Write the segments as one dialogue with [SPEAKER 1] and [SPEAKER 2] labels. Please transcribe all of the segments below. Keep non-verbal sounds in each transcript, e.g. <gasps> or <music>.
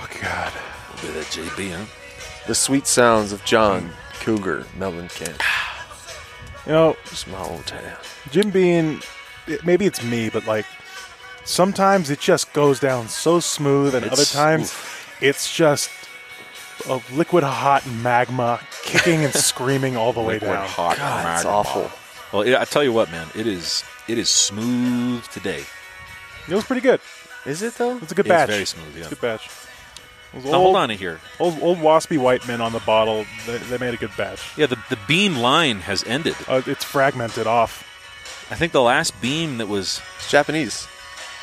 [SPEAKER 1] Oh, Bit of JB, huh?
[SPEAKER 2] The sweet sounds of John Cougar Mellencamp.
[SPEAKER 3] You know,
[SPEAKER 2] It's my old town.
[SPEAKER 3] Jim Beam, it- maybe it's me, but like sometimes it just goes down so smooth, and other
[SPEAKER 2] It's-
[SPEAKER 3] times it's just a liquid hot magma kicking
[SPEAKER 1] <laughs>
[SPEAKER 3] and screaming all the way
[SPEAKER 1] Liquid
[SPEAKER 3] down.
[SPEAKER 1] hot
[SPEAKER 2] God, it's
[SPEAKER 1] magma.
[SPEAKER 2] awful.
[SPEAKER 1] Well, it, I tell you what, man, it is it is smooth today.
[SPEAKER 3] It was pretty good.
[SPEAKER 2] Is it though?
[SPEAKER 3] It's a good
[SPEAKER 1] It's
[SPEAKER 3] batch.
[SPEAKER 1] very smooth, yeah.
[SPEAKER 3] It's a good batch. It was
[SPEAKER 1] Now hold on here.
[SPEAKER 3] Old, old waspy white men on the bottle. They, they made a good batch.
[SPEAKER 1] Yeah, the, the beam line has ended.
[SPEAKER 3] Uh, it's fragmented off.
[SPEAKER 1] I think the last beam that was
[SPEAKER 2] It's Japanese.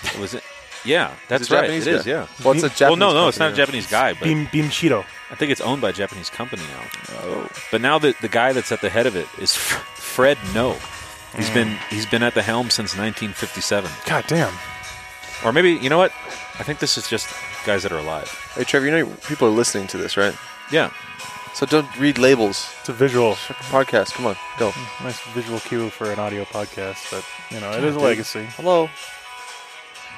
[SPEAKER 1] that was it. Yeah,
[SPEAKER 2] It's
[SPEAKER 1] that's
[SPEAKER 2] a
[SPEAKER 1] right.
[SPEAKER 2] Japanese
[SPEAKER 1] it is.
[SPEAKER 2] guy.
[SPEAKER 1] Yeah.
[SPEAKER 2] Well, it's a Japanese.
[SPEAKER 1] well, no, no, it's not a
[SPEAKER 2] company,
[SPEAKER 1] Japanese guy, but
[SPEAKER 3] Beam Beam Cheeto.
[SPEAKER 1] I think it's owned by a Japanese company now.
[SPEAKER 2] Oh.
[SPEAKER 1] But now that the guy that's at the head of it is F- Fred No. He's been he's been at the helm since 1957,
[SPEAKER 3] God damn.
[SPEAKER 1] or maybe you know what? I think this is just guys that are alive.
[SPEAKER 2] yeah. Hey Trevor, you know people are listening to this, right?
[SPEAKER 1] Yeah,
[SPEAKER 2] So don't read labels.
[SPEAKER 3] It's a
[SPEAKER 1] <laughs>
[SPEAKER 3] visual.
[SPEAKER 2] Podcast. Come on, go.
[SPEAKER 3] Nice visual cue for an audio podcast, but you know, it is a legacy.
[SPEAKER 2] Hello.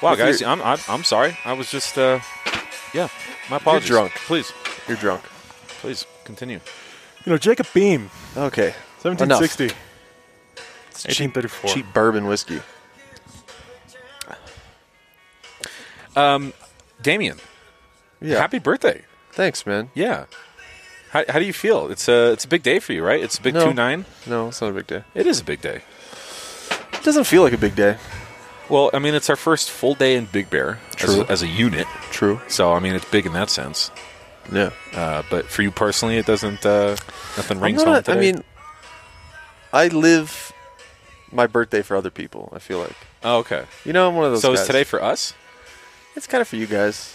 [SPEAKER 1] Wow,
[SPEAKER 2] If
[SPEAKER 1] guys,
[SPEAKER 2] you're-
[SPEAKER 1] I'm, I'm I'm sorry. I was just uh, yeah. My apologies.
[SPEAKER 2] drunk.
[SPEAKER 1] Please,
[SPEAKER 2] You're drunk.
[SPEAKER 1] please continue.
[SPEAKER 3] You know, Jacob Beam,
[SPEAKER 2] Okay.
[SPEAKER 3] 1760,
[SPEAKER 2] It's cheap,
[SPEAKER 3] 1834.
[SPEAKER 2] cheap bourbon whiskey.
[SPEAKER 1] Damien,
[SPEAKER 2] Yeah.
[SPEAKER 1] happy birthday.
[SPEAKER 2] Thanks, man.
[SPEAKER 1] Yeah. How, how do you feel? It's a it's a big day for you, right? It's a big
[SPEAKER 2] No.
[SPEAKER 1] two nine.
[SPEAKER 2] No, it's not a big day.
[SPEAKER 1] It is a big day.
[SPEAKER 2] It doesn't feel like a big day.
[SPEAKER 1] Well, I mean, it's our first full day in Big Bear as
[SPEAKER 2] True.
[SPEAKER 1] a, as a unit.
[SPEAKER 2] True.
[SPEAKER 1] So I mean, it's big in that sense.
[SPEAKER 2] Yeah.
[SPEAKER 1] Uh, but for you personally, it doesn't. Uh, nothing
[SPEAKER 2] I'm
[SPEAKER 1] rings
[SPEAKER 2] not
[SPEAKER 1] home
[SPEAKER 2] a- I
[SPEAKER 1] today.
[SPEAKER 2] mean, I live my birthday for other people. I feel like
[SPEAKER 1] oh, okay.
[SPEAKER 2] you know I'm one of those.
[SPEAKER 1] So
[SPEAKER 2] guys.
[SPEAKER 1] is today for us?
[SPEAKER 2] It's kind of for you guys.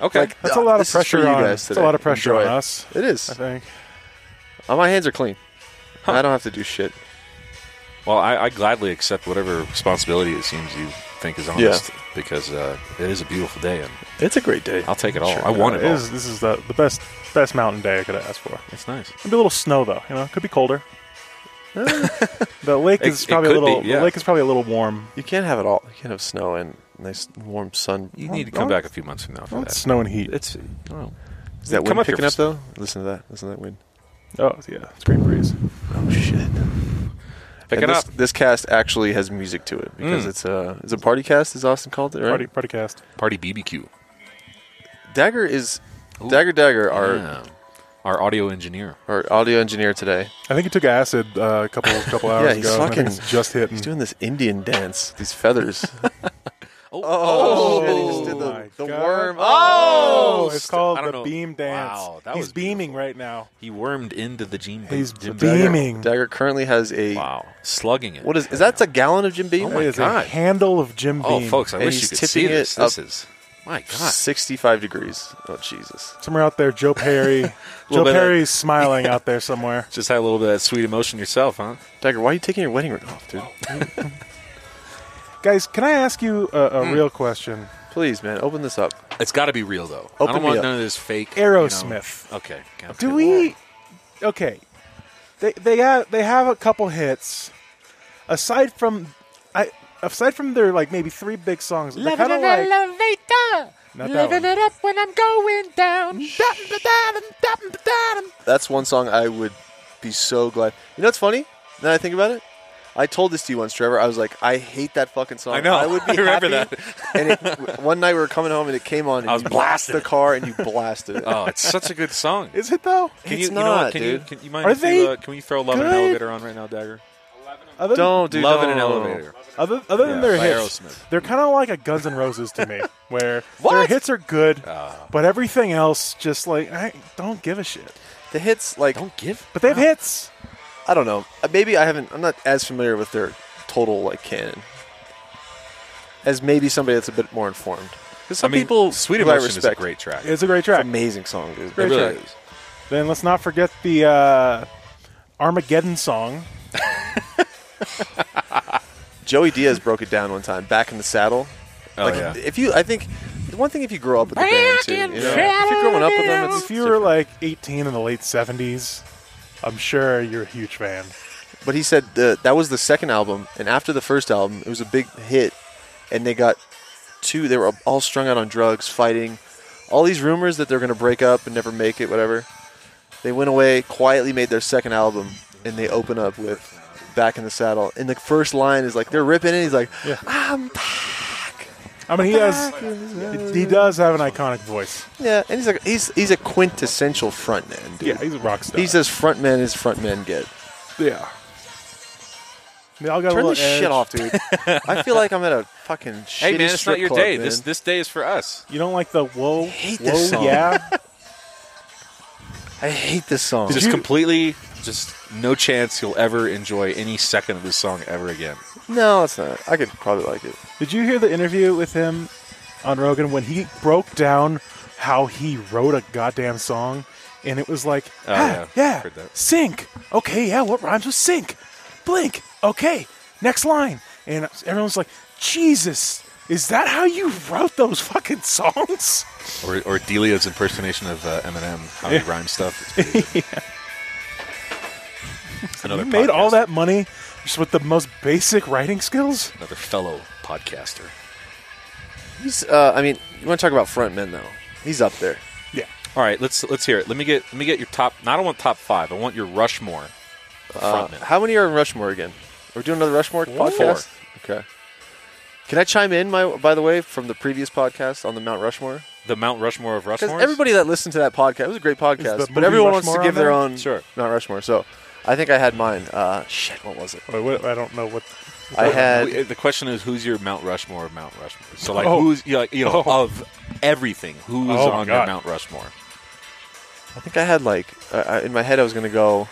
[SPEAKER 1] Okay.
[SPEAKER 2] Like,
[SPEAKER 3] That's a lot
[SPEAKER 2] this
[SPEAKER 3] of
[SPEAKER 2] is for
[SPEAKER 3] pressure
[SPEAKER 2] you
[SPEAKER 3] on
[SPEAKER 2] guys
[SPEAKER 3] It's a
[SPEAKER 2] today.
[SPEAKER 3] lot of pressure
[SPEAKER 2] Enjoy
[SPEAKER 3] on
[SPEAKER 2] it.
[SPEAKER 3] us,
[SPEAKER 2] It is.
[SPEAKER 3] I think.
[SPEAKER 2] Uh, my hands are clean. I don't have to do shit.
[SPEAKER 1] well, I, I gladly accept whatever responsibility it seems you think is honest because uh, it is a beautiful day and
[SPEAKER 2] It's a great day.
[SPEAKER 1] I'll take it all. Oh, I want it
[SPEAKER 3] It
[SPEAKER 1] all.
[SPEAKER 3] is, this is the, the best best mountain day I could ask for.
[SPEAKER 1] It's nice.
[SPEAKER 3] It'd be a little snow though, you know. It could be colder. the lake
[SPEAKER 1] It-
[SPEAKER 3] is
[SPEAKER 1] it
[SPEAKER 3] probably a
[SPEAKER 1] could be,
[SPEAKER 3] little.
[SPEAKER 1] yeah.
[SPEAKER 3] The lake is probably a little warm.
[SPEAKER 2] You can't have it all. You can't have snow and nice warm sun.
[SPEAKER 1] You need to come back a few months from now for
[SPEAKER 3] Well,
[SPEAKER 1] that.
[SPEAKER 3] it's snow and heat.
[SPEAKER 1] It's oh.
[SPEAKER 2] Is that
[SPEAKER 1] Come
[SPEAKER 2] wind
[SPEAKER 1] up here
[SPEAKER 2] picking up
[SPEAKER 1] for
[SPEAKER 2] though? Listen to that. Listen to that wind.
[SPEAKER 3] oh yeah, it's great breeze.
[SPEAKER 2] Oh shit!
[SPEAKER 1] pick
[SPEAKER 2] and
[SPEAKER 1] it
[SPEAKER 2] this,
[SPEAKER 1] up.
[SPEAKER 2] This cast actually has music to it because
[SPEAKER 1] Mm.
[SPEAKER 2] it's a it's a party cast, as Austin called it. Right?
[SPEAKER 3] Party party cast.
[SPEAKER 1] Party BBQ.
[SPEAKER 2] Dagger is
[SPEAKER 1] Ooh.
[SPEAKER 2] Dagger Dagger our
[SPEAKER 1] Yeah. our audio engineer.
[SPEAKER 2] our audio engineer today.
[SPEAKER 3] I think he took acid uh, a couple couple hours
[SPEAKER 2] he's
[SPEAKER 3] ago. I think
[SPEAKER 2] fucking-
[SPEAKER 3] it's just hitting.
[SPEAKER 2] He's doing this Indian dance. These
[SPEAKER 1] <laughs>
[SPEAKER 2] feathers.
[SPEAKER 1] Oh,
[SPEAKER 3] shit, he just did the- the worm. Oh, it's called
[SPEAKER 1] I
[SPEAKER 3] the
[SPEAKER 1] don't know.
[SPEAKER 3] beam dance.
[SPEAKER 1] Wow, that
[SPEAKER 3] He's
[SPEAKER 1] was
[SPEAKER 3] beaming right now.
[SPEAKER 1] He wormed into the Jim.
[SPEAKER 3] He's
[SPEAKER 1] Jim
[SPEAKER 3] beaming.
[SPEAKER 2] Dagger currently has a
[SPEAKER 1] Wow, slugging it.
[SPEAKER 2] what is is that a gallon of Jim Beam?
[SPEAKER 1] Oh
[SPEAKER 3] That
[SPEAKER 1] my
[SPEAKER 3] is
[SPEAKER 1] God.
[SPEAKER 3] a handle of Jim
[SPEAKER 1] Oh,
[SPEAKER 3] Beam.
[SPEAKER 1] folks, I
[SPEAKER 2] And
[SPEAKER 1] wish you
[SPEAKER 2] he's
[SPEAKER 1] could
[SPEAKER 2] tipping
[SPEAKER 1] see
[SPEAKER 2] it
[SPEAKER 1] this. This
[SPEAKER 2] up.
[SPEAKER 1] is my God.
[SPEAKER 2] Sixty-five degrees. Oh Jesus!
[SPEAKER 3] Somewhere out there, <laughs> Joe Perry. Joe
[SPEAKER 1] bit of-
[SPEAKER 3] Perry's smiling out there somewhere.
[SPEAKER 1] Just had a little bit of that sweet emotion yourself, huh?
[SPEAKER 2] Dagger, why are you taking your wedding ring off, dude?
[SPEAKER 3] <laughs> Guys, can I ask you a, a real question?
[SPEAKER 2] Please, man, open this up.
[SPEAKER 1] It's got to be real though. I
[SPEAKER 2] Open
[SPEAKER 1] don't
[SPEAKER 2] me
[SPEAKER 1] want
[SPEAKER 2] up.
[SPEAKER 1] none of this fake.
[SPEAKER 3] Aerosmith.
[SPEAKER 1] You know. Okay. okay.
[SPEAKER 3] Do we? Okay, they they have they have a couple hits. Aside from, I aside from their like maybe three big songs. Like, I don't like not that one.
[SPEAKER 4] it up when I'm going down.
[SPEAKER 2] That's one song I would be so glad. You know what's funny? Now that I think about it, I told this to you once, Trevor. I was like, I hate that fucking song.
[SPEAKER 1] I know. <laughs>
[SPEAKER 2] I would be
[SPEAKER 1] I remember
[SPEAKER 2] happy. <laughs> And it, one night we were coming home and it came on. And
[SPEAKER 1] I was
[SPEAKER 2] you blacked
[SPEAKER 1] blasting
[SPEAKER 2] the
[SPEAKER 1] it.
[SPEAKER 2] car and you blasted it.
[SPEAKER 1] <laughs> Oh, it's such a good song.
[SPEAKER 3] Is it though?
[SPEAKER 1] Can
[SPEAKER 2] <laughs> It's
[SPEAKER 1] you, you know what,
[SPEAKER 2] not,
[SPEAKER 1] can
[SPEAKER 2] dude.
[SPEAKER 1] You, can you mind
[SPEAKER 3] Are
[SPEAKER 1] if you,
[SPEAKER 3] they
[SPEAKER 1] uh, can we throw Love in an
[SPEAKER 3] good?
[SPEAKER 1] Elevator on right now, Dagger?
[SPEAKER 3] Other than-
[SPEAKER 2] Don't do
[SPEAKER 1] Love in
[SPEAKER 2] no,
[SPEAKER 1] an
[SPEAKER 2] no, no.
[SPEAKER 1] Elevator.
[SPEAKER 3] Other, other
[SPEAKER 1] Yeah,
[SPEAKER 3] than their
[SPEAKER 1] by
[SPEAKER 3] hits,
[SPEAKER 1] Aerosmith.
[SPEAKER 3] they're kind of like a Guns N' Roses to me, where their hits are good, but everything else just like I don't give a shit.
[SPEAKER 2] The hits, like
[SPEAKER 1] Don't give.
[SPEAKER 3] But they have hits.
[SPEAKER 2] I don't know. Uh, Maybe I haven't. I'm not as familiar with their total like canon as maybe somebody that's a bit more informed. Because
[SPEAKER 1] I
[SPEAKER 2] some
[SPEAKER 1] mean,
[SPEAKER 2] people,
[SPEAKER 1] Sweet
[SPEAKER 2] who I
[SPEAKER 1] Emotion is a
[SPEAKER 2] respect,
[SPEAKER 1] great track.
[SPEAKER 3] It's a great
[SPEAKER 2] it's
[SPEAKER 3] track.
[SPEAKER 2] an amazing song. Dude.
[SPEAKER 3] Great
[SPEAKER 1] it really
[SPEAKER 3] track.
[SPEAKER 1] is.
[SPEAKER 3] Then let's not forget the uh, Armageddon song.
[SPEAKER 2] Joey Diaz broke it down one time. Back in the saddle.
[SPEAKER 1] Oh,
[SPEAKER 2] like
[SPEAKER 1] yeah.
[SPEAKER 2] if you, I think the one thing if you grow up with the band too, you know, if you're growing up with them, it's
[SPEAKER 3] If you were
[SPEAKER 2] different.
[SPEAKER 3] like 18 in the late 70s, I'm sure you're a huge fan.
[SPEAKER 2] But he said the, that was the second album, and after the first album, it was a big hit, and they got two. They were all strung out on drugs, fighting, all these rumors that they're going to break up and never make it, whatever. They went away, quietly made their second album, and they open up with "Back in the Saddle." And the first line is like they're ripping it. He's like,
[SPEAKER 3] Yeah.
[SPEAKER 2] "I'm
[SPEAKER 3] I mean, he has he does have an iconic voice.
[SPEAKER 2] yeah," and he's like, "He's he's a quintessential frontman, dude.
[SPEAKER 3] Yeah, he's a rock star.
[SPEAKER 2] He's as frontman as frontmen get."
[SPEAKER 3] yeah. They all got a
[SPEAKER 2] Turn
[SPEAKER 3] little
[SPEAKER 2] this shit
[SPEAKER 3] edge.
[SPEAKER 2] off,
[SPEAKER 3] <laughs>
[SPEAKER 2] dude. I feel like I'm at a fucking
[SPEAKER 1] Hey
[SPEAKER 2] shitty
[SPEAKER 1] man, it's
[SPEAKER 2] strip
[SPEAKER 1] not your
[SPEAKER 2] club,
[SPEAKER 1] day.
[SPEAKER 2] man.
[SPEAKER 1] This this day is for us.
[SPEAKER 3] You don't like the whoa?
[SPEAKER 2] hate
[SPEAKER 3] whoa,
[SPEAKER 2] this song.
[SPEAKER 3] Yeah,
[SPEAKER 2] I hate this song.
[SPEAKER 1] Just
[SPEAKER 3] you-
[SPEAKER 1] completely, just no chance you'll ever enjoy any second of this song ever again.
[SPEAKER 2] no, it's not. I could probably like it.
[SPEAKER 3] Did you hear the interview with him on Rogan when he broke down how he wrote a goddamn song? And it was like,
[SPEAKER 1] Oh,
[SPEAKER 3] ah,
[SPEAKER 1] yeah.
[SPEAKER 3] yeah,
[SPEAKER 1] Heard that.
[SPEAKER 3] sink. Okay, yeah, what rhymes with sink? Blink. Okay, next line. And everyone's like, Jesus, is that how you wrote those fucking songs?
[SPEAKER 1] Or or Delia's impersonation of uh, Eminem, how
[SPEAKER 2] <laughs>
[SPEAKER 1] he
[SPEAKER 3] Yeah.
[SPEAKER 1] rhymes stuff. It's pretty good. Another
[SPEAKER 3] you made all
[SPEAKER 1] podcast.
[SPEAKER 3] that money just with the most basic writing skills?
[SPEAKER 1] Another fellow podcaster.
[SPEAKER 2] He's. Uh, I mean, you want to talk about frontmen though? He's up there.
[SPEAKER 3] Yeah.
[SPEAKER 1] All right, let's let's hear it. Let me get let me get your top. no, I don't want top five. I want your Rushmore. of
[SPEAKER 2] Uh,
[SPEAKER 1] frontmen.
[SPEAKER 2] how many are in Rushmore again? Are we doing another Rushmore podcast? Okay. Can I chime in, my by the way, from the previous podcast on the Mount Rushmore?
[SPEAKER 1] the Mount Rushmore of
[SPEAKER 2] Because
[SPEAKER 1] Rushmore.
[SPEAKER 2] everybody that listened to that podcast, it was a great
[SPEAKER 3] the
[SPEAKER 2] podcast, but
[SPEAKER 3] movie Rushmore
[SPEAKER 2] everyone wants
[SPEAKER 3] on
[SPEAKER 2] to give
[SPEAKER 3] there?
[SPEAKER 2] their own
[SPEAKER 1] Sure.
[SPEAKER 2] Mount Rushmore. So I think I had mine. Uh, shit, what was it?
[SPEAKER 3] Wait, what, I don't know what.
[SPEAKER 2] I had
[SPEAKER 1] the question is, who's your Mount Rushmore of Mount Rushmore? So like,
[SPEAKER 3] Oh.
[SPEAKER 1] who's you know, like, you know
[SPEAKER 3] Oh.
[SPEAKER 1] of everything? Who's
[SPEAKER 3] Oh, my
[SPEAKER 1] on your
[SPEAKER 3] God.
[SPEAKER 1] Mount Rushmore?
[SPEAKER 2] I think I had like uh, uh, in my head I was gonna go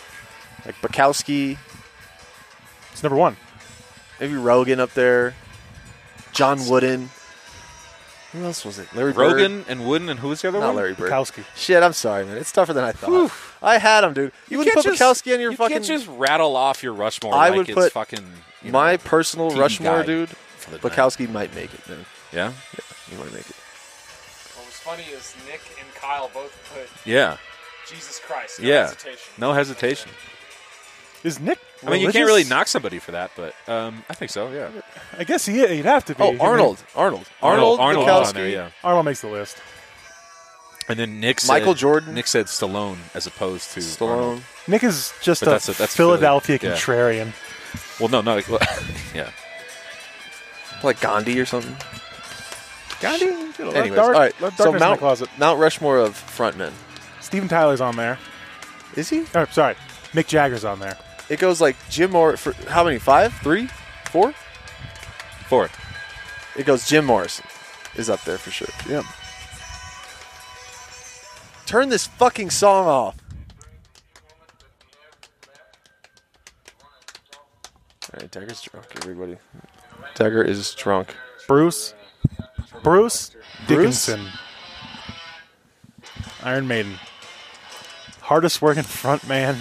[SPEAKER 2] like Bukowski,
[SPEAKER 3] It's number one.
[SPEAKER 2] maybe Rogan up there, John Wooden. Who else was it? Larry Bird?
[SPEAKER 1] Rogan and Wooden, and who was the other
[SPEAKER 2] not
[SPEAKER 1] one?
[SPEAKER 2] Larry Bird.
[SPEAKER 3] Bukowski.
[SPEAKER 2] Shit, I'm sorry, man. It's tougher than I thought.
[SPEAKER 1] Whew.
[SPEAKER 2] I had him, dude. You, wouldn't
[SPEAKER 1] can't
[SPEAKER 2] put
[SPEAKER 1] just-
[SPEAKER 2] Bukowski on your
[SPEAKER 1] you
[SPEAKER 2] fucking.
[SPEAKER 1] can't just rattle off your Rushmore.
[SPEAKER 2] I
[SPEAKER 1] like
[SPEAKER 2] would
[SPEAKER 1] it's
[SPEAKER 2] put
[SPEAKER 1] fucking you know,
[SPEAKER 2] my personal
[SPEAKER 1] TV
[SPEAKER 2] Rushmore,
[SPEAKER 1] guide
[SPEAKER 2] dude.
[SPEAKER 1] for the night.
[SPEAKER 2] Bukowski might make it, man.
[SPEAKER 1] Yeah,
[SPEAKER 2] He might make it.
[SPEAKER 5] What was funny is Nick and Kyle both put
[SPEAKER 1] yeah,
[SPEAKER 5] Jesus Christ. No
[SPEAKER 1] yeah.
[SPEAKER 5] Hesitation.
[SPEAKER 1] No hesitation.
[SPEAKER 3] Is Nick?
[SPEAKER 1] I mean, you can't
[SPEAKER 3] religious?
[SPEAKER 1] really knock somebody for that, but um, I think so. Yeah,
[SPEAKER 3] I guess he, he'd have to be. I
[SPEAKER 2] Oh,
[SPEAKER 3] mean,
[SPEAKER 2] Arnold, Arnold, Arnold,
[SPEAKER 1] Arnold
[SPEAKER 2] Bukowski.
[SPEAKER 1] was on there, yeah.
[SPEAKER 3] Arnold makes the list.
[SPEAKER 1] And then Nick said,
[SPEAKER 2] Michael Jordan.
[SPEAKER 1] Nick said Stallone as opposed to
[SPEAKER 2] Stallone.
[SPEAKER 1] Arnold.
[SPEAKER 3] Nick is just
[SPEAKER 1] But
[SPEAKER 3] a
[SPEAKER 1] that's a- that's
[SPEAKER 3] Philadelphia
[SPEAKER 1] Philly, yeah.
[SPEAKER 3] contrarian.
[SPEAKER 1] Well, no, <laughs> no, well, yeah.
[SPEAKER 2] like Gandhi or something.
[SPEAKER 3] Gandhi.
[SPEAKER 2] Anyways, all right. so Mount
[SPEAKER 3] closet.
[SPEAKER 2] Mount Rushmore of frontmen.
[SPEAKER 3] Steven Tyler's on there.
[SPEAKER 2] Is he?
[SPEAKER 3] Oh, sorry, Mick Jagger's on there.
[SPEAKER 2] It goes like Jim Morris. For how many? Five, three, four.
[SPEAKER 1] Four.
[SPEAKER 2] It goes Jim Morrison is up there for sure.
[SPEAKER 3] Yeah.
[SPEAKER 2] Turn this fucking song off. All right, Dagger's drunk, everybody. Dagger is drunk.
[SPEAKER 3] Bruce. Bruce
[SPEAKER 2] Bruce?
[SPEAKER 3] Dickinson. Iron Maiden. Hardest working front man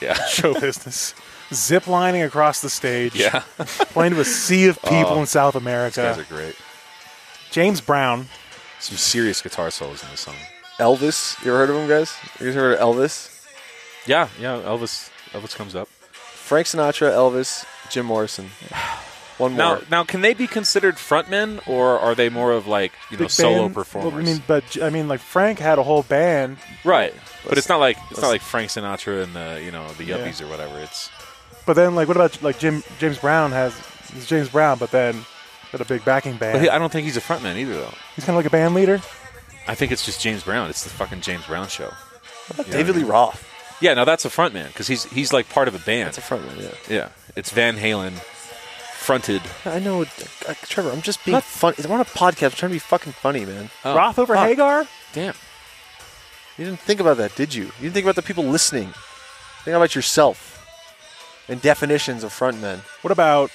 [SPEAKER 1] Yeah. <laughs>
[SPEAKER 3] show business. Zip lining across the stage.
[SPEAKER 1] Yeah. Oh.
[SPEAKER 3] Playing to a sea of people in South America.
[SPEAKER 1] Guys are great.
[SPEAKER 3] James Brown.
[SPEAKER 1] Some serious guitar solos in this song.
[SPEAKER 2] Elvis, you ever heard of him, guys? You guys ever heard of Elvis?
[SPEAKER 1] Yeah, yeah. Elvis, Elvis comes up.
[SPEAKER 2] Frank Sinatra, Elvis, Jim Morrison. <sighs> One
[SPEAKER 1] Now,
[SPEAKER 2] more.
[SPEAKER 1] now, can they be considered frontmen, or are they more of like you know
[SPEAKER 3] Big
[SPEAKER 1] solo
[SPEAKER 3] band.
[SPEAKER 1] performers?
[SPEAKER 3] Well, I mean, but I mean, like Frank had a whole band.
[SPEAKER 1] right, but it's not like it's
[SPEAKER 2] Listen.
[SPEAKER 1] not like Frank Sinatra and the you know the
[SPEAKER 3] Yeah.
[SPEAKER 1] yuppies or whatever. It's
[SPEAKER 3] But then, like, what about like Jim James Brown has he's James Brown, but then got a big backing band.
[SPEAKER 1] but he- I don't think he's a frontman either though.
[SPEAKER 3] he's kind of like a band leader.
[SPEAKER 1] I think it's just James Brown. It's the fucking James Brown show.
[SPEAKER 2] David Lee Roth.
[SPEAKER 1] Yeah, now that's a frontman because he's he's like part of a band.
[SPEAKER 2] That's a frontman, yeah.
[SPEAKER 1] yeah, it's Van Halen fronted.
[SPEAKER 2] I know, uh, Trevor. I'm just being funny. I'm on a podcast. I'm trying to be fucking funny, man.
[SPEAKER 1] Oh,
[SPEAKER 3] Roth over
[SPEAKER 1] fuck.
[SPEAKER 3] Hagar.
[SPEAKER 1] Damn.
[SPEAKER 2] You didn't think about that, did you? You didn't think about the people listening. Think about yourself and definitions of frontmen.
[SPEAKER 3] What about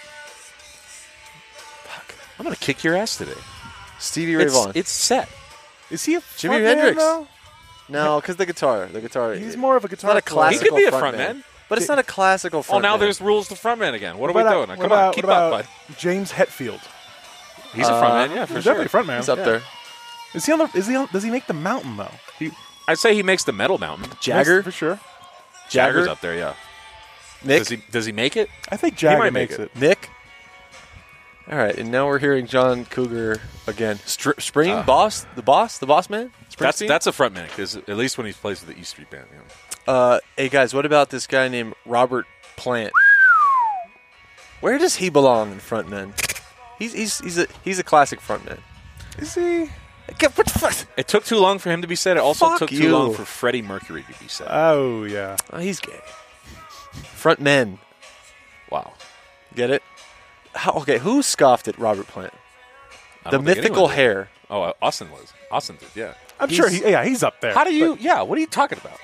[SPEAKER 1] I'm gonna kick your ass today.
[SPEAKER 2] Stevie Ray
[SPEAKER 1] It's,
[SPEAKER 2] Vaughan.
[SPEAKER 1] it's set.
[SPEAKER 3] is he a
[SPEAKER 2] Jimi
[SPEAKER 3] front man,
[SPEAKER 2] Hendrix.
[SPEAKER 3] though?
[SPEAKER 2] no, because the guitar. The guitar.
[SPEAKER 3] He's
[SPEAKER 2] it-
[SPEAKER 3] more of a
[SPEAKER 2] It's
[SPEAKER 3] guitar.
[SPEAKER 2] not a
[SPEAKER 3] player.
[SPEAKER 1] He
[SPEAKER 2] classical.
[SPEAKER 1] could be a frontman.
[SPEAKER 2] but it's not a classical frontman.
[SPEAKER 1] Oh, now there's rules to frontman again. What are
[SPEAKER 3] What
[SPEAKER 1] we
[SPEAKER 3] about,
[SPEAKER 1] doing?
[SPEAKER 3] what
[SPEAKER 1] Come
[SPEAKER 3] about,
[SPEAKER 1] on, keep
[SPEAKER 3] what
[SPEAKER 1] up,
[SPEAKER 3] about
[SPEAKER 1] bud.
[SPEAKER 3] James Hetfield.
[SPEAKER 1] Uh, He's a frontman, yeah, for
[SPEAKER 3] He's
[SPEAKER 1] sure.
[SPEAKER 3] definitely front man.
[SPEAKER 2] It's up there.
[SPEAKER 3] Is he on the? Is he on? Does he make the mountain though?
[SPEAKER 1] He- I'd say he makes the metal mountain.
[SPEAKER 2] Jagger.
[SPEAKER 3] Yes, for sure.
[SPEAKER 1] Jagger's up there, yeah.
[SPEAKER 2] Nick.
[SPEAKER 1] Does he does he make it?
[SPEAKER 3] I think Jagger
[SPEAKER 1] might make
[SPEAKER 3] makes
[SPEAKER 1] it.
[SPEAKER 3] it.
[SPEAKER 2] Nick. All right, and now we're hearing John Cougar again. Str- Spring boss, the boss, the boss man.
[SPEAKER 1] Ah. That's
[SPEAKER 2] Springsteen?
[SPEAKER 1] that's a front man because at least when he plays with the E Street Band, you know.
[SPEAKER 2] Uh, hey guys, what about this guy named Robert Plant? Where does he belong in frontmen? He's he's he's a he's a classic frontman.
[SPEAKER 3] Is he?
[SPEAKER 2] Okay, What the fuck?
[SPEAKER 1] It took too long for him to be said. It also
[SPEAKER 2] Fuck
[SPEAKER 1] took too
[SPEAKER 2] you.
[SPEAKER 1] long for Freddie Mercury to be said.
[SPEAKER 3] Oh yeah.
[SPEAKER 2] Oh, he's gay. Frontmen,
[SPEAKER 1] wow.
[SPEAKER 2] get it? How, okay, who scoffed at Robert Plant?
[SPEAKER 1] I
[SPEAKER 2] The
[SPEAKER 1] don't think
[SPEAKER 2] mythical
[SPEAKER 1] anyone did.
[SPEAKER 2] hair.
[SPEAKER 1] Oh, Austin was. Austin did. Yeah.
[SPEAKER 3] I'm
[SPEAKER 2] He's-
[SPEAKER 3] sure. He, yeah, he's up there.
[SPEAKER 1] How do you? yeah. What are you talking about?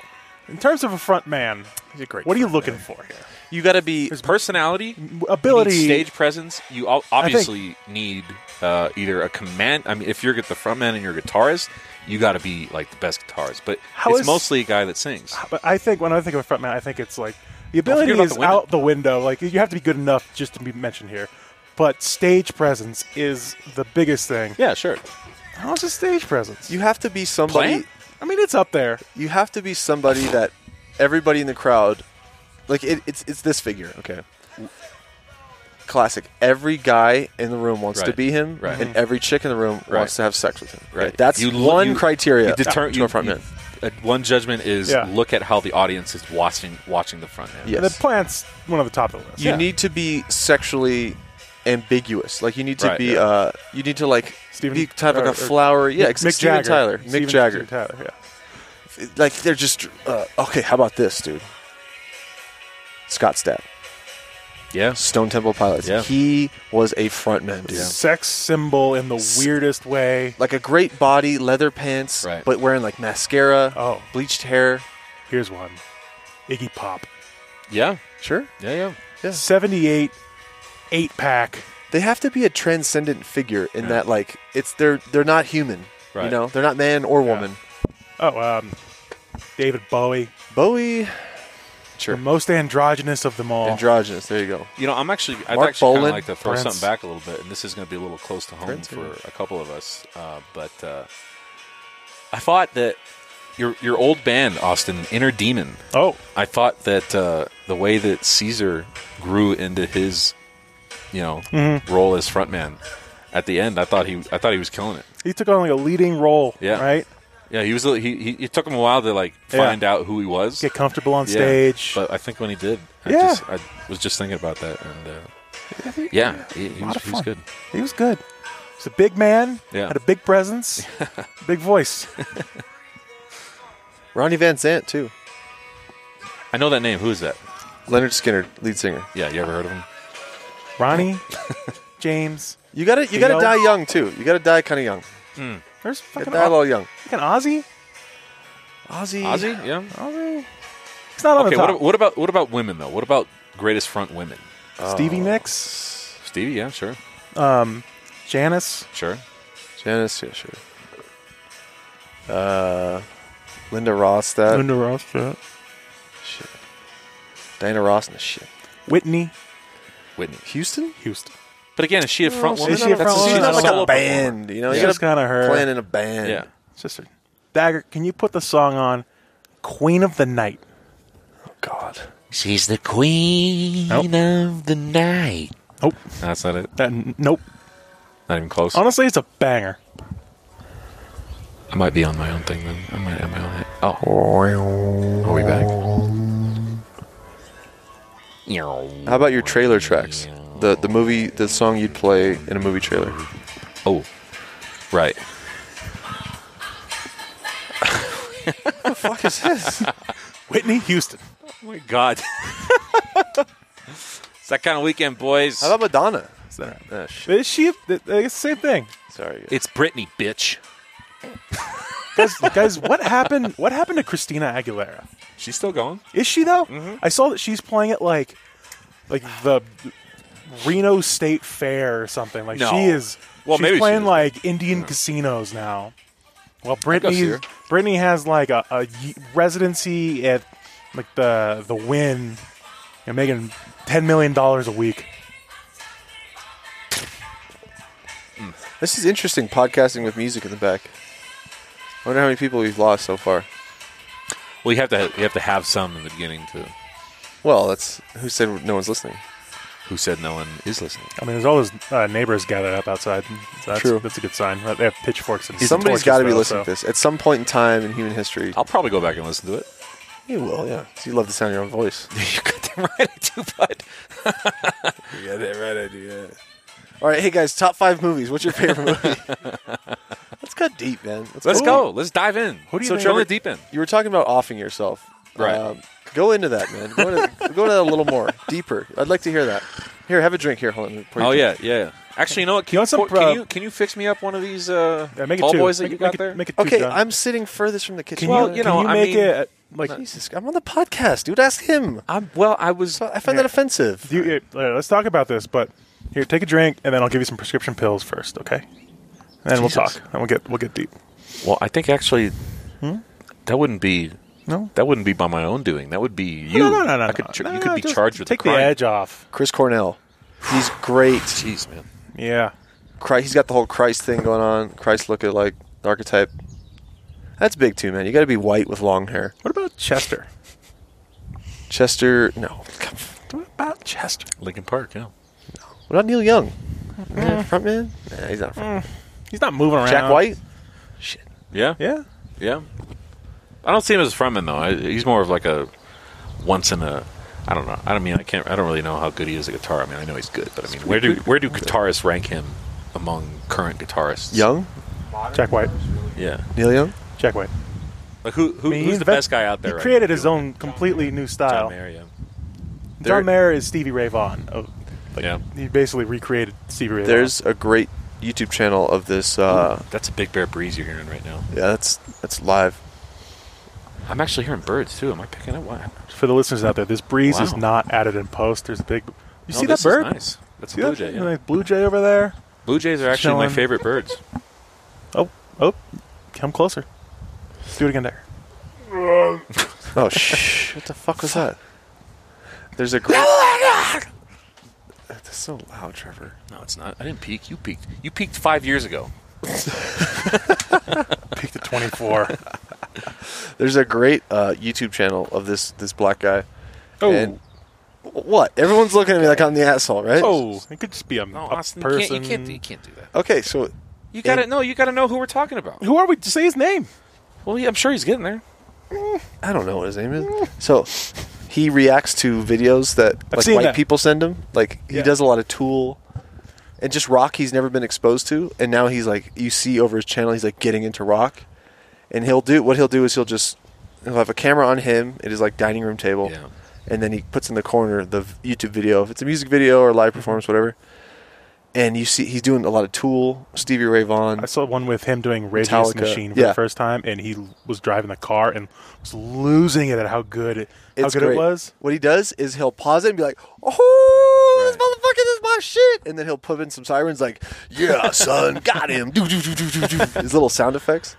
[SPEAKER 3] But in terms of a front man,
[SPEAKER 2] He's a great.
[SPEAKER 3] what are you looking for here?
[SPEAKER 2] You got to be.
[SPEAKER 1] Personality,
[SPEAKER 3] Ability.
[SPEAKER 1] you need stage presence. You ob- obviously need uh, either a command. I mean, if you're get the front man and you're a guitarist, you got to be like the best guitarist. But
[SPEAKER 3] How
[SPEAKER 1] it's
[SPEAKER 3] is-
[SPEAKER 1] mostly a guy that sings.
[SPEAKER 3] But I think when I think of a front man, I think it's like the ability
[SPEAKER 1] about
[SPEAKER 3] is
[SPEAKER 1] the women.
[SPEAKER 3] out the window. Like you have to be good enough just to be mentioned here. But stage presence is the biggest thing.
[SPEAKER 1] Yeah, sure.
[SPEAKER 3] How's his stage presence?
[SPEAKER 2] You have to be somebody.
[SPEAKER 1] Plant?
[SPEAKER 3] I mean, it's up there.
[SPEAKER 2] you have to be somebody that everybody in the crowd like it, it's it's this figure okay classic every guy in the room wants to
[SPEAKER 1] Right.
[SPEAKER 2] be him
[SPEAKER 1] Right.
[SPEAKER 2] and every chick in the room
[SPEAKER 1] Right.
[SPEAKER 2] wants to have sex with him Okay,
[SPEAKER 1] Right.
[SPEAKER 2] that's
[SPEAKER 1] You lo-
[SPEAKER 2] one
[SPEAKER 1] you-
[SPEAKER 2] criteria
[SPEAKER 1] You deter-
[SPEAKER 2] to
[SPEAKER 1] you-
[SPEAKER 2] a front
[SPEAKER 1] you-
[SPEAKER 2] man
[SPEAKER 1] uh, one judgment is
[SPEAKER 3] Yeah.
[SPEAKER 1] look at how the audience is watching watching the front man.
[SPEAKER 2] Yes.
[SPEAKER 3] And the plant's one of the top of the list.
[SPEAKER 2] you
[SPEAKER 1] yeah.
[SPEAKER 2] need to be sexually ambiguous like you need to
[SPEAKER 1] Right,
[SPEAKER 2] be
[SPEAKER 1] yeah.
[SPEAKER 2] uh you need to like
[SPEAKER 3] Steven-
[SPEAKER 2] be type of
[SPEAKER 3] or-
[SPEAKER 2] like
[SPEAKER 3] or
[SPEAKER 2] a flower yeah
[SPEAKER 3] Mick
[SPEAKER 2] ex- Steven
[SPEAKER 3] Jagger.
[SPEAKER 2] Tyler Mick
[SPEAKER 3] Steven
[SPEAKER 2] Jagger
[SPEAKER 3] Tyler. Yeah.
[SPEAKER 2] like they're just uh, okay how about this dude Scott Stapp
[SPEAKER 1] Yeah.
[SPEAKER 2] Stone Temple Pilots.
[SPEAKER 1] Yeah.
[SPEAKER 2] He was a frontman, dude.
[SPEAKER 3] Sex symbol in the weirdest way.
[SPEAKER 2] Like a great body, leather pants,
[SPEAKER 1] Right.
[SPEAKER 2] but wearing like mascara,
[SPEAKER 3] Oh.
[SPEAKER 2] bleached hair.
[SPEAKER 3] Here's one. Iggy Pop.
[SPEAKER 1] Yeah.
[SPEAKER 2] Sure.
[SPEAKER 1] Yeah. Yeah.
[SPEAKER 2] Yeah.
[SPEAKER 3] 78 eight pack.
[SPEAKER 2] They have to be a transcendent figure in that like it's they're they're not human. You
[SPEAKER 1] Right.
[SPEAKER 2] know, they're not man or woman.
[SPEAKER 3] Oh, um, David Bowie.
[SPEAKER 2] Bowie, Sure.
[SPEAKER 3] The most androgynous of them all.
[SPEAKER 2] <sighs> androgynous. There you go.
[SPEAKER 1] You know, I'm actually. I'd
[SPEAKER 2] Mark
[SPEAKER 1] actually kind
[SPEAKER 2] Bolan,
[SPEAKER 1] of like to throw
[SPEAKER 3] Prince.
[SPEAKER 1] something back a little bit, and this is going to be a little close to home
[SPEAKER 2] Prince,
[SPEAKER 1] for a couple of us. Uh, but uh, I thought that your your old band, Austin, Inner Demon.
[SPEAKER 3] oh,
[SPEAKER 1] I thought that uh, the way that Caesar grew into his, you know,
[SPEAKER 3] Mm-hmm.
[SPEAKER 1] role as frontman at the end, I thought he I thought he was killing it.
[SPEAKER 3] he took on like a leading role.
[SPEAKER 1] Yeah.
[SPEAKER 3] Right?
[SPEAKER 1] Yeah, he was. He, he it took him a while to like
[SPEAKER 3] Yeah.
[SPEAKER 1] find out who he was.
[SPEAKER 3] Get comfortable on
[SPEAKER 1] Yeah,
[SPEAKER 3] stage.
[SPEAKER 1] but I think when he did, I,
[SPEAKER 3] Yeah.
[SPEAKER 1] just, I was just thinking about that, and uh, yeah, he, he
[SPEAKER 3] lot
[SPEAKER 1] was,
[SPEAKER 3] of
[SPEAKER 1] he was
[SPEAKER 3] fun.
[SPEAKER 1] good.
[SPEAKER 3] he was good. He's a big man.
[SPEAKER 1] Yeah.
[SPEAKER 3] Had a big
[SPEAKER 1] <laughs>
[SPEAKER 3] presence. big voice.
[SPEAKER 2] Ronnie Van Zant too.
[SPEAKER 1] I know that name. Who is that?
[SPEAKER 2] Leonard Skinner, lead singer.
[SPEAKER 1] Yeah, you ever heard of him?
[SPEAKER 3] Ronnie, James.
[SPEAKER 2] You gotta you gotta
[SPEAKER 3] Dio.
[SPEAKER 2] die young too. You gotta die kinda young.
[SPEAKER 3] There's
[SPEAKER 2] You gotta
[SPEAKER 3] fucking,
[SPEAKER 2] die a
[SPEAKER 3] Oz-
[SPEAKER 2] little young.
[SPEAKER 3] fucking Ozzy.
[SPEAKER 2] Ozzy.
[SPEAKER 1] Ozzy? Yeah.
[SPEAKER 3] Ozzy. It's not on
[SPEAKER 1] Okay.
[SPEAKER 3] the top.
[SPEAKER 1] What, ab- what about what about women though? What about greatest front women?
[SPEAKER 3] Stevie Nicks,
[SPEAKER 1] Stevie? Yeah, sure,
[SPEAKER 3] Janice,
[SPEAKER 1] sure.
[SPEAKER 2] Janice, yeah, sure. Uh, Linda Ross, that
[SPEAKER 3] Linda Ross,
[SPEAKER 2] shit. Diana Ross and the shit.
[SPEAKER 3] Whitney
[SPEAKER 1] Whitney.
[SPEAKER 2] Houston?
[SPEAKER 3] Houston.
[SPEAKER 1] But again, is she a front woman?
[SPEAKER 3] Is she a
[SPEAKER 2] That's
[SPEAKER 3] front
[SPEAKER 2] she's
[SPEAKER 3] woman?
[SPEAKER 2] not like
[SPEAKER 1] Solo
[SPEAKER 2] a
[SPEAKER 1] performer.
[SPEAKER 2] band, you know.
[SPEAKER 3] Yeah.
[SPEAKER 2] You
[SPEAKER 3] Just kinda her.
[SPEAKER 2] playing in a band.
[SPEAKER 1] Yeah.
[SPEAKER 3] Sister Dagger, can you put the song on Queen of the Night?
[SPEAKER 2] God.
[SPEAKER 4] She's the queen of the night.
[SPEAKER 3] Nope.
[SPEAKER 1] That's not it.
[SPEAKER 3] That, n- nope.
[SPEAKER 1] Not even close.
[SPEAKER 3] Honestly, it's a banger.
[SPEAKER 1] I might be on my own thing then. I might Oh. have my own. Oh, are we back?
[SPEAKER 2] How about your trailer tracks? The the movie, the song you'd play in a movie trailer.
[SPEAKER 1] Oh, right. Oh
[SPEAKER 2] Fuck is this?
[SPEAKER 3] Whitney Houston.
[SPEAKER 1] Oh my God. <laughs> it's that kind of weekend, boys.
[SPEAKER 2] <laughs> How about Madonna?
[SPEAKER 3] Is that right?
[SPEAKER 2] Ah, shit.
[SPEAKER 3] Is she? th- th- It's the same thing.
[SPEAKER 2] Sorry.
[SPEAKER 1] it's Britney, bitch.
[SPEAKER 3] Guys, guys, what happened? What happened to Christina Aguilera?
[SPEAKER 1] She's still going.
[SPEAKER 3] Is she though? I saw that she's playing at like, like the Reno State Fair or something. Like
[SPEAKER 1] No.
[SPEAKER 3] she is.
[SPEAKER 1] Well,
[SPEAKER 3] she's
[SPEAKER 1] maybe she
[SPEAKER 3] playing
[SPEAKER 1] is.
[SPEAKER 3] like Indian casinos now. Well,
[SPEAKER 1] see
[SPEAKER 3] Brittany,
[SPEAKER 1] her.
[SPEAKER 3] Brittany has like a, a ye- residency at like the the Win, and making ten million dollars a week.
[SPEAKER 2] This is interesting. Podcasting with music in the back. I wonder how many people we've lost so far.
[SPEAKER 1] Well, you have to you have to have some in the beginning to
[SPEAKER 2] Well, that's who said no one's listening.
[SPEAKER 1] who said no one is listening.
[SPEAKER 6] I mean, there's all those uh, neighbors gathered up outside. So that's,
[SPEAKER 2] True.
[SPEAKER 6] That's a good sign. They have pitchforks and
[SPEAKER 2] Somebody's got
[SPEAKER 6] got
[SPEAKER 2] to be listening to this at some point in time in human history.
[SPEAKER 1] I'll probably go back and listen to it.
[SPEAKER 2] You will, yeah. 'Cause You love the sound of your own voice.
[SPEAKER 1] <laughs> you got them right, I do, bud. <laughs>
[SPEAKER 3] Yeah, that right idea.
[SPEAKER 2] All right, hey guys, top five movies. What's
[SPEAKER 1] <laughs>
[SPEAKER 2] your favorite movie? Let's go deep, man.
[SPEAKER 1] Let's go. Let's dive in.
[SPEAKER 3] Who do you
[SPEAKER 1] so
[SPEAKER 3] think-
[SPEAKER 1] throw the deep end.
[SPEAKER 2] You were talking about offing yourself, Um,
[SPEAKER 1] Right.
[SPEAKER 2] go into that, man. Go into, <laughs> go into that a little more, deeper. I'd like to hear that. Here, have a drink. Here, hold on. let me pour you
[SPEAKER 1] Oh
[SPEAKER 2] a drink.
[SPEAKER 1] yeah, yeah. Actually, you know what? Can,
[SPEAKER 3] You want some,
[SPEAKER 1] can
[SPEAKER 3] uh,
[SPEAKER 1] you can you fix me up one of these uh,
[SPEAKER 3] Yeah, make it
[SPEAKER 1] tall
[SPEAKER 3] two.
[SPEAKER 1] boys that
[SPEAKER 3] make,
[SPEAKER 1] you
[SPEAKER 3] it-
[SPEAKER 1] got
[SPEAKER 3] make it-
[SPEAKER 1] there?
[SPEAKER 3] make it two,
[SPEAKER 2] Okay,
[SPEAKER 3] John.
[SPEAKER 2] I'm sitting furthest from the kitchen.
[SPEAKER 1] Well, you
[SPEAKER 3] Can
[SPEAKER 1] know,
[SPEAKER 3] you
[SPEAKER 1] I
[SPEAKER 3] make
[SPEAKER 1] mean-
[SPEAKER 3] it like?
[SPEAKER 2] Jesus, I'm on the podcast, dude. Ask him.
[SPEAKER 1] I'm well. I was.
[SPEAKER 2] I find that offensive.
[SPEAKER 3] Do you, here, let's talk about this. But here, take a drink, and then I'll give you some prescription pills first, okay? And we'll
[SPEAKER 2] Jesus.
[SPEAKER 3] talk, and we'll get we'll get deep.
[SPEAKER 1] Well, I think actually that wouldn't be
[SPEAKER 3] Hmm? No?
[SPEAKER 1] That wouldn't be by my own doing. That would be you.
[SPEAKER 3] no, no, no, no.
[SPEAKER 1] I could,
[SPEAKER 3] no,
[SPEAKER 1] you
[SPEAKER 3] no,
[SPEAKER 1] could be
[SPEAKER 3] just
[SPEAKER 1] charged with
[SPEAKER 3] take
[SPEAKER 1] a crime.
[SPEAKER 3] the edge off.
[SPEAKER 2] Chris Cornell. He's great.
[SPEAKER 1] Jeez, man.
[SPEAKER 3] Yeah,
[SPEAKER 2] Christ, he's got the whole Christ thing going on. Christ look at like the archetype. That's big too, man. You got to be white with long hair.
[SPEAKER 3] What about Chester?
[SPEAKER 2] Chester, no. Come on.
[SPEAKER 3] What about Chester?
[SPEAKER 1] Lincoln Park. Yeah.
[SPEAKER 2] What about Neil Young? Eh, front man? Nah, he's not a front. man.
[SPEAKER 3] He's not moving around.
[SPEAKER 2] Jack White?
[SPEAKER 1] Yeah.
[SPEAKER 3] Yeah.
[SPEAKER 1] Yeah. I don't see him as a frontman though. I, he's more of like a once in a. I don't know. I don't mean I can't. I don't really know how good he is at guitar. I mean I know he's good, but I mean where do where do guitarists rank him among current guitarists?
[SPEAKER 2] Young?
[SPEAKER 7] Modern
[SPEAKER 3] Jack White.
[SPEAKER 7] cars, really?
[SPEAKER 1] Yeah.
[SPEAKER 2] Neil Young?
[SPEAKER 3] Jack White.
[SPEAKER 1] Like who, who
[SPEAKER 3] I mean, he
[SPEAKER 1] who's the
[SPEAKER 3] invent-
[SPEAKER 1] best guy out there?
[SPEAKER 3] He
[SPEAKER 1] right
[SPEAKER 3] created
[SPEAKER 1] now?
[SPEAKER 3] his own completely new style.
[SPEAKER 1] John Mayer. Yeah.
[SPEAKER 3] John Mayer is Stevie Ray Vaughan. Of, like,
[SPEAKER 1] Yeah.
[SPEAKER 3] He basically recreated Stevie Ray
[SPEAKER 2] There's a great YouTube channel of this. Uh,
[SPEAKER 1] That's a big bear breeze you're hearing right now.
[SPEAKER 2] yeah, that's that's live.
[SPEAKER 1] I'm actually hearing birds too. Am I picking up? What?
[SPEAKER 3] Vaughan. For the listeners out there, this breeze is
[SPEAKER 1] Wow.
[SPEAKER 3] not added in post. There's a big. You
[SPEAKER 1] No,
[SPEAKER 3] see
[SPEAKER 1] this
[SPEAKER 3] that
[SPEAKER 1] is
[SPEAKER 3] bird?
[SPEAKER 1] Nice. That's a
[SPEAKER 3] See
[SPEAKER 1] blue
[SPEAKER 3] that
[SPEAKER 1] jay.
[SPEAKER 3] Nice
[SPEAKER 1] Yeah.
[SPEAKER 3] blue jay over there?
[SPEAKER 1] Blue jays are actually my
[SPEAKER 3] Chilling.
[SPEAKER 1] favorite birds.
[SPEAKER 3] Oh, oh, come closer. Let's do it again there.
[SPEAKER 2] <laughs> Oh, shh. What the fuck was that? There's a great. <laughs> That's so loud, Trevor.
[SPEAKER 1] <laughs> No, it's not. I didn't peek. You peeked. You peeked five years ago.
[SPEAKER 3] Peaked at
[SPEAKER 1] <laughs>
[SPEAKER 3] 24.
[SPEAKER 2] There's a great uh, YouTube channel of this this black guy.
[SPEAKER 3] oh,
[SPEAKER 2] And what? Everyone's looking at me like I'm the asshole, right?
[SPEAKER 3] oh, it could just be a,
[SPEAKER 1] No,
[SPEAKER 3] a
[SPEAKER 1] Austin, you can't,
[SPEAKER 3] person.
[SPEAKER 1] you can't. You can't do that.
[SPEAKER 2] Okay, so
[SPEAKER 1] You gotta
[SPEAKER 2] And-
[SPEAKER 1] no. You gotta know who we're talking about.
[SPEAKER 3] Who are we? Say his name.
[SPEAKER 1] Well, yeah, I'm sure he's getting there.
[SPEAKER 2] I don't know what his name is. So he reacts to videos that
[SPEAKER 3] I've
[SPEAKER 2] like
[SPEAKER 3] seen
[SPEAKER 2] white
[SPEAKER 3] that.
[SPEAKER 2] people send him. Like he
[SPEAKER 3] Yeah.
[SPEAKER 2] does a lot of Tool and just rock he's never been exposed to. And now he's like, you see over his channel, he's like getting into rock. And he'll do what he'll do is he'll just he'll have a camera on him at his like dining room table,
[SPEAKER 1] Yeah.
[SPEAKER 2] and then he puts in the corner the v- YouTube video if it's a music video or
[SPEAKER 3] Mm-hmm.
[SPEAKER 2] live performance, whatever. And you see he's doing a lot of Tool, Stevie Ray Vaughan.
[SPEAKER 3] I saw one with him doing Rage Against the
[SPEAKER 2] Metallica.
[SPEAKER 3] Machine for
[SPEAKER 2] Yeah.
[SPEAKER 3] the first time, and he l- was driving the car and was losing it at how good it, how good
[SPEAKER 2] great.
[SPEAKER 3] it was.
[SPEAKER 2] What he does is he'll pause it and be like, "Oh, this motherfucker this is my shit," and then he'll put in some sirens like, "Yeah, son, <laughs> got him." Do do do do do do. His little sound effects.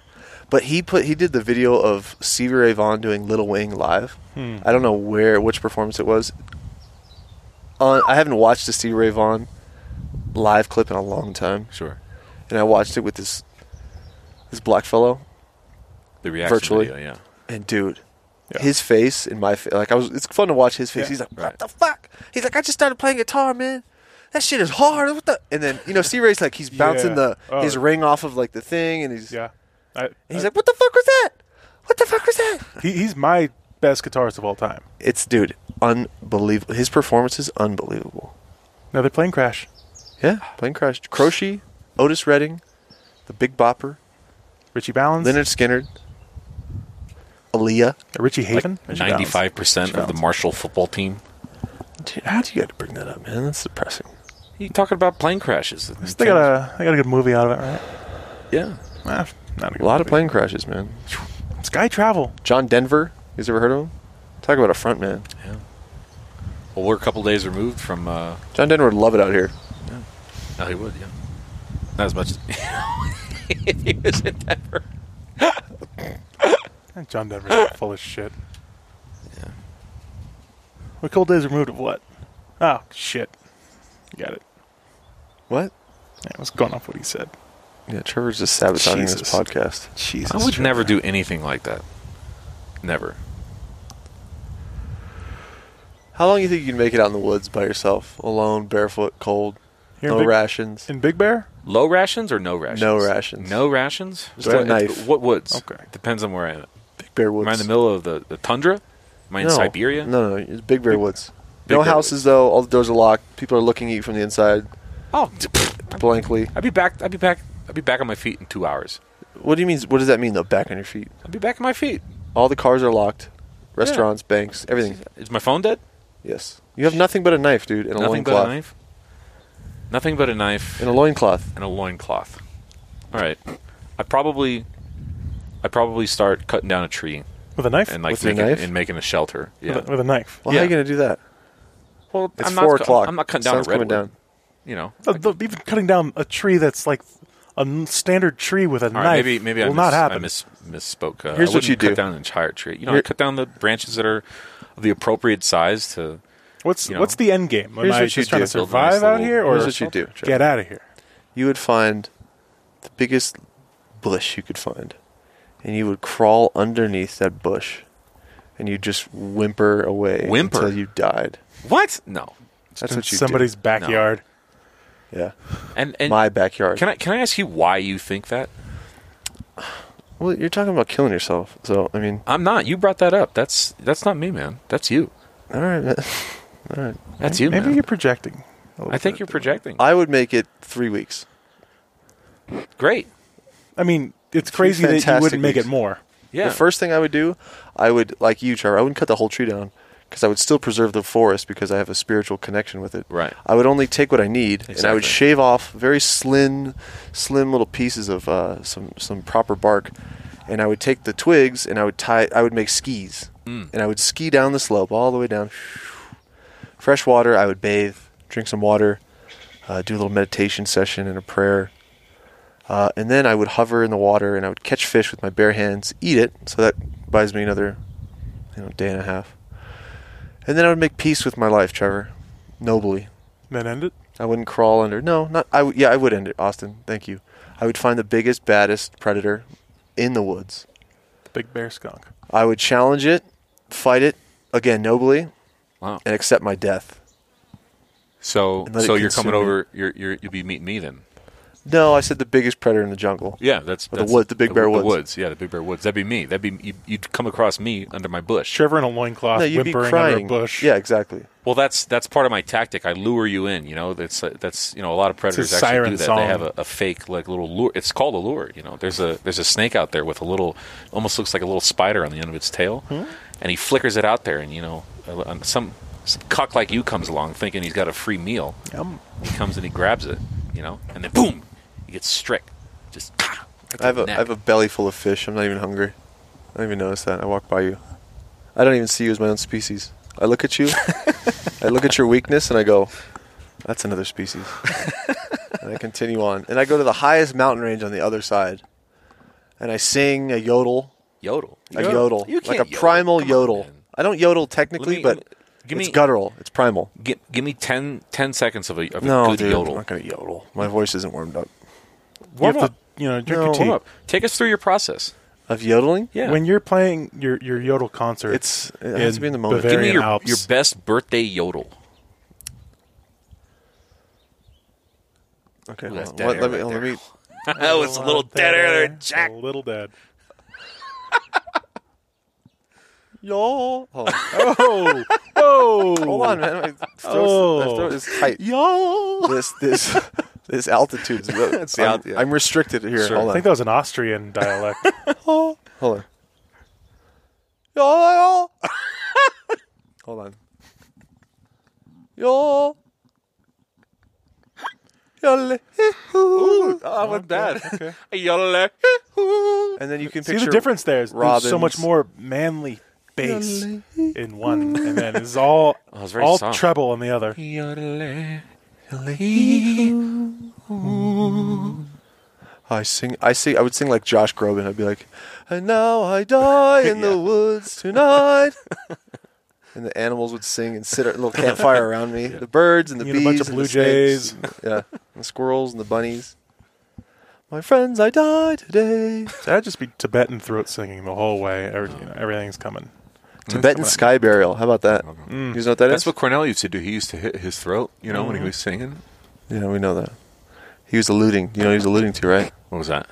[SPEAKER 2] But he put he did the video of Stevie Ray Vaughan doing Little Wing live.
[SPEAKER 3] Hmm.
[SPEAKER 2] I don't know where which performance it was. On I haven't watched a Stevie Ray Vaughan live clip in a long time,
[SPEAKER 1] Sure.
[SPEAKER 2] and I watched it with this this black fellow,
[SPEAKER 1] The reaction
[SPEAKER 2] Virtually.
[SPEAKER 1] video. Yeah.
[SPEAKER 2] and dude,
[SPEAKER 3] Yeah.
[SPEAKER 2] his face and my face, like I was. It's fun to watch his face.
[SPEAKER 3] Yeah.
[SPEAKER 2] He's like, "What
[SPEAKER 1] Right.
[SPEAKER 2] the fuck?" He's like, "I just started playing guitar, man. That shit is hard." What the? And then you know, C Ray's like, he's bouncing
[SPEAKER 3] Yeah.
[SPEAKER 2] the
[SPEAKER 3] Oh.
[SPEAKER 2] his ring off of like the thing, and he's
[SPEAKER 3] Yeah, I,
[SPEAKER 2] and he's like, "What the fuck was that? What the fuck was that?"
[SPEAKER 3] he, he's my best guitarist of all time.
[SPEAKER 2] <laughs> It's dude, unbelievable. His performance is unbelievable.
[SPEAKER 3] Another plane crash.
[SPEAKER 2] Yeah, plane crash. Croce, Otis Redding, the Big Bopper,
[SPEAKER 3] Richie Valens. uh,
[SPEAKER 2] Leonard Skinner, Aaliyah.
[SPEAKER 3] Richie Haven. Richie Valens.
[SPEAKER 1] Ninety-five percent of the Marshall football team.
[SPEAKER 2] Dude, how do you got to bring that up, man? That's depressing.
[SPEAKER 1] You talking about plane crashes?
[SPEAKER 3] They got a they got a good movie out of it, right?
[SPEAKER 1] yeah.
[SPEAKER 3] Nah, not a,
[SPEAKER 2] A
[SPEAKER 3] good
[SPEAKER 2] lot of
[SPEAKER 3] movie.
[SPEAKER 2] plane crashes, man.
[SPEAKER 3] Sky travel.
[SPEAKER 2] John Denver. You guys ever heard of him? Talk about a front man.
[SPEAKER 1] Well, we're a couple days removed from. Uh,
[SPEAKER 2] John Denver would love it out here.
[SPEAKER 1] oh, he would. Yeah. Not as <laughs> much. if he was in Denver.
[SPEAKER 3] Eh, John
[SPEAKER 1] <laughs>
[SPEAKER 3] Denver's full of shit. Yeah. We're a couple days removed of what? Oh shit. Got it.
[SPEAKER 2] What?
[SPEAKER 3] Yeah, I was going off what he said.
[SPEAKER 2] Yeah, Trevor's just sabotaging this
[SPEAKER 3] Jesus.
[SPEAKER 2] podcast.
[SPEAKER 3] Jesus.
[SPEAKER 1] I would
[SPEAKER 3] Trevor.
[SPEAKER 1] never do anything like that. Never.
[SPEAKER 2] How long do you think you can make it out in the woods by yourself, alone, barefoot, cold,
[SPEAKER 3] Here in
[SPEAKER 2] no
[SPEAKER 3] Big-
[SPEAKER 2] rations?
[SPEAKER 3] In Big Bear?
[SPEAKER 1] Low rations or no rations?
[SPEAKER 2] No rations.
[SPEAKER 1] No rations.
[SPEAKER 2] Just a
[SPEAKER 1] What-
[SPEAKER 2] knife.
[SPEAKER 1] What woods?
[SPEAKER 3] Okay.
[SPEAKER 1] Depends on where I am.
[SPEAKER 2] Big Bear Woods.
[SPEAKER 1] Am I in the middle of the, the tundra? Am I in
[SPEAKER 2] no.
[SPEAKER 1] Siberia?
[SPEAKER 2] No, no, it's Big Bear Woods.
[SPEAKER 1] Big
[SPEAKER 2] no
[SPEAKER 1] Bear
[SPEAKER 2] houses though. All the doors are locked. People are looking at you from the inside
[SPEAKER 1] Oh, d- pfft.
[SPEAKER 2] blankly.
[SPEAKER 1] I'd be back. I'd be back. I'd be back on my feet in two hours.
[SPEAKER 2] What do you mean? What does that mean though? Back on your feet.
[SPEAKER 1] I'd be back on my feet.
[SPEAKER 2] All the cars are locked. Restaurants, banks, everything.
[SPEAKER 1] Is my phone dead?
[SPEAKER 2] Yes. You have nothing but a knife, dude, and a
[SPEAKER 1] Nothing but
[SPEAKER 2] loincloth.
[SPEAKER 1] a knife. Nothing but a knife
[SPEAKER 2] And a loincloth.
[SPEAKER 1] and a loincloth. All right. I probably, I probably start cutting down a tree
[SPEAKER 3] With a knife?
[SPEAKER 1] and like
[SPEAKER 2] With your
[SPEAKER 1] making
[SPEAKER 2] knife?
[SPEAKER 1] and making a shelter. Yeah.
[SPEAKER 3] with, a, with a knife.
[SPEAKER 2] Well, how are you
[SPEAKER 1] Yeah.
[SPEAKER 2] going to do that?
[SPEAKER 1] well,
[SPEAKER 2] It's
[SPEAKER 1] I'm
[SPEAKER 2] 4
[SPEAKER 1] not, cu-
[SPEAKER 2] o'clock.
[SPEAKER 1] I'm not cutting down
[SPEAKER 2] Sun's
[SPEAKER 1] a redwood.
[SPEAKER 2] coming down.
[SPEAKER 1] You know,
[SPEAKER 3] Uh, the- even cutting down a tree that's like a n- standard tree with a
[SPEAKER 1] All
[SPEAKER 3] knife
[SPEAKER 1] right, maybe maybe I,
[SPEAKER 3] will
[SPEAKER 1] mis-
[SPEAKER 3] not
[SPEAKER 1] I
[SPEAKER 3] happen.
[SPEAKER 1] mis- misspoke. Uh,
[SPEAKER 2] Here's
[SPEAKER 1] I
[SPEAKER 2] what
[SPEAKER 1] wouldn't
[SPEAKER 2] you
[SPEAKER 1] cut
[SPEAKER 2] do.
[SPEAKER 1] down an entire tree. You know, I
[SPEAKER 2] Here-
[SPEAKER 1] cut down the branches that are of the appropriate size to.
[SPEAKER 3] What's
[SPEAKER 1] you know.
[SPEAKER 3] what's the end game? Am
[SPEAKER 2] Here's
[SPEAKER 3] I
[SPEAKER 2] what
[SPEAKER 3] just
[SPEAKER 2] you
[SPEAKER 3] trying
[SPEAKER 2] do.
[SPEAKER 3] to survive out here, or
[SPEAKER 2] Here's what you do. Trevor.
[SPEAKER 3] get out of here?
[SPEAKER 2] You would find the biggest bush you could find, and you would crawl underneath that bush, and you just whimper away
[SPEAKER 1] Whimper?
[SPEAKER 2] until you died.
[SPEAKER 1] What? No.
[SPEAKER 2] That's
[SPEAKER 3] In
[SPEAKER 2] what you
[SPEAKER 3] somebody's backyard.
[SPEAKER 2] do. Yeah,
[SPEAKER 1] And and
[SPEAKER 2] my backyard.
[SPEAKER 1] can I can I ask you why you think that?
[SPEAKER 2] well, you're talking about killing yourself, so I mean,
[SPEAKER 1] I'm not. You brought that up. That's that's not me, man. That's you.
[SPEAKER 2] all right. man. <laughs>
[SPEAKER 1] That's you,
[SPEAKER 3] Maybe
[SPEAKER 1] man.
[SPEAKER 3] you're projecting. a little
[SPEAKER 1] I think
[SPEAKER 3] bit.
[SPEAKER 1] you're projecting.
[SPEAKER 2] I would make it three weeks.
[SPEAKER 1] Great.
[SPEAKER 3] I mean, it's crazy that you
[SPEAKER 2] fantastic
[SPEAKER 3] wouldn't make
[SPEAKER 2] weeks.
[SPEAKER 3] it more.
[SPEAKER 1] Yeah.
[SPEAKER 2] The first thing I would do, I would like you, Trevor. I wouldn't cut the whole tree down because I would still preserve the forest because I have a spiritual connection with it.
[SPEAKER 1] Right.
[SPEAKER 2] I would only take what I need, and I
[SPEAKER 1] Exactly.
[SPEAKER 2] would shave off very slim, slim little pieces of uh, some some proper bark, and I would take the twigs and I would tie. I would make skis, and I would ski down the slope all the way down. Fresh water. I would bathe, drink some water, uh, do a little meditation session and a prayer. Uh, and then I would hover in the water and I would catch fish with my bare hands, eat it, so that buys me another, you know, day and a half. And then I would make peace with my life, Trevor, nobly.
[SPEAKER 3] Then end it.
[SPEAKER 2] I wouldn't crawl under. No, not I. would- Yeah, I would end it, Austin. Thank you. I would find the biggest, baddest predator in the woods.
[SPEAKER 3] The big bear skunk.
[SPEAKER 2] I would challenge it, fight it again nobly,
[SPEAKER 1] Wow.
[SPEAKER 2] and accept my death.
[SPEAKER 1] So
[SPEAKER 2] And let it
[SPEAKER 1] so you're
[SPEAKER 2] consume
[SPEAKER 1] coming
[SPEAKER 2] me.
[SPEAKER 1] over. You're you're you'll be meeting me then.
[SPEAKER 2] No, I said the biggest predator in the jungle.
[SPEAKER 1] Yeah, that's,
[SPEAKER 2] Or the
[SPEAKER 1] that's
[SPEAKER 2] wood- the Big Bear
[SPEAKER 1] the
[SPEAKER 2] Woods.
[SPEAKER 1] Yeah, the big bear woods. That'd be me. That'd be you, you'd come across me under my bush.
[SPEAKER 3] Trevor in a loincloth,
[SPEAKER 2] No, you'd be
[SPEAKER 3] whimpering under a
[SPEAKER 2] crying.
[SPEAKER 3] bush.
[SPEAKER 2] Yeah, exactly.
[SPEAKER 1] Well, that's that's part of my tactic. I lure you in. You know, that's uh, that's you know a lot of predators
[SPEAKER 3] It's a
[SPEAKER 1] actually
[SPEAKER 3] siren
[SPEAKER 1] do that. They
[SPEAKER 3] song.
[SPEAKER 1] have a, a fake like little lure. It's called a lure. You know, there's a there's a snake out there with a little, almost looks like a little spider on the end of its tail, and he flickers it out there, and you know, uh, uh, some, some cuck like you comes along thinking he's got a free meal.
[SPEAKER 3] Yum.
[SPEAKER 1] He comes and he grabs it, you know, and then boom, he gets strick. Just <clears throat>
[SPEAKER 2] I have a I have a belly full of fish. I'm not even hungry. I don't even notice that. I walk by you. I don't even see you as my own species. I
[SPEAKER 1] <laughs>
[SPEAKER 2] look at you. I look at your weakness and I go, "That's
[SPEAKER 1] <laughs>
[SPEAKER 2] another species." and I continue on, and I go to the highest mountain range on the other side, and I sing a yodel,
[SPEAKER 1] yodel.
[SPEAKER 2] a yodel,
[SPEAKER 1] You
[SPEAKER 2] like
[SPEAKER 1] can't
[SPEAKER 2] a
[SPEAKER 1] yodel.
[SPEAKER 2] primal
[SPEAKER 1] Come on,
[SPEAKER 2] yodel.
[SPEAKER 1] man.
[SPEAKER 2] I don't yodel technically,
[SPEAKER 1] Let me-
[SPEAKER 2] but
[SPEAKER 1] give
[SPEAKER 2] it's
[SPEAKER 1] me-
[SPEAKER 2] guttural. It's primal.
[SPEAKER 1] Give, give me 10, 10 seconds of a, of a
[SPEAKER 2] No,
[SPEAKER 1] good
[SPEAKER 2] dude,
[SPEAKER 1] yodel.
[SPEAKER 2] I'm not gonna yodel. My voice isn't warmed up.
[SPEAKER 3] You
[SPEAKER 1] Warm
[SPEAKER 3] have
[SPEAKER 1] up.
[SPEAKER 3] to, you know, drink
[SPEAKER 2] No,
[SPEAKER 3] your
[SPEAKER 2] warm
[SPEAKER 3] tea.
[SPEAKER 1] Warm up. Take us through your process.
[SPEAKER 2] Of yodeling,
[SPEAKER 1] Yeah.
[SPEAKER 3] When you're playing your, your yodel concert,
[SPEAKER 2] it's it
[SPEAKER 3] In
[SPEAKER 2] has to be in the moment.
[SPEAKER 1] Give me
[SPEAKER 3] Bavarian
[SPEAKER 1] your,
[SPEAKER 3] Alps.
[SPEAKER 1] your best birthday yodel.
[SPEAKER 2] Okay,
[SPEAKER 1] Ooh, that's
[SPEAKER 2] hold
[SPEAKER 1] dead
[SPEAKER 2] on.
[SPEAKER 1] air
[SPEAKER 2] let, let me
[SPEAKER 1] right
[SPEAKER 2] let
[SPEAKER 1] there.
[SPEAKER 2] me
[SPEAKER 1] <laughs> that was a little dead air there, Jack.
[SPEAKER 3] A little dead.
[SPEAKER 2] Yo. Hold on,
[SPEAKER 3] Oh, <laughs> oh,
[SPEAKER 2] Hold on, man. My throat's, my
[SPEAKER 3] Oh.
[SPEAKER 2] <laughs> throat is tight.
[SPEAKER 3] Yo.
[SPEAKER 2] This this <laughs> this altitude's. <laughs>
[SPEAKER 1] the
[SPEAKER 2] I'm,
[SPEAKER 1] alt- yeah.
[SPEAKER 2] I'm restricted here.
[SPEAKER 1] Sure.
[SPEAKER 3] I
[SPEAKER 2] Hold on.
[SPEAKER 3] think that was an Austrian dialect.
[SPEAKER 2] Hold on. Yo. <laughs> Hold on. Yo. Yo.
[SPEAKER 1] Oh, wasn't bad.
[SPEAKER 3] okay.
[SPEAKER 1] A yodel air.
[SPEAKER 2] And then you can
[SPEAKER 3] See
[SPEAKER 2] picture
[SPEAKER 3] the difference there is there's so
[SPEAKER 2] Robins.
[SPEAKER 3] much more manly bass in one, and then it's
[SPEAKER 2] <laughs>
[SPEAKER 3] all
[SPEAKER 1] Oh, it's very
[SPEAKER 3] all
[SPEAKER 1] soft.
[SPEAKER 3] treble in the other.
[SPEAKER 2] Oh, I sing. I sing. I would sing like Josh Groban. I'd be like, "And now I die
[SPEAKER 3] <laughs>
[SPEAKER 2] in the woods tonight." and the animals would sing and sit at a little campfire around
[SPEAKER 3] <laughs>
[SPEAKER 2] me. The birds and the
[SPEAKER 3] You know,
[SPEAKER 2] bees,
[SPEAKER 3] a bunch of
[SPEAKER 2] and
[SPEAKER 3] blue
[SPEAKER 2] the snakes. <laughs> yeah, and the squirrels and the bunnies. My friends, I die today.
[SPEAKER 3] <laughs> That'd just be Tibetan throat singing the whole way. Every, you know, everything's coming.
[SPEAKER 2] Tibetan sky burial. How about that?
[SPEAKER 3] Mm.
[SPEAKER 2] You guys know what that
[SPEAKER 1] That's
[SPEAKER 2] is?
[SPEAKER 1] what Cornell used to do. He used to hit his throat, you know,
[SPEAKER 2] Mm-hmm.
[SPEAKER 1] when he was singing.
[SPEAKER 2] yeah, we know that. He was alluding. You know, what he was alluding to right.
[SPEAKER 1] What was that?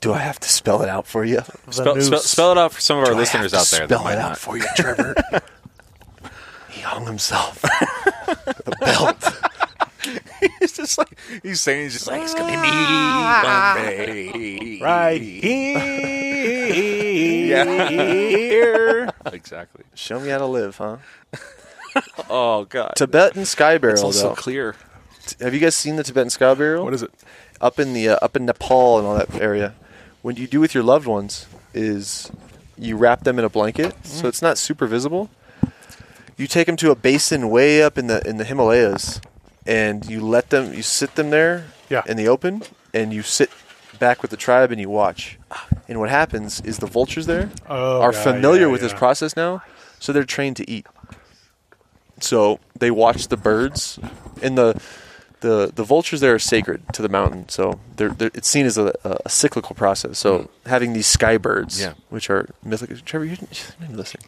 [SPEAKER 2] Do I have to spell it out for you?
[SPEAKER 1] Spell, spell, spell it out for some of our
[SPEAKER 2] Do I
[SPEAKER 1] listeners
[SPEAKER 2] have
[SPEAKER 1] out
[SPEAKER 2] to
[SPEAKER 1] there. that
[SPEAKER 2] Spell
[SPEAKER 1] might
[SPEAKER 2] it out
[SPEAKER 1] not.
[SPEAKER 2] for you, Trevor. he hung himself. a belt.
[SPEAKER 1] It's just like <laughs> he's saying, he's just like it's <laughs> gonna be me one day,
[SPEAKER 2] <laughs>
[SPEAKER 3] Right here.
[SPEAKER 1] Exactly.
[SPEAKER 2] Show me how to live, huh?
[SPEAKER 1] Oh god,
[SPEAKER 2] Tibetan sky
[SPEAKER 1] it's
[SPEAKER 2] burial,
[SPEAKER 1] all so
[SPEAKER 2] though.
[SPEAKER 1] clear.
[SPEAKER 2] Have you guys seen the Tibetan sky burial?
[SPEAKER 3] <laughs> What is it?
[SPEAKER 2] up in the uh, up in Nepal and all that area, what you do with your loved ones is you wrap them in a blanket, so it's not super visible. You take them to a basin way up in the in the Himalayas, and you let them you sit them there
[SPEAKER 3] Yeah.
[SPEAKER 2] in the open, and you sit back with the tribe and you watch. And what happens is the vultures there
[SPEAKER 3] Oh,
[SPEAKER 2] are
[SPEAKER 3] yeah,
[SPEAKER 2] familiar
[SPEAKER 3] yeah,
[SPEAKER 2] with this
[SPEAKER 3] yeah.
[SPEAKER 2] process now, so they're trained to eat. So they watch the birds, and the the the vultures there are sacred to the mountain. So they're, they're it's seen as a, a cyclical process. So
[SPEAKER 3] Hmm.
[SPEAKER 2] having these sky birds,
[SPEAKER 1] Yeah.
[SPEAKER 2] which are mythical. Trevor, you didn't name this thing,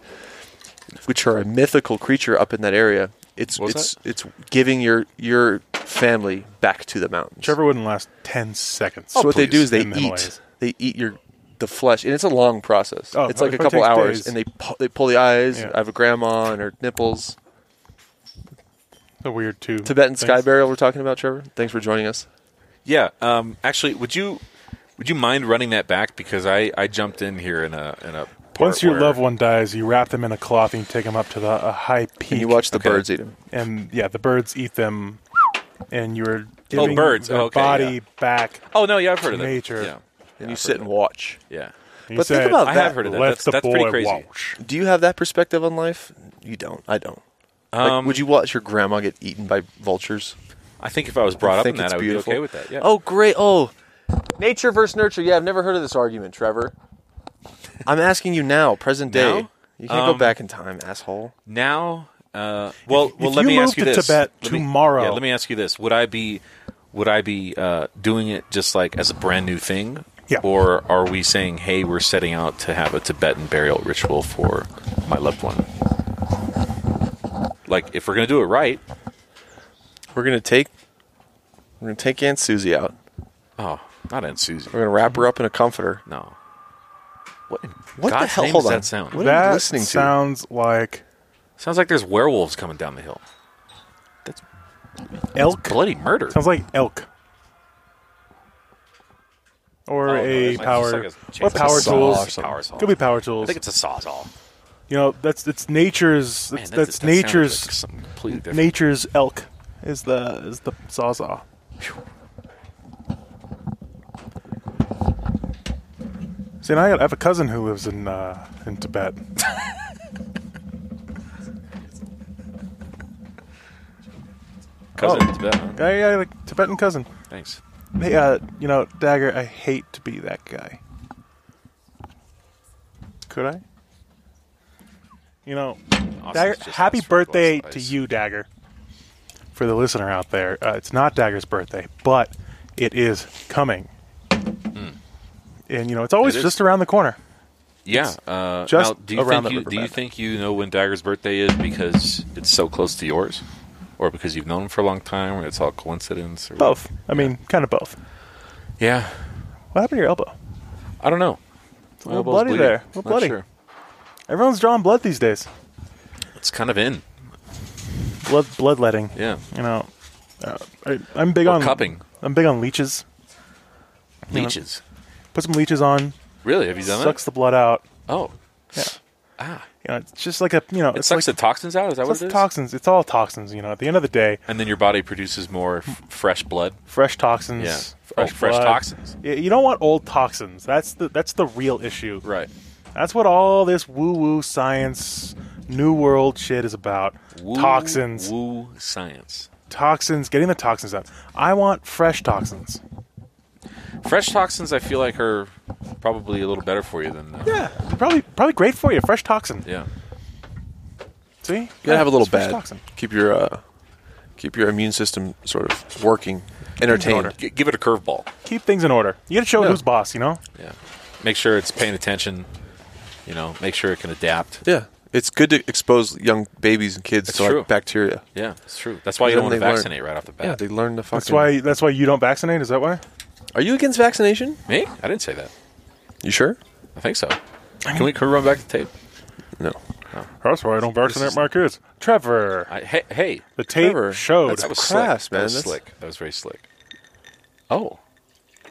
[SPEAKER 2] which are a mythical creature up in that area. It's
[SPEAKER 1] What
[SPEAKER 2] it's
[SPEAKER 1] was
[SPEAKER 2] it's giving your your family back to the mountains.
[SPEAKER 3] Trevor wouldn't last ten seconds.
[SPEAKER 2] So Oh, what they do
[SPEAKER 3] please,
[SPEAKER 2] is they
[SPEAKER 3] in the
[SPEAKER 2] eat.
[SPEAKER 3] Himalayas.
[SPEAKER 2] They eat your the flesh, and it's a long process.
[SPEAKER 3] Oh,
[SPEAKER 2] it's like
[SPEAKER 3] it
[SPEAKER 2] a couple
[SPEAKER 3] takes
[SPEAKER 2] hours,
[SPEAKER 3] days.
[SPEAKER 2] and they pu- they pull the eyes
[SPEAKER 3] Yeah.
[SPEAKER 2] I have a grandma and her nipples.
[SPEAKER 3] The weird two
[SPEAKER 2] Tibetan sky
[SPEAKER 3] things.
[SPEAKER 2] burial we're talking about, Trevor. Thanks for joining us.
[SPEAKER 1] Yeah. Um. Actually, would you would you mind running that back because I I jumped in here in a in a part
[SPEAKER 3] Once your
[SPEAKER 1] where-
[SPEAKER 3] loved one dies, you wrap them in a cloth and you take them up to the a high peak.
[SPEAKER 2] And you watch the
[SPEAKER 1] Okay.
[SPEAKER 2] birds eat them.
[SPEAKER 3] and yeah, the birds eat them, and you're
[SPEAKER 1] Oh,
[SPEAKER 3] giving
[SPEAKER 1] birds.
[SPEAKER 3] their
[SPEAKER 1] Oh, okay,
[SPEAKER 3] body
[SPEAKER 1] yeah.
[SPEAKER 3] back.
[SPEAKER 1] Oh no, yeah, I've heard of that.
[SPEAKER 3] Nature.
[SPEAKER 1] Yeah.
[SPEAKER 2] And you sit and watch.
[SPEAKER 1] Yeah.
[SPEAKER 3] He
[SPEAKER 2] But think
[SPEAKER 3] said,
[SPEAKER 2] about
[SPEAKER 1] I
[SPEAKER 2] that.
[SPEAKER 1] have heard of that.
[SPEAKER 3] Let
[SPEAKER 1] That's,
[SPEAKER 3] the
[SPEAKER 1] that's
[SPEAKER 3] boy
[SPEAKER 1] pretty crazy.
[SPEAKER 3] watch.
[SPEAKER 2] Do you have that perspective on life? You don't. I don't. Like,
[SPEAKER 1] Um,
[SPEAKER 2] would you watch your grandma get eaten by vultures?
[SPEAKER 1] I think if I was brought
[SPEAKER 2] I
[SPEAKER 1] up in
[SPEAKER 2] think
[SPEAKER 1] that,
[SPEAKER 2] it's
[SPEAKER 1] I would
[SPEAKER 2] beautiful.
[SPEAKER 1] be okay with that. Yeah.
[SPEAKER 2] Oh, great. Oh, nature versus nurture. Yeah, I've never heard of this argument, Trevor. I'm asking you now, present day.
[SPEAKER 1] Now?
[SPEAKER 2] You can't go
[SPEAKER 1] Um,
[SPEAKER 2] back in time, asshole.
[SPEAKER 1] now uh, well well
[SPEAKER 3] if
[SPEAKER 1] let
[SPEAKER 3] you
[SPEAKER 1] me
[SPEAKER 3] move
[SPEAKER 1] ask you
[SPEAKER 3] to
[SPEAKER 1] this
[SPEAKER 3] Tibet
[SPEAKER 1] Let me-
[SPEAKER 3] tomorrow-
[SPEAKER 1] yeah, let me ask you this would i be would i be uh, doing it just like as a brand new thing
[SPEAKER 3] Yeah.
[SPEAKER 1] or are we saying hey we're setting out to have a tibetan burial ritual for my loved one like if we're gonna do it right
[SPEAKER 2] We're gonna take we're gonna take Aunt Susie out.
[SPEAKER 1] oh not Aunt susie
[SPEAKER 2] We're gonna wrap her up in a comforter.
[SPEAKER 1] no what in
[SPEAKER 2] What the
[SPEAKER 1] God's
[SPEAKER 2] hell?
[SPEAKER 1] name
[SPEAKER 2] Hold
[SPEAKER 1] does
[SPEAKER 2] on.
[SPEAKER 1] that sound
[SPEAKER 2] What are
[SPEAKER 3] That
[SPEAKER 2] you listening to?
[SPEAKER 3] sounds like
[SPEAKER 1] sounds like there's werewolves coming down the hill that's
[SPEAKER 3] elk.
[SPEAKER 1] bloody murder
[SPEAKER 3] Sounds like elk. Or
[SPEAKER 1] Oh, no,
[SPEAKER 3] a
[SPEAKER 1] it's like-
[SPEAKER 3] power.
[SPEAKER 1] it's like a-
[SPEAKER 3] what
[SPEAKER 1] it's like a
[SPEAKER 3] power
[SPEAKER 1] saw
[SPEAKER 3] tools?
[SPEAKER 1] or something. Power saw.
[SPEAKER 3] Could be power
[SPEAKER 1] i
[SPEAKER 3] tools.
[SPEAKER 1] think it's a sawzall
[SPEAKER 3] you know, that's it's nature's.
[SPEAKER 1] Man,
[SPEAKER 3] That's,
[SPEAKER 1] that-
[SPEAKER 3] that's
[SPEAKER 1] that sounded
[SPEAKER 3] nature's.
[SPEAKER 1] like something completely different.
[SPEAKER 3] nature's elk is the is the sawzall. See, and I have a cousin who lives in uh, in Tibet.
[SPEAKER 1] Cousin
[SPEAKER 3] Oh.
[SPEAKER 1] to that one.
[SPEAKER 3] I got a Tibetan cousin.
[SPEAKER 1] Thanks.
[SPEAKER 3] Hey, uh, you know, Dagger, I hate to be that guy. Could I? You know, Dagger,
[SPEAKER 1] just
[SPEAKER 3] happy
[SPEAKER 1] asked for a glass
[SPEAKER 3] birthday
[SPEAKER 1] of
[SPEAKER 3] to
[SPEAKER 1] ice.
[SPEAKER 3] you, Dagger. For the listener out there, uh, it's not Dagger's birthday, but it is coming. And, you know, it's always
[SPEAKER 1] Hmm. It is.
[SPEAKER 3] just around the corner.
[SPEAKER 1] Yeah. Uh,
[SPEAKER 3] just
[SPEAKER 1] now, do you
[SPEAKER 3] around
[SPEAKER 1] think
[SPEAKER 3] the
[SPEAKER 1] you,
[SPEAKER 3] river
[SPEAKER 1] do you
[SPEAKER 3] bend.
[SPEAKER 1] think you know when Dagger's birthday is because it's so close to yours, or because you've known him for a long time, or it's all coincidence? Or
[SPEAKER 3] Both. I mean, kind of both.
[SPEAKER 1] Yeah.
[SPEAKER 3] What happened to your elbow?
[SPEAKER 1] I don't know.
[SPEAKER 3] It's a little bloody there. A little
[SPEAKER 1] Not
[SPEAKER 3] bloody.
[SPEAKER 1] sure.
[SPEAKER 3] Everyone's drawing blood these days.
[SPEAKER 1] It's kind of in.
[SPEAKER 3] Blood, bloodletting.
[SPEAKER 1] Yeah.
[SPEAKER 3] You know, uh, I, I'm big
[SPEAKER 1] Or
[SPEAKER 3] on
[SPEAKER 1] cupping.
[SPEAKER 3] I'm big on leeches.
[SPEAKER 1] Leeches.
[SPEAKER 3] Put some leeches on.
[SPEAKER 1] Really? Have you done
[SPEAKER 3] sucks
[SPEAKER 1] that?
[SPEAKER 3] the blood out.
[SPEAKER 1] Oh.
[SPEAKER 3] Yeah.
[SPEAKER 1] Ah.
[SPEAKER 3] You know, it's just like a you know,
[SPEAKER 1] It
[SPEAKER 3] it's
[SPEAKER 1] sucks
[SPEAKER 3] like
[SPEAKER 1] the toxins out. Is that
[SPEAKER 3] it
[SPEAKER 1] what
[SPEAKER 3] sucks
[SPEAKER 1] it
[SPEAKER 3] the
[SPEAKER 1] is?
[SPEAKER 3] toxins. It's all toxins. You know, at the end of the day,
[SPEAKER 1] and then your body produces more f- fresh blood.
[SPEAKER 3] fresh toxins.
[SPEAKER 1] Yeah.
[SPEAKER 3] Fresh,
[SPEAKER 1] oh, fresh
[SPEAKER 3] blood.
[SPEAKER 1] toxins.
[SPEAKER 3] Yeah, You don't want old toxins. That's the that's the real issue.
[SPEAKER 1] Right.
[SPEAKER 3] That's what all this woo woo science, new world shit is about.
[SPEAKER 1] Woo,
[SPEAKER 3] toxins,
[SPEAKER 1] Woo science.
[SPEAKER 3] toxins, getting the toxins out. I want fresh toxins.
[SPEAKER 1] Fresh toxins, I feel like are probably a little better for you than. Uh,
[SPEAKER 3] Yeah, probably probably great for you. Fresh toxin.
[SPEAKER 1] yeah.
[SPEAKER 3] See, you
[SPEAKER 2] You gotta have a little
[SPEAKER 3] fresh
[SPEAKER 2] bad.
[SPEAKER 3] toxin.
[SPEAKER 2] Keep your uh, keep your immune system sort of working, entertained.
[SPEAKER 1] G- give it a curveball.
[SPEAKER 3] Keep things in order. You gotta show
[SPEAKER 2] Yeah.
[SPEAKER 3] who's boss. You know.
[SPEAKER 1] Yeah. Make sure it's paying attention. You know, make sure it can adapt.
[SPEAKER 2] Yeah, it's good to expose young babies and kids
[SPEAKER 1] It's
[SPEAKER 2] to like,
[SPEAKER 1] true.
[SPEAKER 2] bacteria.
[SPEAKER 1] Yeah, it's true. That's why you
[SPEAKER 2] Then
[SPEAKER 1] don't want to
[SPEAKER 2] they learn.
[SPEAKER 1] vaccinate right off the
[SPEAKER 2] Yeah,
[SPEAKER 1] bat.
[SPEAKER 2] they learn the fucking.
[SPEAKER 3] That's why. That's why you don't vaccinate. Is that why?
[SPEAKER 2] Are you against vaccination?
[SPEAKER 1] Me? I didn't say that.
[SPEAKER 2] You sure?
[SPEAKER 1] I think so. Can we can we run back to tape?
[SPEAKER 2] No.
[SPEAKER 3] That's why I don't vaccinate my kids. Trevor,
[SPEAKER 1] I, hey, hey,
[SPEAKER 3] the tape
[SPEAKER 2] Trevor,
[SPEAKER 3] showed.
[SPEAKER 1] Oh, that was
[SPEAKER 2] crass,
[SPEAKER 1] slick. That
[SPEAKER 2] man.
[SPEAKER 1] was
[SPEAKER 2] That's-
[SPEAKER 1] slick. That was very slick. Oh, a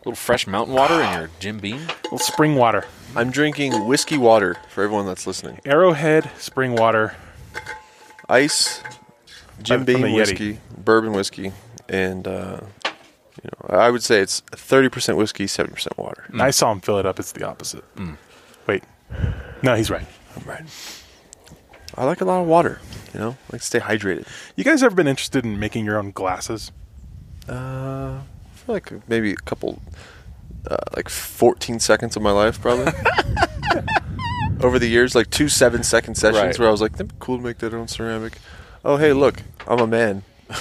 [SPEAKER 1] little fresh mountain water in your Jim Beam.
[SPEAKER 3] Well, spring water.
[SPEAKER 2] I'm drinking whiskey water for everyone that's listening.
[SPEAKER 3] Arrowhead spring water.
[SPEAKER 2] Ice,
[SPEAKER 3] From
[SPEAKER 2] Jim
[SPEAKER 3] the
[SPEAKER 2] Beam
[SPEAKER 3] Yeti.
[SPEAKER 2] whiskey, bourbon whiskey, and uh, you know, I would say it's 30% whiskey, 70% water.
[SPEAKER 3] I saw him fill it up. It's the opposite.
[SPEAKER 2] Mm.
[SPEAKER 3] Wait. No, he's right.
[SPEAKER 2] Right. I like a lot of water. You know, I like to stay hydrated.
[SPEAKER 3] You guys ever been interested in making your own glasses?
[SPEAKER 2] Uh, I feel like maybe a couple, uh, like 14 seconds of my
[SPEAKER 1] <laughs>
[SPEAKER 2] life, probably. Over the years, like two seven second sessions
[SPEAKER 1] Right.
[SPEAKER 2] where I was like, that'd be cool to make that own ceramic. Oh, hey, look, I'm
[SPEAKER 1] <laughs>
[SPEAKER 2] a man. Oh,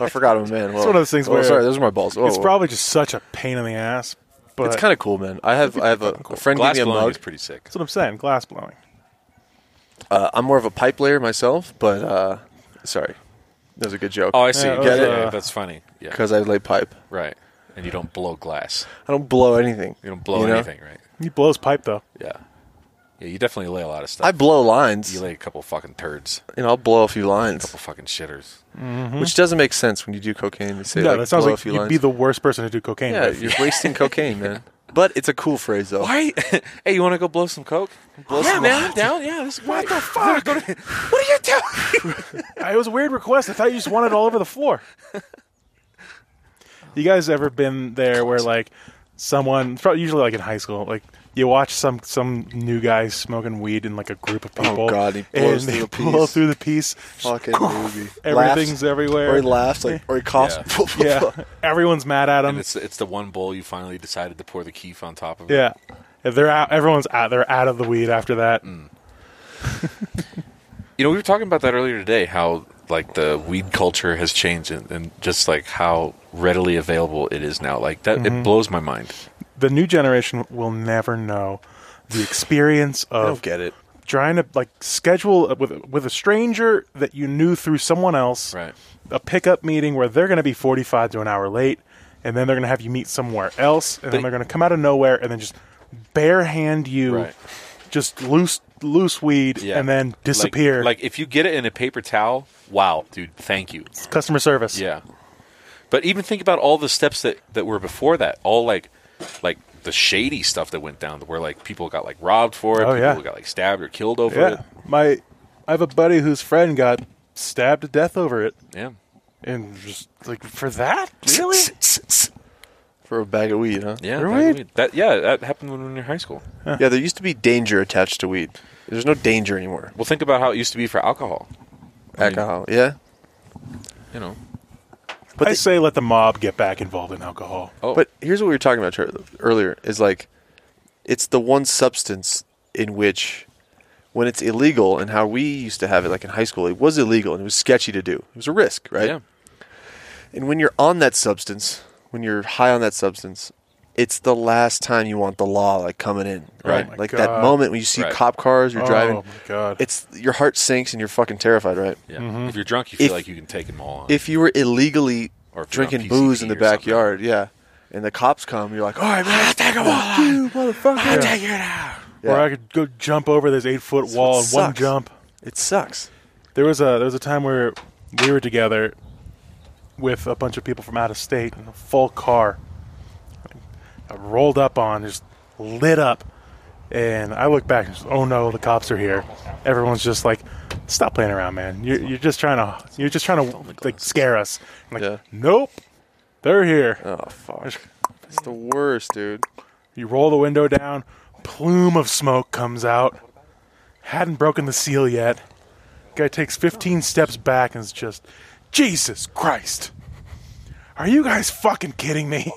[SPEAKER 2] I forgot I'm a man. Well,
[SPEAKER 3] one of those things
[SPEAKER 2] oh,
[SPEAKER 3] where-
[SPEAKER 2] sorry, those are my balls. Oh,
[SPEAKER 3] it's
[SPEAKER 2] oh.
[SPEAKER 3] probably just such a pain in the ass. But
[SPEAKER 2] it's kind of cool, man. I have I have a, a friend gave
[SPEAKER 1] Glass
[SPEAKER 2] me a
[SPEAKER 1] blowing
[SPEAKER 2] mug.
[SPEAKER 1] is pretty sick.
[SPEAKER 3] That's what I'm saying. Glass blowing.
[SPEAKER 2] Uh, I'm more of a pipe layer myself, but uh, sorry, that was a good joke.
[SPEAKER 1] Oh, I see.
[SPEAKER 3] Yeah,
[SPEAKER 1] Yeah,
[SPEAKER 3] it
[SPEAKER 2] was,
[SPEAKER 1] yeah,
[SPEAKER 3] uh,
[SPEAKER 1] that's funny. Yeah,
[SPEAKER 2] because I lay pipe.
[SPEAKER 1] right. And you don't blow glass.
[SPEAKER 2] I don't blow anything.
[SPEAKER 1] You don't blow
[SPEAKER 2] you know?
[SPEAKER 1] anything, right?
[SPEAKER 3] He blows pipe though.
[SPEAKER 1] Yeah. Yeah, you definitely lay a lot of stuff.
[SPEAKER 2] I blow lines.
[SPEAKER 1] you lay a couple fucking turds,
[SPEAKER 2] you know, I'll blow a few lines.
[SPEAKER 1] couple fucking shitters.
[SPEAKER 2] which doesn't make sense when you do cocaine. They say
[SPEAKER 3] Uh-huh. yeah,
[SPEAKER 2] like,
[SPEAKER 3] that sounds
[SPEAKER 2] blow
[SPEAKER 3] like
[SPEAKER 2] a few
[SPEAKER 3] you'd
[SPEAKER 2] lines.
[SPEAKER 3] be the worst person to do cocaine.
[SPEAKER 2] yeah,
[SPEAKER 3] with.
[SPEAKER 2] you're wasting
[SPEAKER 3] <laughs>
[SPEAKER 2] cocaine, man. But it's a cool phrase though.
[SPEAKER 1] Why? <laughs> hey, you want to go blow some coke? yeah, man, I'm down. Yeah, this is what the fuck? <laughs> what are you doing?
[SPEAKER 3] it was a weird request. I thought you just wanted it all over the
[SPEAKER 2] <laughs>
[SPEAKER 3] floor. You guys ever been there where like someone, it's probably usually like in high school, like you watch some some new guy smoking weed in like a group of people.
[SPEAKER 2] Oh, God, he blows
[SPEAKER 3] and
[SPEAKER 2] through
[SPEAKER 3] they <laughs>
[SPEAKER 2] the
[SPEAKER 3] blow
[SPEAKER 2] piece.
[SPEAKER 3] through the piece. <laughs>
[SPEAKER 2] Fucking movie.
[SPEAKER 3] Everything's everywhere.
[SPEAKER 2] Or he laughs, like or he coughs. <laughs>
[SPEAKER 3] yeah, <laughs> everyone's mad at
[SPEAKER 1] And
[SPEAKER 3] him.
[SPEAKER 1] it's it's the one bowl you finally decided to pour the keef on top of. it.
[SPEAKER 3] Yeah, if they're out, everyone's out. They're out of the weed after that.
[SPEAKER 1] Mm. You know, we were talking about that earlier today. How like the weed culture has changed, and, and just like how readily available it is now. Like that,
[SPEAKER 3] Mm-hmm.
[SPEAKER 1] it blows my mind.
[SPEAKER 3] The new generation will never know the experience
[SPEAKER 2] I
[SPEAKER 3] of
[SPEAKER 2] don't get it.
[SPEAKER 3] trying to like schedule with with a stranger that you knew through someone else
[SPEAKER 1] Right.
[SPEAKER 3] a pickup meeting where they're going to be 45 to an hour late and then they're going to have you meet somewhere else and then
[SPEAKER 1] But-
[SPEAKER 3] they're going to come out of nowhere and then just bare hand you
[SPEAKER 1] Right.
[SPEAKER 3] just loose loose weed
[SPEAKER 1] Yeah.
[SPEAKER 3] and then
[SPEAKER 1] Like-
[SPEAKER 3] disappear
[SPEAKER 1] Like, if you get it in a paper towel, wow, dude, thank you.
[SPEAKER 3] customer service
[SPEAKER 1] Yeah. But even think about all the steps that, that were before that. All like like the shady stuff that went down where like people got like robbed for it,
[SPEAKER 3] Oh,
[SPEAKER 1] people
[SPEAKER 3] yeah.
[SPEAKER 1] got like stabbed or killed over
[SPEAKER 3] yeah
[SPEAKER 1] it.
[SPEAKER 3] my i have a buddy whose friend got stabbed to death over it
[SPEAKER 1] Yeah.
[SPEAKER 3] and just like for
[SPEAKER 2] <laughs>
[SPEAKER 3] that really
[SPEAKER 2] For a bag of weed, huh?
[SPEAKER 1] Yeah.
[SPEAKER 3] Really?
[SPEAKER 1] that- That yeah, that happened when we were in high school.
[SPEAKER 2] Yeah, there used to be danger attached to weed. There's no danger anymore.
[SPEAKER 1] Well think about how it used to be for alcohol.
[SPEAKER 2] Alcohol, yeah.
[SPEAKER 1] You know.
[SPEAKER 3] i say let the mob get back involved in alcohol
[SPEAKER 1] Oh
[SPEAKER 2] But here's what we were talking about Trevor, earlier: is like, it's the one substance in which, when it's illegal, and how we used to have it, like in high school, it was illegal and it was sketchy to do. It was a risk, right?
[SPEAKER 1] yeah.
[SPEAKER 2] And when you're on that substance, when you're high on that substance, it's the last time you want the law like coming in, right?
[SPEAKER 1] Oh my
[SPEAKER 2] like
[SPEAKER 3] God.
[SPEAKER 2] that moment when you see
[SPEAKER 1] Right.
[SPEAKER 2] cop cars, you're
[SPEAKER 3] oh
[SPEAKER 2] driving.
[SPEAKER 3] my god
[SPEAKER 2] It's your heart sinks and you're fucking terrified, right?
[SPEAKER 1] Yeah. If you're drunk you feel
[SPEAKER 2] If-
[SPEAKER 1] like you can take them all on.
[SPEAKER 2] If you were illegally
[SPEAKER 1] Or if you're on
[SPEAKER 2] drinking
[SPEAKER 1] PCP
[SPEAKER 2] booze in the
[SPEAKER 1] or something.
[SPEAKER 2] backyard, yeah, and the cops come, you're like, all right,
[SPEAKER 1] Ah,
[SPEAKER 2] man, take them all, you motherfucker. Yeah.
[SPEAKER 3] Or I could go jump over this eight foot
[SPEAKER 2] what
[SPEAKER 3] wall in one
[SPEAKER 2] sucks.
[SPEAKER 3] jump.
[SPEAKER 2] It sucks.
[SPEAKER 3] There was a there was a time where we were together with a bunch of people from out of state in a full car. I rolled up on, just lit up, and I look back and just, oh no, the cops are here. Everyone's just like, stop playing around, man. You're, you're just trying to you're just trying to like scare us. I'm like,
[SPEAKER 2] Yeah.
[SPEAKER 3] nope, they're here.
[SPEAKER 2] Oh fuck, it's the worst, dude.
[SPEAKER 3] You roll the window down, plume of smoke comes out. Hadn't broken the seal yet. Guy takes 15 steps back and is just, Jesus Christ! Are you guys fucking kidding me?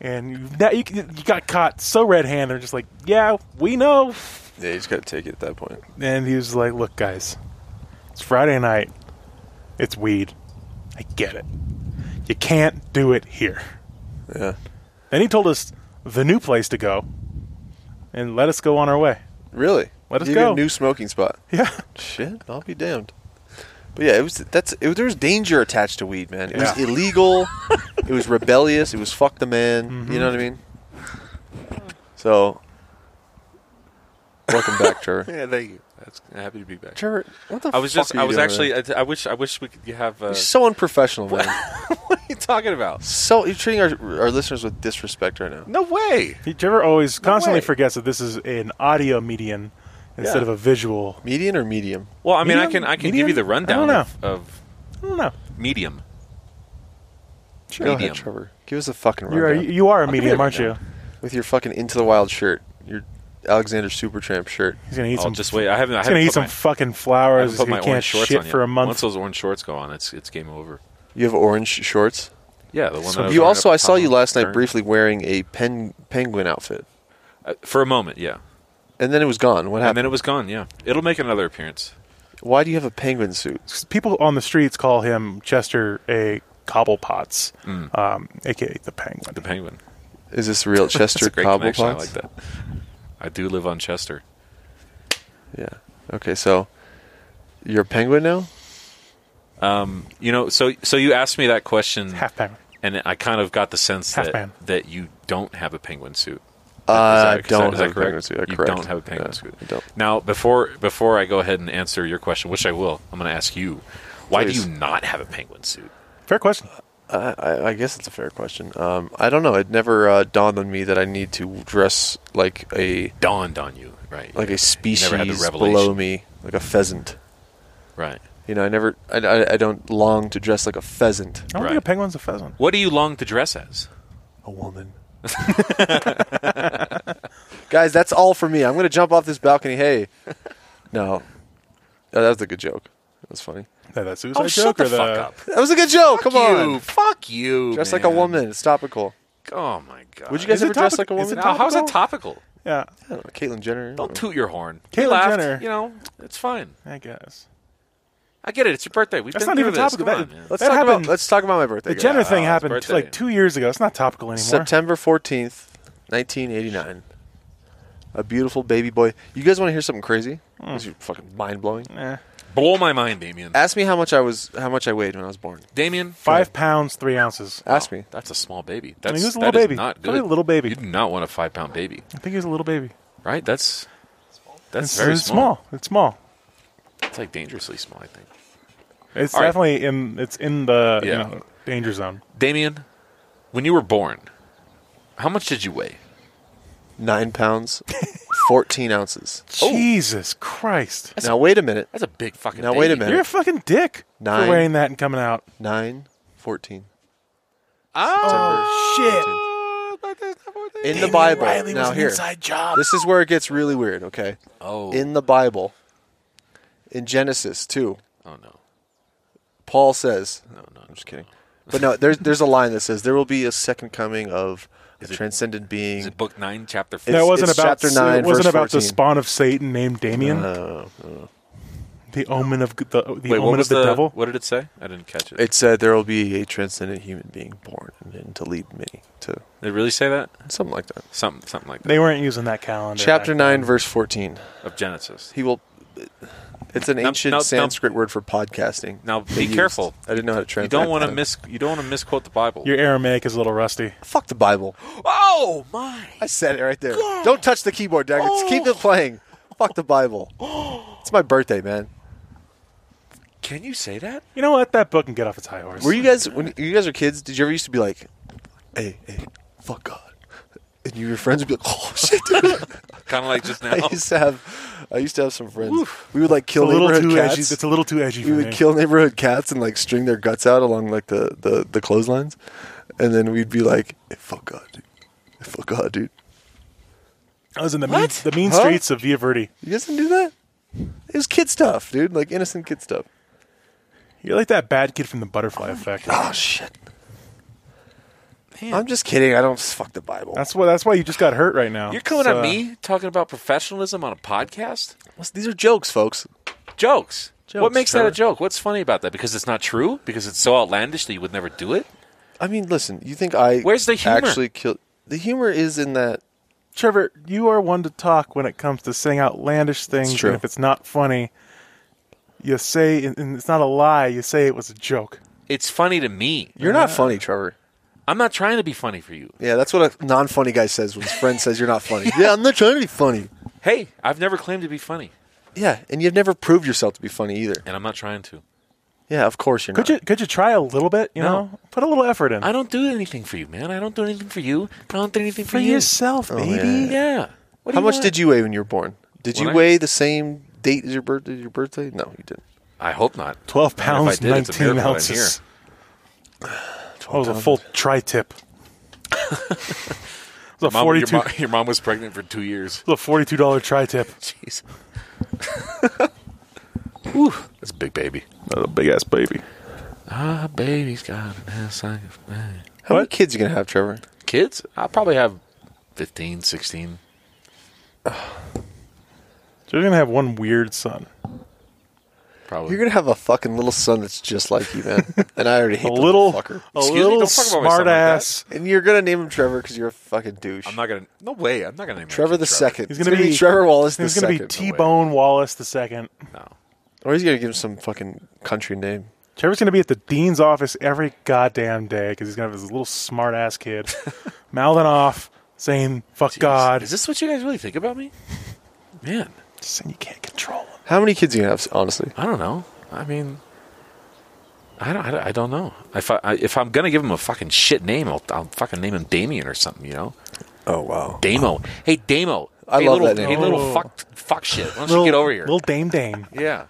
[SPEAKER 3] And you, now you, you got caught so red handed, just like, yeah, we know.
[SPEAKER 2] Yeah, you just gotta take it at that point.
[SPEAKER 3] And he was like, look, guys, it's Friday night. It's weed. I get it. You can't do it here.
[SPEAKER 2] Yeah,
[SPEAKER 3] Then he told us the new place to go. and let us go on our
[SPEAKER 1] <laughs>
[SPEAKER 3] way.
[SPEAKER 2] Really?
[SPEAKER 3] Let us
[SPEAKER 2] You get
[SPEAKER 3] go.
[SPEAKER 2] A new smoking spot.
[SPEAKER 3] Yeah.
[SPEAKER 2] Shit, I'll be damned. But yeah, it was that's it, there was danger attached to weed, man. It was
[SPEAKER 3] Yeah.
[SPEAKER 2] illegal. it was rebellious. It was fuck the man. You know what I mean? So, welcome
[SPEAKER 1] <laughs>
[SPEAKER 2] back, Trevor.
[SPEAKER 1] Yeah, thank you. That's happy to be back.
[SPEAKER 2] Trevor, what the?
[SPEAKER 1] I was
[SPEAKER 2] fuck
[SPEAKER 1] just.
[SPEAKER 2] are
[SPEAKER 1] I
[SPEAKER 2] you
[SPEAKER 1] was
[SPEAKER 2] doing,
[SPEAKER 1] actually.
[SPEAKER 2] man?
[SPEAKER 1] I, I wish. I wish we could
[SPEAKER 2] <laughs>
[SPEAKER 1] have. Uh,
[SPEAKER 2] You're so unprofessional, man.
[SPEAKER 1] what are you talking about?
[SPEAKER 2] so you're treating our our listeners with disrespect right now.
[SPEAKER 1] No way.
[SPEAKER 3] He- Trevor always constantly
[SPEAKER 1] way.
[SPEAKER 3] forgets that this is an audio medium instead
[SPEAKER 1] Yeah.
[SPEAKER 3] of a visual.
[SPEAKER 2] Median or medium?
[SPEAKER 1] Well, I mean, I
[SPEAKER 3] Medium?
[SPEAKER 1] can. I can
[SPEAKER 3] Medium?
[SPEAKER 1] give you the
[SPEAKER 3] I don't
[SPEAKER 1] rundown
[SPEAKER 3] know.
[SPEAKER 1] of, of
[SPEAKER 3] I don't know.
[SPEAKER 1] medium.
[SPEAKER 2] Sure. Go
[SPEAKER 1] Medium.
[SPEAKER 2] ahead, Trevor. Give us a fucking
[SPEAKER 3] You are
[SPEAKER 2] rundown
[SPEAKER 3] you are a
[SPEAKER 1] give you
[SPEAKER 3] medium,
[SPEAKER 1] a
[SPEAKER 3] aren't you?
[SPEAKER 1] rundown.
[SPEAKER 2] with your fucking into the wild shirt, your Alexander Supertramp shirt.
[SPEAKER 3] He's gonna eat
[SPEAKER 1] I'll
[SPEAKER 3] some.
[SPEAKER 1] just wait. I haven't. I
[SPEAKER 3] he's gonna
[SPEAKER 1] haven't
[SPEAKER 3] eat
[SPEAKER 1] put
[SPEAKER 3] some
[SPEAKER 1] my,
[SPEAKER 3] fucking
[SPEAKER 1] I
[SPEAKER 3] flowers.
[SPEAKER 1] haven't put
[SPEAKER 3] He
[SPEAKER 1] my
[SPEAKER 3] can't
[SPEAKER 1] orange shorts
[SPEAKER 3] shit
[SPEAKER 1] on yet.
[SPEAKER 3] for a month.
[SPEAKER 1] Once those orange shorts go on, it's it's game over.
[SPEAKER 2] You have orange shorts.
[SPEAKER 1] Yeah, the one. that I was
[SPEAKER 2] You
[SPEAKER 1] wearing
[SPEAKER 2] also,
[SPEAKER 1] up
[SPEAKER 2] I saw
[SPEAKER 1] top
[SPEAKER 2] you
[SPEAKER 1] of
[SPEAKER 2] last
[SPEAKER 1] the
[SPEAKER 2] night
[SPEAKER 1] turn.
[SPEAKER 2] briefly wearing a pen, penguin outfit,
[SPEAKER 1] Uh, for a moment. Yeah,
[SPEAKER 2] and then it was gone. What
[SPEAKER 1] and
[SPEAKER 2] happened?
[SPEAKER 1] then it was gone. Yeah, it'll make another appearance.
[SPEAKER 2] Why do you have a penguin suit?
[SPEAKER 3] people on the streets call him Chester a Cobblepots, um, aka the Penguin.
[SPEAKER 1] Mm. The penguin.
[SPEAKER 2] Is this
[SPEAKER 1] <laughs>
[SPEAKER 2] real
[SPEAKER 1] That's
[SPEAKER 2] Chester
[SPEAKER 1] a great
[SPEAKER 2] Cobblepot?
[SPEAKER 1] connection. I like that. I do live on Chester.
[SPEAKER 2] Yeah. Okay, so you're a penguin now.
[SPEAKER 1] You know, so so you asked me that question,
[SPEAKER 3] Half Penguin.
[SPEAKER 1] and I kind of got the sense
[SPEAKER 3] Half
[SPEAKER 1] that
[SPEAKER 3] man.
[SPEAKER 1] that you don't have a penguin suit.
[SPEAKER 2] I
[SPEAKER 1] Is that- is that-
[SPEAKER 2] don't
[SPEAKER 1] is that
[SPEAKER 2] have a penguin suit. Yeah,
[SPEAKER 1] You
[SPEAKER 2] correct.
[SPEAKER 1] don't have a penguin
[SPEAKER 2] Yeah,
[SPEAKER 1] suit.
[SPEAKER 2] I don't.
[SPEAKER 1] Now, before before I go ahead and answer your question, which I will, I'm going to ask you, why
[SPEAKER 2] Please.
[SPEAKER 1] do you not have a penguin suit?
[SPEAKER 3] Fair question.
[SPEAKER 2] I, I, I guess it's a fair question. Um, I don't know. It never uh, dawned on me that I need to dress like a
[SPEAKER 1] Dawned on you, right?
[SPEAKER 2] like a species
[SPEAKER 1] never had the revelation.
[SPEAKER 2] below me, like a pheasant.
[SPEAKER 1] right.
[SPEAKER 2] You know, I never. I, I, I don't long to dress like a
[SPEAKER 3] I
[SPEAKER 2] pheasant.
[SPEAKER 3] don't
[SPEAKER 1] Right.
[SPEAKER 3] think a penguin's a pheasant.
[SPEAKER 1] What do you long to dress as?
[SPEAKER 2] a woman. <laughs> Guys, that's all for me. I'm going to jump off this balcony. Hey. No. Oh, that was a good joke. That was funny.
[SPEAKER 3] That, that suicide
[SPEAKER 1] Oh,
[SPEAKER 3] joke
[SPEAKER 1] shut the
[SPEAKER 3] or the
[SPEAKER 1] fuck up!
[SPEAKER 2] That was a good joke. Come
[SPEAKER 1] You,
[SPEAKER 2] on.
[SPEAKER 1] fuck you!
[SPEAKER 2] Dress like a
[SPEAKER 1] man.
[SPEAKER 2] woman. It's topical.
[SPEAKER 1] Oh my god!
[SPEAKER 2] Would you guys
[SPEAKER 3] Is it
[SPEAKER 2] ever dress like a
[SPEAKER 3] topic- is it
[SPEAKER 2] woman?
[SPEAKER 1] Now, how's that
[SPEAKER 3] topical?
[SPEAKER 1] topical?
[SPEAKER 3] Yeah,
[SPEAKER 2] I don't know. Caitlyn Jenner.
[SPEAKER 1] Don't toot your horn.
[SPEAKER 3] Caitlyn
[SPEAKER 1] we laughed,
[SPEAKER 3] Jenner.
[SPEAKER 1] You know, it's fine.
[SPEAKER 3] I guess.
[SPEAKER 1] I get it. It's your birthday. We've
[SPEAKER 3] That's
[SPEAKER 1] been
[SPEAKER 3] not even
[SPEAKER 1] through this.
[SPEAKER 3] topical.
[SPEAKER 1] Come
[SPEAKER 3] That-
[SPEAKER 1] on, man.
[SPEAKER 2] Let's
[SPEAKER 3] That
[SPEAKER 2] talk
[SPEAKER 3] happened-
[SPEAKER 2] about Let's talk about my birthday.
[SPEAKER 3] The
[SPEAKER 2] guys.
[SPEAKER 3] Jenner thing happened
[SPEAKER 1] birthday.
[SPEAKER 3] like two years ago. It's not topical anymore.
[SPEAKER 2] September 14th, 1989. A beautiful baby boy. You guys want to hear something crazy?
[SPEAKER 3] Hmm.
[SPEAKER 2] This is fucking mind-blowing.
[SPEAKER 3] Eh.
[SPEAKER 1] Blow my mind, Damien.
[SPEAKER 2] Ask me how much I was how much I weighed when I was born.
[SPEAKER 1] Damien, Oh,
[SPEAKER 3] Five pounds three ounces.
[SPEAKER 2] Ask me.
[SPEAKER 1] That's a small baby. That's
[SPEAKER 3] he was a
[SPEAKER 1] that
[SPEAKER 3] little
[SPEAKER 1] is
[SPEAKER 3] baby.
[SPEAKER 1] not good.
[SPEAKER 3] Probably a little baby.
[SPEAKER 1] You do not want a five pound baby,
[SPEAKER 3] I think he was a little baby.
[SPEAKER 1] right? That's that's
[SPEAKER 3] It's
[SPEAKER 1] very
[SPEAKER 3] it's small. It's small.
[SPEAKER 1] It's like dangerously small, I think.
[SPEAKER 3] It's
[SPEAKER 1] All right.
[SPEAKER 3] definitely in. It's in the you
[SPEAKER 1] Yeah.
[SPEAKER 3] know, danger zone.
[SPEAKER 1] Damien, when you were born, how much did you weigh?
[SPEAKER 2] nine pounds,
[SPEAKER 3] <laughs>
[SPEAKER 2] fourteen ounces.
[SPEAKER 3] Oh. Jesus Christ!
[SPEAKER 2] now wait a minute.
[SPEAKER 1] That's a big fucking.
[SPEAKER 2] Now, wait a
[SPEAKER 1] baby.
[SPEAKER 2] minute.
[SPEAKER 3] You're a fucking dick
[SPEAKER 2] Nine.
[SPEAKER 3] for wearing that and coming out.
[SPEAKER 2] Nine, fourteen.
[SPEAKER 3] Oh
[SPEAKER 2] September. In the Bible.
[SPEAKER 3] Riley was
[SPEAKER 2] now
[SPEAKER 3] an
[SPEAKER 2] here.
[SPEAKER 3] inside job.
[SPEAKER 2] This is where it gets really weird. Okay.
[SPEAKER 1] Oh,
[SPEAKER 2] In the Bible, in Genesis too,
[SPEAKER 1] oh no, Oh,
[SPEAKER 2] Paul says.
[SPEAKER 1] no, no. I'm
[SPEAKER 2] Just kidding. But no, there's there's a line that says there will be a second coming of a
[SPEAKER 1] it-
[SPEAKER 2] transcendent
[SPEAKER 1] Is
[SPEAKER 2] being.
[SPEAKER 1] it book nine, chapter four?
[SPEAKER 3] That
[SPEAKER 2] It's-
[SPEAKER 3] wasn't
[SPEAKER 2] it's
[SPEAKER 3] about
[SPEAKER 2] chapter nine,
[SPEAKER 3] it wasn't
[SPEAKER 2] verse
[SPEAKER 3] about the
[SPEAKER 2] 14.
[SPEAKER 3] spawn of Satan named Damien,
[SPEAKER 2] Uh,
[SPEAKER 3] the omen of g- the the
[SPEAKER 1] Wait, what
[SPEAKER 3] omen
[SPEAKER 1] was
[SPEAKER 3] of the, devil.
[SPEAKER 1] What did it say? I didn't catch it.
[SPEAKER 2] it said there will be a transcendent human being born and, and to lead many to
[SPEAKER 1] Did it really say that?
[SPEAKER 2] something like that.
[SPEAKER 1] Something, something like that
[SPEAKER 3] They weren't using that calendar.
[SPEAKER 2] Chapter
[SPEAKER 3] back
[SPEAKER 2] nine,
[SPEAKER 3] then.
[SPEAKER 2] verse fourteen.
[SPEAKER 1] of Genesis.
[SPEAKER 2] He will. It's an
[SPEAKER 1] Now-
[SPEAKER 2] ancient
[SPEAKER 1] now- now-
[SPEAKER 2] Sanskrit word for podcasting.
[SPEAKER 1] Now,
[SPEAKER 2] They
[SPEAKER 1] be
[SPEAKER 2] used-
[SPEAKER 1] careful.
[SPEAKER 2] I didn't know how to
[SPEAKER 1] You
[SPEAKER 2] translate.
[SPEAKER 1] don't want to
[SPEAKER 2] that.
[SPEAKER 1] mis. You don't want to misquote the Bible.
[SPEAKER 3] Your Aramaic is a little rusty.
[SPEAKER 2] Fuck the Bible.
[SPEAKER 1] oh my!
[SPEAKER 2] I said it right there. Don't touch the keyboard, Doug. It's Keep
[SPEAKER 1] Oh.
[SPEAKER 2] it playing. Fuck
[SPEAKER 1] <gasps>
[SPEAKER 2] the Bible. It's my birthday, man.
[SPEAKER 1] Can you say that?
[SPEAKER 3] You know what? That book can get off its high horse.
[SPEAKER 2] Were you guys when you guys were kids? Did you ever used to be like, "Hey, hey, fuck God," and you, your friends would be like, "Oh <laughs> shit."
[SPEAKER 3] <laughs>
[SPEAKER 2] Dude.
[SPEAKER 1] Kind of like
[SPEAKER 2] <laughs>
[SPEAKER 1] just now.
[SPEAKER 2] I used to have, I used to have some friends. We would like kill
[SPEAKER 3] it's a little
[SPEAKER 2] neighborhood
[SPEAKER 3] too
[SPEAKER 2] cats.
[SPEAKER 3] edgy. It's a little too edgy.
[SPEAKER 2] we
[SPEAKER 3] for
[SPEAKER 2] would
[SPEAKER 3] me.
[SPEAKER 2] kill neighborhood cats and like string their guts out along like the the, the clotheslines, and then we'd be like, hey, "Fuck God, dude! Hey, fuck God, dude!"
[SPEAKER 3] I was in the mean, the mean
[SPEAKER 2] Huh?
[SPEAKER 3] streets of Villa Verde.
[SPEAKER 2] You guys didn't do that. It was kid stuff, dude. Like innocent kid stuff.
[SPEAKER 3] You're like that bad kid from the Butterfly Effect.
[SPEAKER 2] Oh shit! I'm just kidding. I don't fuck the Bible.
[SPEAKER 3] That's why. That's why you just got hurt right now.
[SPEAKER 1] You're coming
[SPEAKER 3] So-
[SPEAKER 1] at me talking about professionalism on a podcast?
[SPEAKER 2] These are jokes, folks.
[SPEAKER 1] Jokes. what
[SPEAKER 2] Jokes,
[SPEAKER 1] makes that a
[SPEAKER 2] Trevor.
[SPEAKER 1] joke? What's funny about that? Because it's not true? Because it's so outlandish that you would never do it?
[SPEAKER 2] I mean, listen. You think I?
[SPEAKER 1] Where's the humor?
[SPEAKER 2] Actually, killed. The humor is in that
[SPEAKER 3] Trevor, you are one to talk when it comes to saying outlandish things.
[SPEAKER 2] true.
[SPEAKER 3] And if it's not funny, you say, and- and it's not a lie, you say it was a joke.
[SPEAKER 1] It's funny to me.
[SPEAKER 2] You're not funny, Trevor.
[SPEAKER 1] I'm not trying to be funny for you.
[SPEAKER 2] Yeah, that's what a non-funny guy says when his friend says you're not funny. yeah, I'm not trying to be funny.
[SPEAKER 1] Hey, I've never claimed to be funny,
[SPEAKER 2] Yeah, and you've never proved yourself to be funny either.
[SPEAKER 1] and I'm not trying to.
[SPEAKER 2] Yeah, of course you're
[SPEAKER 3] Could
[SPEAKER 2] not.
[SPEAKER 3] you could you try a little bit? You
[SPEAKER 1] No.
[SPEAKER 3] know, put a little effort in
[SPEAKER 1] I don't do anything for you, man. I don't do anything for you. I don't do anything for,
[SPEAKER 3] for
[SPEAKER 1] you.
[SPEAKER 3] yourself, baby.
[SPEAKER 1] Yeah. What do
[SPEAKER 2] How
[SPEAKER 1] you
[SPEAKER 2] much
[SPEAKER 1] want?
[SPEAKER 2] did you weigh when you were born? Did
[SPEAKER 1] When
[SPEAKER 2] you
[SPEAKER 1] I-
[SPEAKER 2] weigh the same date as your birthday? Your birthday? No, you didn't.
[SPEAKER 1] I hope not.
[SPEAKER 3] Twelve
[SPEAKER 1] And if
[SPEAKER 3] pounds,
[SPEAKER 1] I did, it's a
[SPEAKER 3] nineteen
[SPEAKER 1] miracle I'm
[SPEAKER 3] ounces.
[SPEAKER 1] here.
[SPEAKER 3] <sighs> That was a Oh, full <laughs> tri-tip. it was a
[SPEAKER 1] Mom,
[SPEAKER 3] forty-two.
[SPEAKER 1] Your, mom, your mom was pregnant for two years.
[SPEAKER 3] it was a forty-two dollar tri-tip.
[SPEAKER 1] Jeez. <laughs> Whew, that's a big baby.
[SPEAKER 3] That's a big ass baby.
[SPEAKER 1] Ah, baby's got an ass like a man.
[SPEAKER 2] How many
[SPEAKER 3] What?
[SPEAKER 2] kids you gonna have, Trevor?
[SPEAKER 1] Kids? I'll probably have 15, 16.
[SPEAKER 3] So you're gonna have one weird son,
[SPEAKER 1] Probably.
[SPEAKER 2] You're gonna have a fucking little son that's just like you, <laughs> man. and I already hate
[SPEAKER 3] a
[SPEAKER 2] the
[SPEAKER 3] little, a
[SPEAKER 2] fucker.
[SPEAKER 1] Excuse me?
[SPEAKER 3] little
[SPEAKER 1] Don't talk about my son like
[SPEAKER 3] smart ass.
[SPEAKER 2] <laughs> And you're gonna name him Trevor because you're a fucking douche.
[SPEAKER 1] I'm not going to. No way. I'm not going to name my
[SPEAKER 2] Trevor
[SPEAKER 1] kid
[SPEAKER 2] the second.
[SPEAKER 3] He's
[SPEAKER 2] It's
[SPEAKER 3] gonna be-
[SPEAKER 2] Trevor Wallace the
[SPEAKER 3] He's gonna be
[SPEAKER 2] second.
[SPEAKER 3] T-Bone Wallace the second.
[SPEAKER 1] No.
[SPEAKER 2] or he's gonna give him some fucking country name.
[SPEAKER 3] Trevor's gonna be at the dean's office every goddamn day because he's gonna have this little smart ass kid
[SPEAKER 1] <laughs>
[SPEAKER 3] mouthing off, saying "fuck God,"
[SPEAKER 1] Is this what you guys really think about me? Man,
[SPEAKER 3] Just saying you can't control him.
[SPEAKER 2] How many kids you gonna have? Honestly,
[SPEAKER 1] I don't know. I mean, I don't. I, don't- I don't know. If I, I if I'm gonna give him a fucking shit name, I'll, I'll fucking name him Damien or something. You know,
[SPEAKER 2] Oh wow.
[SPEAKER 1] Damo. Hey, Damo.
[SPEAKER 2] I
[SPEAKER 1] hey,
[SPEAKER 2] love
[SPEAKER 1] little,
[SPEAKER 2] that name.
[SPEAKER 1] Hey,
[SPEAKER 3] Oh.
[SPEAKER 1] little fuck, fuck shit. Why don't you get over here?
[SPEAKER 3] little Dame Dame.
[SPEAKER 1] yeah,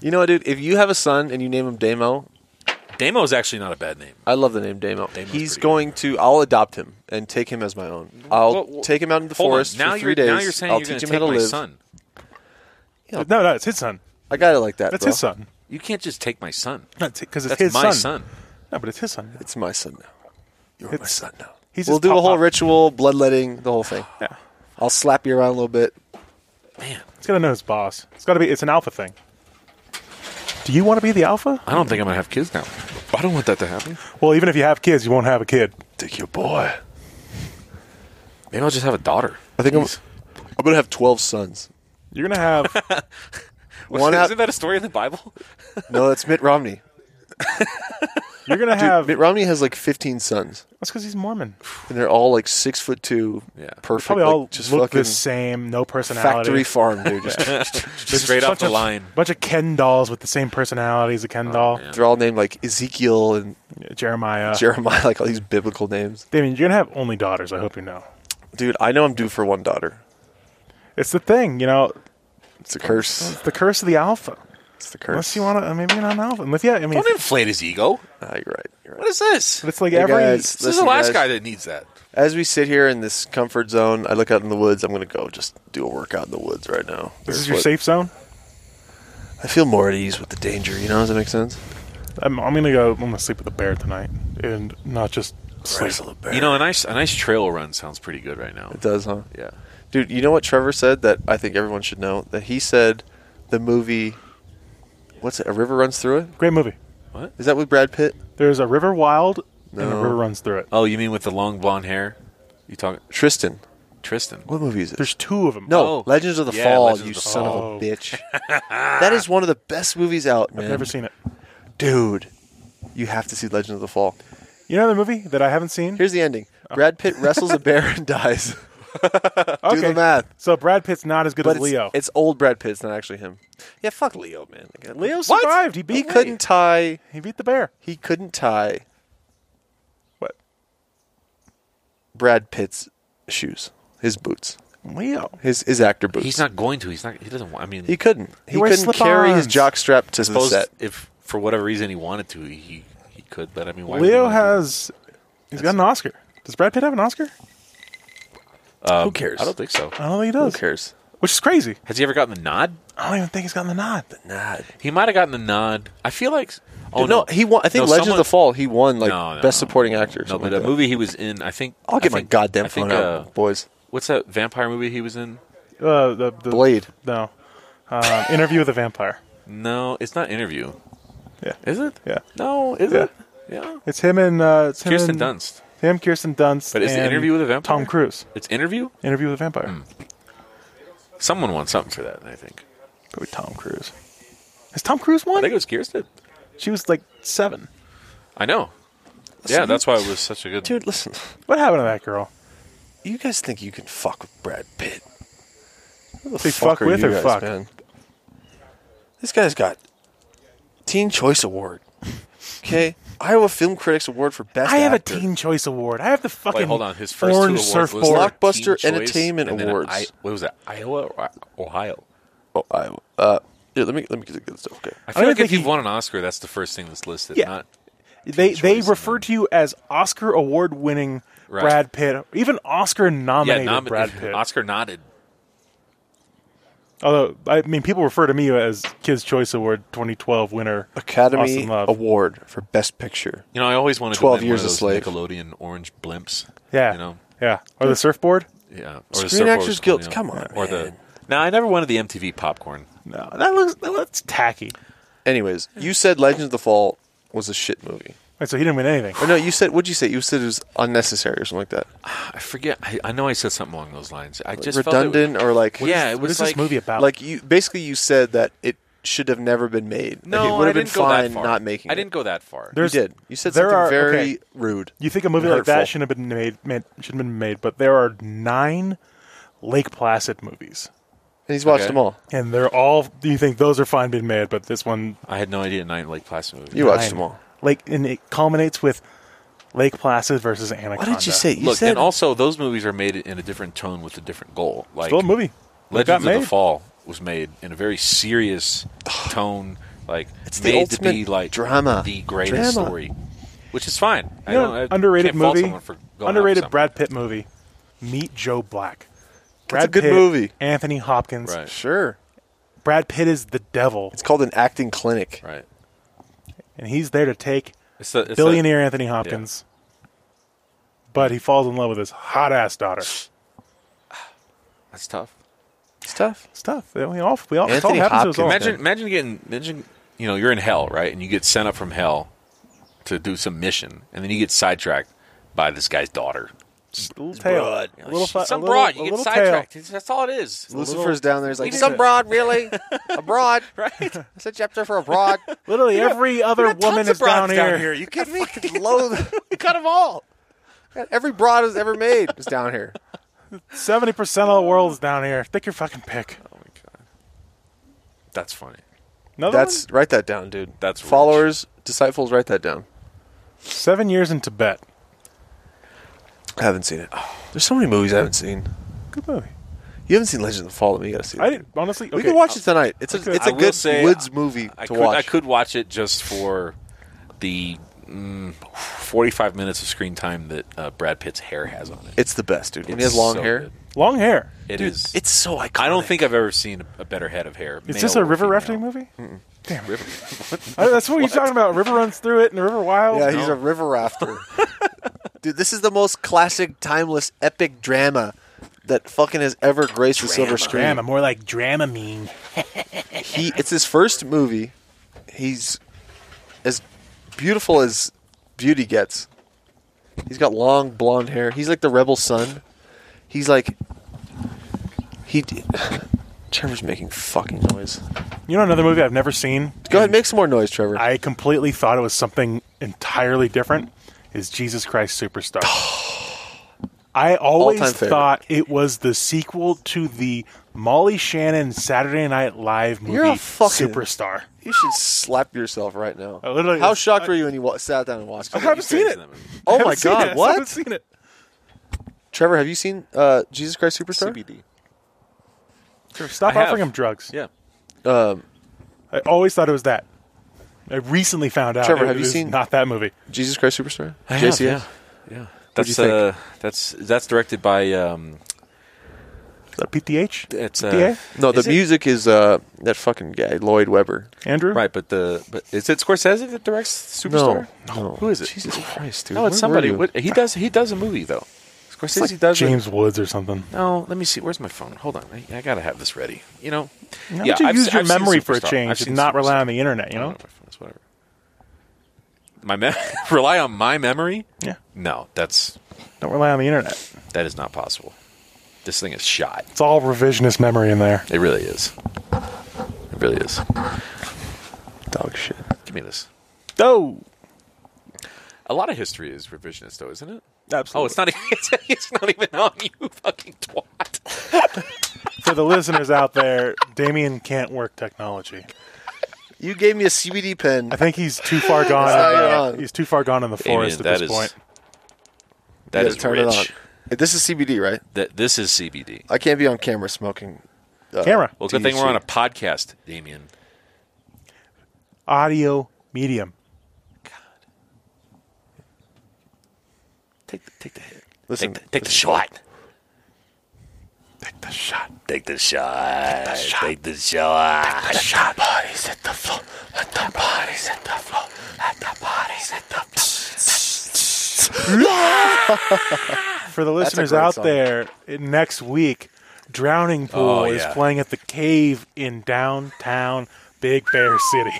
[SPEAKER 2] You know what, dude? If you have a son and you name him Damo,
[SPEAKER 1] Damo is actually not a bad name.
[SPEAKER 2] I love the name Damo.
[SPEAKER 1] Damo's
[SPEAKER 2] He's
[SPEAKER 1] pretty
[SPEAKER 2] going to. I'll adopt him and take him as my own. I'll
[SPEAKER 1] Well, well,
[SPEAKER 2] take him out in the
[SPEAKER 1] Hold on.
[SPEAKER 2] forest
[SPEAKER 1] Now
[SPEAKER 2] for
[SPEAKER 1] you're
[SPEAKER 2] three days.
[SPEAKER 1] now you're saying
[SPEAKER 2] I'll
[SPEAKER 1] you're
[SPEAKER 2] teach
[SPEAKER 1] gonna take
[SPEAKER 2] him how to
[SPEAKER 1] my
[SPEAKER 2] live.
[SPEAKER 1] son.
[SPEAKER 3] No, no, it's his son.
[SPEAKER 2] I got it like that.
[SPEAKER 3] That's
[SPEAKER 2] bro.
[SPEAKER 3] his son.
[SPEAKER 1] You can't just take my son.
[SPEAKER 3] Not because it's
[SPEAKER 1] That's
[SPEAKER 3] his
[SPEAKER 1] my
[SPEAKER 3] son.
[SPEAKER 1] son.
[SPEAKER 3] No, but it's his son.
[SPEAKER 2] It's my son now. You're my
[SPEAKER 3] It's-
[SPEAKER 2] son now.
[SPEAKER 3] he's
[SPEAKER 2] we'll
[SPEAKER 3] his
[SPEAKER 2] do a whole
[SPEAKER 3] papa.
[SPEAKER 2] ritual, bloodletting, the whole thing.
[SPEAKER 3] Yeah.
[SPEAKER 2] I'll slap you around a little bit.
[SPEAKER 1] Man,
[SPEAKER 3] It's gotta know his boss. It's gotta be. It's an alpha thing. Do you want to be the alpha?
[SPEAKER 1] I don't think I'm gonna have kids now. I don't want that to happen.
[SPEAKER 3] Well, even if you have kids, you won't have a kid.
[SPEAKER 2] Take your boy.
[SPEAKER 1] Maybe I'll just have a daughter.
[SPEAKER 2] I think I'm, I'm gonna have
[SPEAKER 1] <laughs>
[SPEAKER 2] twelve sons.
[SPEAKER 3] You're gonna have.
[SPEAKER 2] One out-
[SPEAKER 1] Isn't that a story in the Bible?
[SPEAKER 2] No, that's Mitt Romney.
[SPEAKER 3] You're gonna have.
[SPEAKER 2] Mitt Romney has like 15 sons,
[SPEAKER 3] That's because he's Mormon.
[SPEAKER 2] and they're all like six foot two,
[SPEAKER 1] Yeah.
[SPEAKER 2] perfect,
[SPEAKER 3] Probably
[SPEAKER 2] like,
[SPEAKER 3] all
[SPEAKER 2] just
[SPEAKER 3] look
[SPEAKER 2] fucking
[SPEAKER 3] the same. No personality.
[SPEAKER 2] factory farm, dude. Just- <laughs>
[SPEAKER 1] Just straight off
[SPEAKER 3] bunch
[SPEAKER 1] the
[SPEAKER 3] of-
[SPEAKER 1] line.
[SPEAKER 3] Bunch of Ken dolls with the same personality as a Ken doll.
[SPEAKER 1] yeah.
[SPEAKER 2] They're all named like
[SPEAKER 3] <laughs>
[SPEAKER 2] Ezekiel and
[SPEAKER 3] Jeremiah.
[SPEAKER 2] Jeremiah, like all these biblical names.
[SPEAKER 3] Damien, you're gonna have only daughters. I hope you know.
[SPEAKER 2] Dude, I know I'm due for one daughter.
[SPEAKER 3] It's the thing, you know.
[SPEAKER 2] It's a curse.
[SPEAKER 3] It's the curse of the alpha.
[SPEAKER 2] It's the
[SPEAKER 3] Unless
[SPEAKER 2] curse.
[SPEAKER 3] you want to, maybe you're not an alpha. Unless yeah, I mean,
[SPEAKER 1] Don't inflate his ego.
[SPEAKER 2] Ah, you're right. You're right.
[SPEAKER 1] What is this?
[SPEAKER 3] but it's like
[SPEAKER 2] Hey,
[SPEAKER 3] every.
[SPEAKER 2] guys.
[SPEAKER 1] This is the
[SPEAKER 2] Listen,
[SPEAKER 1] last
[SPEAKER 2] guys.
[SPEAKER 1] guy that needs that.
[SPEAKER 2] As we sit here in this comfort zone, I look out in the woods. I'm gonna go just do a workout in the woods right now.
[SPEAKER 3] This is
[SPEAKER 2] That's
[SPEAKER 3] your
[SPEAKER 2] what-
[SPEAKER 3] safe zone.
[SPEAKER 2] I feel more at ease with the danger. You know, does that make sense?
[SPEAKER 3] I'm, I'm gonna go. I'm gonna sleep with a bear tonight, and not just sleep.
[SPEAKER 2] Wrestle a bear.
[SPEAKER 1] You know, a nice a nice trail run sounds pretty good right now.
[SPEAKER 2] it does, huh?
[SPEAKER 1] Yeah.
[SPEAKER 2] Dude, you know what Trevor said that I think everyone should know? That he said the movie, what's it, A River Runs Through It?
[SPEAKER 3] Great movie.
[SPEAKER 2] Is that with Brad Pitt?
[SPEAKER 3] There's a river wild, and the
[SPEAKER 2] No.
[SPEAKER 3] river runs through it.
[SPEAKER 1] Oh, you mean with the long blonde hair? You talk
[SPEAKER 2] Tristan.
[SPEAKER 1] Tristan.
[SPEAKER 2] What movie is it?
[SPEAKER 3] There's two of them.
[SPEAKER 2] no,
[SPEAKER 1] Oh.
[SPEAKER 2] Legends of the
[SPEAKER 1] Yeah,
[SPEAKER 2] Fall,
[SPEAKER 1] Legends of
[SPEAKER 2] you
[SPEAKER 1] the
[SPEAKER 2] son
[SPEAKER 3] Fall.
[SPEAKER 2] of a bitch.
[SPEAKER 3] <laughs>
[SPEAKER 2] that is one of the best movies out, man.
[SPEAKER 3] I've never seen it.
[SPEAKER 2] Dude, you have to see Legends of
[SPEAKER 3] <laughs>
[SPEAKER 2] the Fall.
[SPEAKER 3] You know the movie that I haven't seen?
[SPEAKER 2] Here's the ending Brad
[SPEAKER 3] <laughs>
[SPEAKER 2] Pitt wrestles a bear and dies.
[SPEAKER 3] okay.
[SPEAKER 2] the math.
[SPEAKER 3] So Brad Pitt's not as good
[SPEAKER 2] But
[SPEAKER 3] as
[SPEAKER 2] it's,
[SPEAKER 3] Leo.
[SPEAKER 2] it's old Brad Pitt, it's not actually him. Yeah, fuck Leo, man. Like,
[SPEAKER 3] Leo survived. He beat
[SPEAKER 2] He
[SPEAKER 3] Wade.
[SPEAKER 2] couldn't tie.
[SPEAKER 3] He beat the bear.
[SPEAKER 2] He couldn't tie
[SPEAKER 3] What?
[SPEAKER 2] Brad Pitt's shoes, his boots,
[SPEAKER 3] Leo.
[SPEAKER 2] his his actor boots.
[SPEAKER 1] He's not going to. He's not. He doesn't. want- I mean,
[SPEAKER 2] He couldn't. He,
[SPEAKER 3] wears
[SPEAKER 2] couldn't carry his
[SPEAKER 3] slip-ons.
[SPEAKER 2] jock strap to the
[SPEAKER 1] suppose
[SPEAKER 2] set.
[SPEAKER 1] if for whatever reason he wanted to, he he could. But I mean, why would he
[SPEAKER 3] Leo
[SPEAKER 1] want to do
[SPEAKER 3] has. He's got an Oscar. Does Brad Pitt have an Oscar?
[SPEAKER 2] Who cares?
[SPEAKER 1] that? um, I don't think so.
[SPEAKER 3] I don't think he
[SPEAKER 2] Who
[SPEAKER 3] does.
[SPEAKER 2] cares?
[SPEAKER 3] Which is crazy.
[SPEAKER 1] Has he ever gotten the nod?
[SPEAKER 3] I don't even think he's gotten the nod.
[SPEAKER 2] Nah.
[SPEAKER 1] He might have gotten the nod. I feel like. Oh
[SPEAKER 2] Dude, no, he won. I think
[SPEAKER 1] No,
[SPEAKER 2] Legends
[SPEAKER 1] someone-
[SPEAKER 2] of the Fall. He won like
[SPEAKER 1] No, no,
[SPEAKER 2] best
[SPEAKER 1] no.
[SPEAKER 2] supporting actor. or
[SPEAKER 1] No,
[SPEAKER 2] something
[SPEAKER 1] but
[SPEAKER 2] like
[SPEAKER 1] the
[SPEAKER 2] that.
[SPEAKER 1] movie he was in, I think.
[SPEAKER 2] I'll
[SPEAKER 1] I
[SPEAKER 2] get my
[SPEAKER 1] think-
[SPEAKER 2] goddamn
[SPEAKER 1] I think,
[SPEAKER 2] phone out,
[SPEAKER 1] uh,
[SPEAKER 2] boys.
[SPEAKER 1] What's that vampire movie he was in?
[SPEAKER 3] Uh, the, the
[SPEAKER 2] Blade.
[SPEAKER 3] No. Uh, interview with a vampire.
[SPEAKER 1] No, it's not interview.
[SPEAKER 3] Yeah.
[SPEAKER 1] Is it?
[SPEAKER 3] Yeah.
[SPEAKER 1] No, is
[SPEAKER 3] Yeah.
[SPEAKER 1] it? Yeah.
[SPEAKER 3] It's him and uh, it's him
[SPEAKER 1] Kirsten
[SPEAKER 3] and
[SPEAKER 1] Dunst.
[SPEAKER 3] Him, Kirsten Dunst,
[SPEAKER 1] But is
[SPEAKER 3] and
[SPEAKER 1] the interview with a vampire? Hmm.
[SPEAKER 3] Tom Cruise.
[SPEAKER 1] It's interview.
[SPEAKER 3] Interview with a vampire.
[SPEAKER 1] Someone won something for that. I think.
[SPEAKER 3] Probably Tom Cruise. Has Tom Cruise
[SPEAKER 1] I
[SPEAKER 3] won?
[SPEAKER 1] think it was Kirsten.
[SPEAKER 3] She was like seven.
[SPEAKER 1] I know. Yeah, that's why it was such a good.
[SPEAKER 2] Dude, listen.
[SPEAKER 3] What happened to that girl?
[SPEAKER 2] You guys think you can fuck with Brad Pitt? Who the
[SPEAKER 3] Say fuck
[SPEAKER 2] are
[SPEAKER 3] with
[SPEAKER 2] you
[SPEAKER 3] or
[SPEAKER 2] guys,
[SPEAKER 3] fuck?
[SPEAKER 2] man? This guy's got Teen Choice Award. Okay, Iowa Film Critics Award for best.
[SPEAKER 3] I have a
[SPEAKER 2] actor.
[SPEAKER 3] Teen Choice Award. I have the fucking
[SPEAKER 1] Wait, hold on. His first
[SPEAKER 3] orange
[SPEAKER 1] two awards
[SPEAKER 3] surfboard.
[SPEAKER 1] was the
[SPEAKER 2] Blockbuster
[SPEAKER 1] Teen Choice
[SPEAKER 2] Entertainment
[SPEAKER 1] and then
[SPEAKER 2] Awards.
[SPEAKER 1] I, what was that? Iowa or Ohio?
[SPEAKER 2] Oh, Iowa. Uh, yeah, let me let me get the good stuff. Okay.
[SPEAKER 1] I feel
[SPEAKER 3] don't
[SPEAKER 1] like
[SPEAKER 3] think
[SPEAKER 1] if you've
[SPEAKER 3] he-
[SPEAKER 1] won an Oscar, that's the first thing that's listed.
[SPEAKER 3] Yeah.
[SPEAKER 1] Not,
[SPEAKER 3] They
[SPEAKER 1] Teen
[SPEAKER 3] they
[SPEAKER 1] Choice
[SPEAKER 3] refer to you as Oscar award winning
[SPEAKER 1] Right.
[SPEAKER 3] Brad Pitt, even Oscar
[SPEAKER 1] yeah,
[SPEAKER 3] nominated
[SPEAKER 1] nomin- <laughs>
[SPEAKER 3] Brad Pitt.
[SPEAKER 1] Oscar nodded.
[SPEAKER 3] Although I mean, people refer to me as Kids Choice Award 2012 winner
[SPEAKER 2] Academy
[SPEAKER 3] Austin Love.
[SPEAKER 2] Award for best picture.
[SPEAKER 1] You know, I always wanted
[SPEAKER 2] 12
[SPEAKER 1] to win one
[SPEAKER 2] years
[SPEAKER 1] of
[SPEAKER 2] a
[SPEAKER 1] those
[SPEAKER 2] slave.
[SPEAKER 1] Nickelodeon orange blimps.
[SPEAKER 3] Yeah,
[SPEAKER 1] You know?
[SPEAKER 3] yeah, or the surfboard.
[SPEAKER 1] Yeah. Or
[SPEAKER 2] Screen
[SPEAKER 1] Surf
[SPEAKER 2] Actors
[SPEAKER 1] Wars,
[SPEAKER 2] Guild,
[SPEAKER 1] you know,
[SPEAKER 2] come on,
[SPEAKER 1] Or the.
[SPEAKER 2] man.
[SPEAKER 1] No, I never wanted the MTV popcorn.
[SPEAKER 3] No, that looks that looks tacky.
[SPEAKER 2] Anyways, you said Legends of the Fall was a shit movie.
[SPEAKER 3] Right, so he didn't win anything.
[SPEAKER 2] Or no, you said what'd you say? You said it was unnecessary or something like that.
[SPEAKER 1] I forget. I, I know I said something along those lines. I just
[SPEAKER 2] Redundant
[SPEAKER 1] Felt
[SPEAKER 2] or like
[SPEAKER 1] it was, yeah, it
[SPEAKER 3] What
[SPEAKER 1] was
[SPEAKER 3] is
[SPEAKER 1] like
[SPEAKER 3] this movie about?
[SPEAKER 2] like you basically you said that it should have never been made.
[SPEAKER 1] No,
[SPEAKER 2] like it would
[SPEAKER 1] I
[SPEAKER 2] have been
[SPEAKER 1] didn't go that
[SPEAKER 2] fine
[SPEAKER 1] far.
[SPEAKER 2] not making
[SPEAKER 1] I didn't go that far.
[SPEAKER 2] it. You
[SPEAKER 3] There's-
[SPEAKER 2] did. You said
[SPEAKER 3] there
[SPEAKER 2] something
[SPEAKER 3] are-
[SPEAKER 2] very
[SPEAKER 3] okay.
[SPEAKER 2] rude.
[SPEAKER 3] You think a movie
[SPEAKER 2] and
[SPEAKER 3] like that
[SPEAKER 2] hurtful.
[SPEAKER 3] shouldn't have been made, made shouldn't have been made, but there are nine Lake Placid movies,
[SPEAKER 2] And he's watched
[SPEAKER 1] Okay.
[SPEAKER 2] them all.
[SPEAKER 3] and they're all. You think those are fine being made, but this one
[SPEAKER 1] I had no idea Nine Lake Placid movie.
[SPEAKER 2] You watched
[SPEAKER 3] nine.
[SPEAKER 2] them all.
[SPEAKER 3] Like, and it culminates with Lake Placid versus Anaconda.
[SPEAKER 2] What did you say? You
[SPEAKER 1] Look,
[SPEAKER 2] said
[SPEAKER 1] and also those movies are made in a different tone with a different goal. Like
[SPEAKER 3] Still a movie. It got
[SPEAKER 1] Legends of
[SPEAKER 3] made.
[SPEAKER 1] the Fall was made in a
[SPEAKER 3] <sighs>
[SPEAKER 1] very serious tone, like
[SPEAKER 2] It's the
[SPEAKER 1] made to be
[SPEAKER 2] ultimate
[SPEAKER 1] like
[SPEAKER 2] drama.
[SPEAKER 1] the greatest
[SPEAKER 2] Drama.
[SPEAKER 1] story, which is fine. I
[SPEAKER 3] You know,
[SPEAKER 1] don't, I
[SPEAKER 3] underrated
[SPEAKER 1] can't fault
[SPEAKER 3] movie.
[SPEAKER 1] someone for going out
[SPEAKER 3] Underrated
[SPEAKER 1] with
[SPEAKER 3] Brad Pitt movie. Meet Joe Black. Brad
[SPEAKER 2] a good
[SPEAKER 3] Pitt,
[SPEAKER 2] movie.
[SPEAKER 3] Anthony Hopkins.
[SPEAKER 1] something.
[SPEAKER 2] sure.
[SPEAKER 3] Brad Pitt is the devil,
[SPEAKER 2] It's called an acting clinic.
[SPEAKER 1] Right, right.
[SPEAKER 3] and he's there to take
[SPEAKER 1] It's the it's
[SPEAKER 3] billionaire Anthony Hopkins. But he falls in love with his hot ass daughter.
[SPEAKER 1] That, that's tough.
[SPEAKER 2] It's tough.
[SPEAKER 3] It's tough. We all we all it's all
[SPEAKER 2] Anthony
[SPEAKER 3] happens to us
[SPEAKER 2] Hopkins.
[SPEAKER 3] all.
[SPEAKER 1] Imagine, imagine getting, imagine you know you're in hell, right, and you get sent up from hell to do some mission, and then you get sidetracked by this guy's daughter.
[SPEAKER 3] little tail,
[SPEAKER 1] Broad.
[SPEAKER 3] A little, fu- a
[SPEAKER 1] some
[SPEAKER 3] little,
[SPEAKER 1] broad,
[SPEAKER 3] a
[SPEAKER 1] you get
[SPEAKER 3] little tail.
[SPEAKER 1] sidetracked. It's- That's all it is.
[SPEAKER 2] Lucifer's down there. He's like,
[SPEAKER 8] Some broad, really? Abroad?
[SPEAKER 2] <laughs>
[SPEAKER 8] right? It's a chapter for abroad.
[SPEAKER 3] Literally every other woman is down here.
[SPEAKER 2] You kidding me? Loathe. <laughs> you got them all. God, Every broad is ever made is down here.
[SPEAKER 3] Seventy percent of the world is down here. Take your fucking pick.
[SPEAKER 1] Oh my god, that's funny.
[SPEAKER 3] Another
[SPEAKER 2] That's write that down, dude.
[SPEAKER 1] That's rich.
[SPEAKER 2] followers, disciples. Write that down.
[SPEAKER 3] one? seven years in Tibet.
[SPEAKER 2] I haven't seen it. There's so many movies I haven't seen.
[SPEAKER 3] Good movie.
[SPEAKER 2] You haven't seen Legend of the Fall. Then you gotta see it.
[SPEAKER 3] I didn't honestly.
[SPEAKER 2] We
[SPEAKER 3] okay,
[SPEAKER 2] can watch it tonight. It's a
[SPEAKER 3] could-
[SPEAKER 2] it's a
[SPEAKER 1] I will
[SPEAKER 2] good
[SPEAKER 1] say,
[SPEAKER 2] woods movie
[SPEAKER 1] I
[SPEAKER 2] to
[SPEAKER 1] could,
[SPEAKER 2] watch.
[SPEAKER 1] I could watch it just for the mm, 45 minutes of screen time that uh, Brad Pitt's hair has on it.
[SPEAKER 2] It's the best, dude. When he
[SPEAKER 1] It's
[SPEAKER 2] has long
[SPEAKER 1] so
[SPEAKER 2] hair,
[SPEAKER 1] good.
[SPEAKER 3] uh, Long hair.
[SPEAKER 1] It
[SPEAKER 2] dude,
[SPEAKER 1] is-
[SPEAKER 2] it's so iconic.
[SPEAKER 1] I don't think I've ever seen a better head of hair.
[SPEAKER 3] Is
[SPEAKER 1] male
[SPEAKER 3] this a
[SPEAKER 1] or
[SPEAKER 3] river
[SPEAKER 1] female.
[SPEAKER 3] rafting movie? Damn. <laughs> River. that's what, you're talking about. River runs through it and River Wild.
[SPEAKER 2] Yeah, he's a river rafter. <laughs> dude, this is the most classic, timeless, epic drama that fucking has ever graced the silver screen.
[SPEAKER 3] Drama, more like Dramamine.
[SPEAKER 2] he it's his first movie. He's as beautiful as beauty gets. He's got long blonde hair. He's like the rebel son. He's like he. <sighs> Trevor's making fucking noise.
[SPEAKER 3] You know another movie I've never seen?
[SPEAKER 2] Go ahead, make some more noise, Trevor.
[SPEAKER 3] I completely thought it was something entirely different. Is Jesus Christ
[SPEAKER 2] <sighs>
[SPEAKER 3] Superstar? I always
[SPEAKER 2] All-time favorite.
[SPEAKER 3] thought it was the sequel to the Molly Shannon Saturday Night Live movie
[SPEAKER 2] You're a fucking-
[SPEAKER 3] Superstar.
[SPEAKER 2] you should slap yourself right now.
[SPEAKER 3] I literally-
[SPEAKER 2] How shocked were you when you wa- sat down and watched
[SPEAKER 3] I
[SPEAKER 2] it?
[SPEAKER 3] haven't seen
[SPEAKER 1] Crazy
[SPEAKER 3] it.
[SPEAKER 1] that movie.
[SPEAKER 2] <laughs> Oh
[SPEAKER 3] I
[SPEAKER 2] my
[SPEAKER 3] haven't seen
[SPEAKER 2] god!
[SPEAKER 3] it. <laughs> I haven't
[SPEAKER 2] What,
[SPEAKER 3] seen it.
[SPEAKER 2] Trevor? Have you seen uh, Jesus Christ Superstar?
[SPEAKER 1] CBD.
[SPEAKER 3] Stop
[SPEAKER 1] I have.
[SPEAKER 3] offering him drugs.
[SPEAKER 1] Yeah.
[SPEAKER 2] Um,
[SPEAKER 3] I always thought it was that. I recently found out.
[SPEAKER 2] Trevor,
[SPEAKER 3] it
[SPEAKER 2] have you
[SPEAKER 3] was
[SPEAKER 2] seen-
[SPEAKER 3] not that movie?
[SPEAKER 2] Jesus Christ Superstar.
[SPEAKER 1] I have,
[SPEAKER 2] JCS?
[SPEAKER 1] yeah. Yeah. That's,
[SPEAKER 2] you think?
[SPEAKER 1] uh, that's, that's directed by. Um,
[SPEAKER 3] Is that PTH?
[SPEAKER 1] it's,
[SPEAKER 3] PTA?
[SPEAKER 1] uh,
[SPEAKER 2] No, the
[SPEAKER 1] is it-
[SPEAKER 2] music is uh, that fucking guy, Lloyd Webber.
[SPEAKER 3] Andrew?
[SPEAKER 1] Right, but the but is it Scorsese that directs Superstar? Who is it?
[SPEAKER 2] Jesus Christ, dude.
[SPEAKER 1] No, it's
[SPEAKER 2] Where
[SPEAKER 1] somebody.
[SPEAKER 2] were you?
[SPEAKER 1] What, he does he does a movie though. Scorsese does a-
[SPEAKER 3] James Woods or something.
[SPEAKER 1] No, let me see. Where's my phone? Hold on. I, I gotta have this ready. You know,
[SPEAKER 3] Why don't you
[SPEAKER 1] I've
[SPEAKER 3] use
[SPEAKER 1] se-
[SPEAKER 3] your
[SPEAKER 1] I've seen
[SPEAKER 3] memory for a
[SPEAKER 1] Superstar. I've
[SPEAKER 3] change
[SPEAKER 1] seen
[SPEAKER 3] and not
[SPEAKER 1] Superstar.
[SPEAKER 3] rely on the internet, you
[SPEAKER 1] I don't
[SPEAKER 3] know?
[SPEAKER 1] know my phone is, whatever. My me- <laughs> rely on my memory?
[SPEAKER 3] Yeah.
[SPEAKER 1] No, that's
[SPEAKER 3] Don't rely on the internet.
[SPEAKER 1] that is not possible. This thing is shot.
[SPEAKER 3] It's all revisionist memory in there.
[SPEAKER 1] It really is. It really is.
[SPEAKER 2] Dog shit.
[SPEAKER 1] Give me this.
[SPEAKER 3] Oh,
[SPEAKER 1] A lot of history is revisionist, though, isn't it?
[SPEAKER 3] absolutely.
[SPEAKER 1] Oh, it's not. <laughs> It's, it's not even on you, fucking twat.
[SPEAKER 3] For the listeners out there, Damien can't work technology.
[SPEAKER 2] You gave me a CBD pen.
[SPEAKER 3] I think he's too
[SPEAKER 2] <laughs>
[SPEAKER 3] far gone. in
[SPEAKER 2] not
[SPEAKER 3] the-
[SPEAKER 2] even on.
[SPEAKER 3] he's too far gone in the forest
[SPEAKER 1] Damien,
[SPEAKER 3] at
[SPEAKER 1] that
[SPEAKER 3] this
[SPEAKER 1] is-
[SPEAKER 3] point.
[SPEAKER 1] That
[SPEAKER 2] You
[SPEAKER 1] is
[SPEAKER 2] gotta turn
[SPEAKER 1] rich.
[SPEAKER 2] it on. This is CBD, right?
[SPEAKER 1] That this is CBD.
[SPEAKER 2] I can't be on camera smoking. uh,
[SPEAKER 3] Camera,
[SPEAKER 1] Well, good thing we're on a podcast, Damien.
[SPEAKER 3] audio medium.
[SPEAKER 1] Take the, take the hit.
[SPEAKER 2] Listen,
[SPEAKER 1] Take the, take the shot.
[SPEAKER 3] Take the shot.
[SPEAKER 1] Take the shot. Take the shot. Take the shot. Bodies at the floor. Let the bodies at the floor. Let the bodies at the
[SPEAKER 3] For the
[SPEAKER 2] a
[SPEAKER 3] listeners
[SPEAKER 2] great
[SPEAKER 3] out
[SPEAKER 2] song.
[SPEAKER 3] there, i- next week, Drowning Pool
[SPEAKER 1] Oh,
[SPEAKER 3] is
[SPEAKER 1] yeah.
[SPEAKER 3] playing at the Cave in downtown Big Bear City.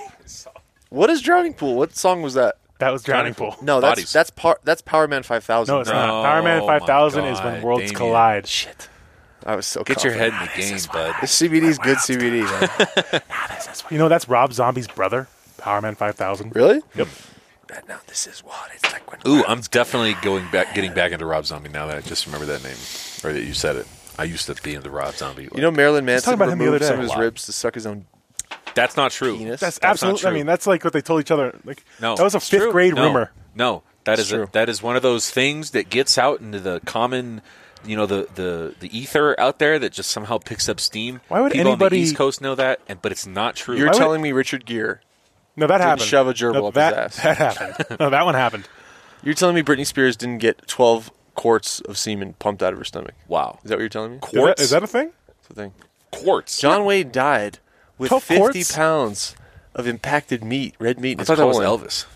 [SPEAKER 3] <laughs>
[SPEAKER 2] what is Drowning Pool? What song was that?
[SPEAKER 3] That was Drowning,
[SPEAKER 1] Drowning
[SPEAKER 3] Pool.
[SPEAKER 1] Pool.
[SPEAKER 2] No, that's
[SPEAKER 1] Bodies.
[SPEAKER 2] that's par- that's Power Man Five Thousand.
[SPEAKER 3] No, it's not. Power Man
[SPEAKER 1] Oh,
[SPEAKER 3] 5000 is
[SPEAKER 1] my
[SPEAKER 3] when
[SPEAKER 1] God,
[SPEAKER 3] worlds
[SPEAKER 1] Damien.
[SPEAKER 3] collide.
[SPEAKER 1] Shit.
[SPEAKER 2] I was so.
[SPEAKER 1] Get your head
[SPEAKER 2] confident.
[SPEAKER 1] in the game, bud.
[SPEAKER 2] This CBD is good CBD. <laughs> Man.
[SPEAKER 3] You know, that's Rob Zombie's brother, Power Man 5000.
[SPEAKER 2] really?
[SPEAKER 3] Yep.
[SPEAKER 2] Now this is what it's like when.
[SPEAKER 1] Ooh, I'm definitely going back, getting back into Rob Zombie now that I just remember that name or that you said it. I used to be into Rob Zombie.
[SPEAKER 2] You know Marilyn Manson
[SPEAKER 3] about him the other
[SPEAKER 2] removed some
[SPEAKER 3] day.
[SPEAKER 2] of his ribs to suck his own
[SPEAKER 1] that's not true.
[SPEAKER 2] penis.
[SPEAKER 3] That's,
[SPEAKER 1] That's not
[SPEAKER 3] absolutely. I
[SPEAKER 1] true.
[SPEAKER 3] mean, that's like what they told each other. Like,
[SPEAKER 1] No,
[SPEAKER 3] that was a
[SPEAKER 1] it's
[SPEAKER 3] fifth
[SPEAKER 1] true.
[SPEAKER 3] grade
[SPEAKER 1] No,
[SPEAKER 3] rumor.
[SPEAKER 1] No, that is a,
[SPEAKER 2] true.
[SPEAKER 1] that is one of those things that gets out into the common, you know, the the the ether out there that just somehow picks up steam.
[SPEAKER 3] Why would
[SPEAKER 1] People
[SPEAKER 3] anybody-
[SPEAKER 1] on the East Coast know that? And but it's not true.
[SPEAKER 2] You're
[SPEAKER 3] would-
[SPEAKER 2] telling me Richard Gere.
[SPEAKER 3] No, that happened.
[SPEAKER 2] shove a gerbil
[SPEAKER 3] no,
[SPEAKER 2] up
[SPEAKER 3] that,
[SPEAKER 2] his ass.
[SPEAKER 3] That happened.
[SPEAKER 1] <laughs>
[SPEAKER 3] no, that one happened.
[SPEAKER 2] You're telling me Britney Spears didn't get 12 quarts of semen pumped out of her stomach.
[SPEAKER 1] wow,
[SPEAKER 2] Is that what you're telling me?
[SPEAKER 3] Is that-
[SPEAKER 1] quartz.
[SPEAKER 3] is that a thing?
[SPEAKER 2] That's the thing.
[SPEAKER 1] quartz?
[SPEAKER 2] John Wayne died with
[SPEAKER 3] 12
[SPEAKER 2] 50
[SPEAKER 3] quarts?
[SPEAKER 2] pounds of impacted meat, red meat. In
[SPEAKER 1] I
[SPEAKER 2] his
[SPEAKER 1] thought that was
[SPEAKER 2] colon.
[SPEAKER 1] Elvis.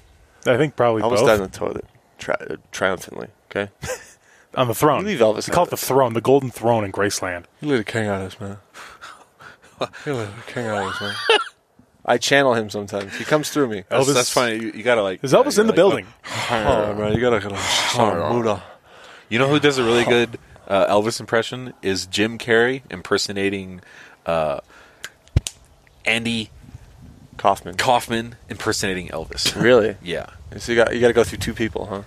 [SPEAKER 3] I think probably
[SPEAKER 2] Elvis
[SPEAKER 3] both.
[SPEAKER 2] died in the toilet tri- uh, triumphantly. <laughs> Okay,
[SPEAKER 3] on the throne.
[SPEAKER 2] You leave Elvis
[SPEAKER 3] They call
[SPEAKER 2] out
[SPEAKER 3] it
[SPEAKER 2] of
[SPEAKER 3] the
[SPEAKER 2] this.
[SPEAKER 3] throne, the golden throne in Graceland.
[SPEAKER 2] you let a king out of us, man.
[SPEAKER 1] <laughs>
[SPEAKER 2] You let a king out of us, man. I channel him sometimes. He comes through me.
[SPEAKER 1] That's,
[SPEAKER 3] Elvis-
[SPEAKER 1] that's funny. You, you gotta like.
[SPEAKER 3] Is Elvis
[SPEAKER 1] you
[SPEAKER 3] in the
[SPEAKER 1] gotta, like,
[SPEAKER 3] building?
[SPEAKER 2] Oh, man, you gotta get <sighs> a Buddha.
[SPEAKER 1] You know who does a
[SPEAKER 3] Oh.
[SPEAKER 1] really good uh, Elvis impression is Jim Carrey impersonating uh, Andy
[SPEAKER 2] Kaufman.
[SPEAKER 1] Kaufman impersonating Elvis.
[SPEAKER 2] Really?
[SPEAKER 1] Yeah,
[SPEAKER 2] So you got you got to go through two people, huh?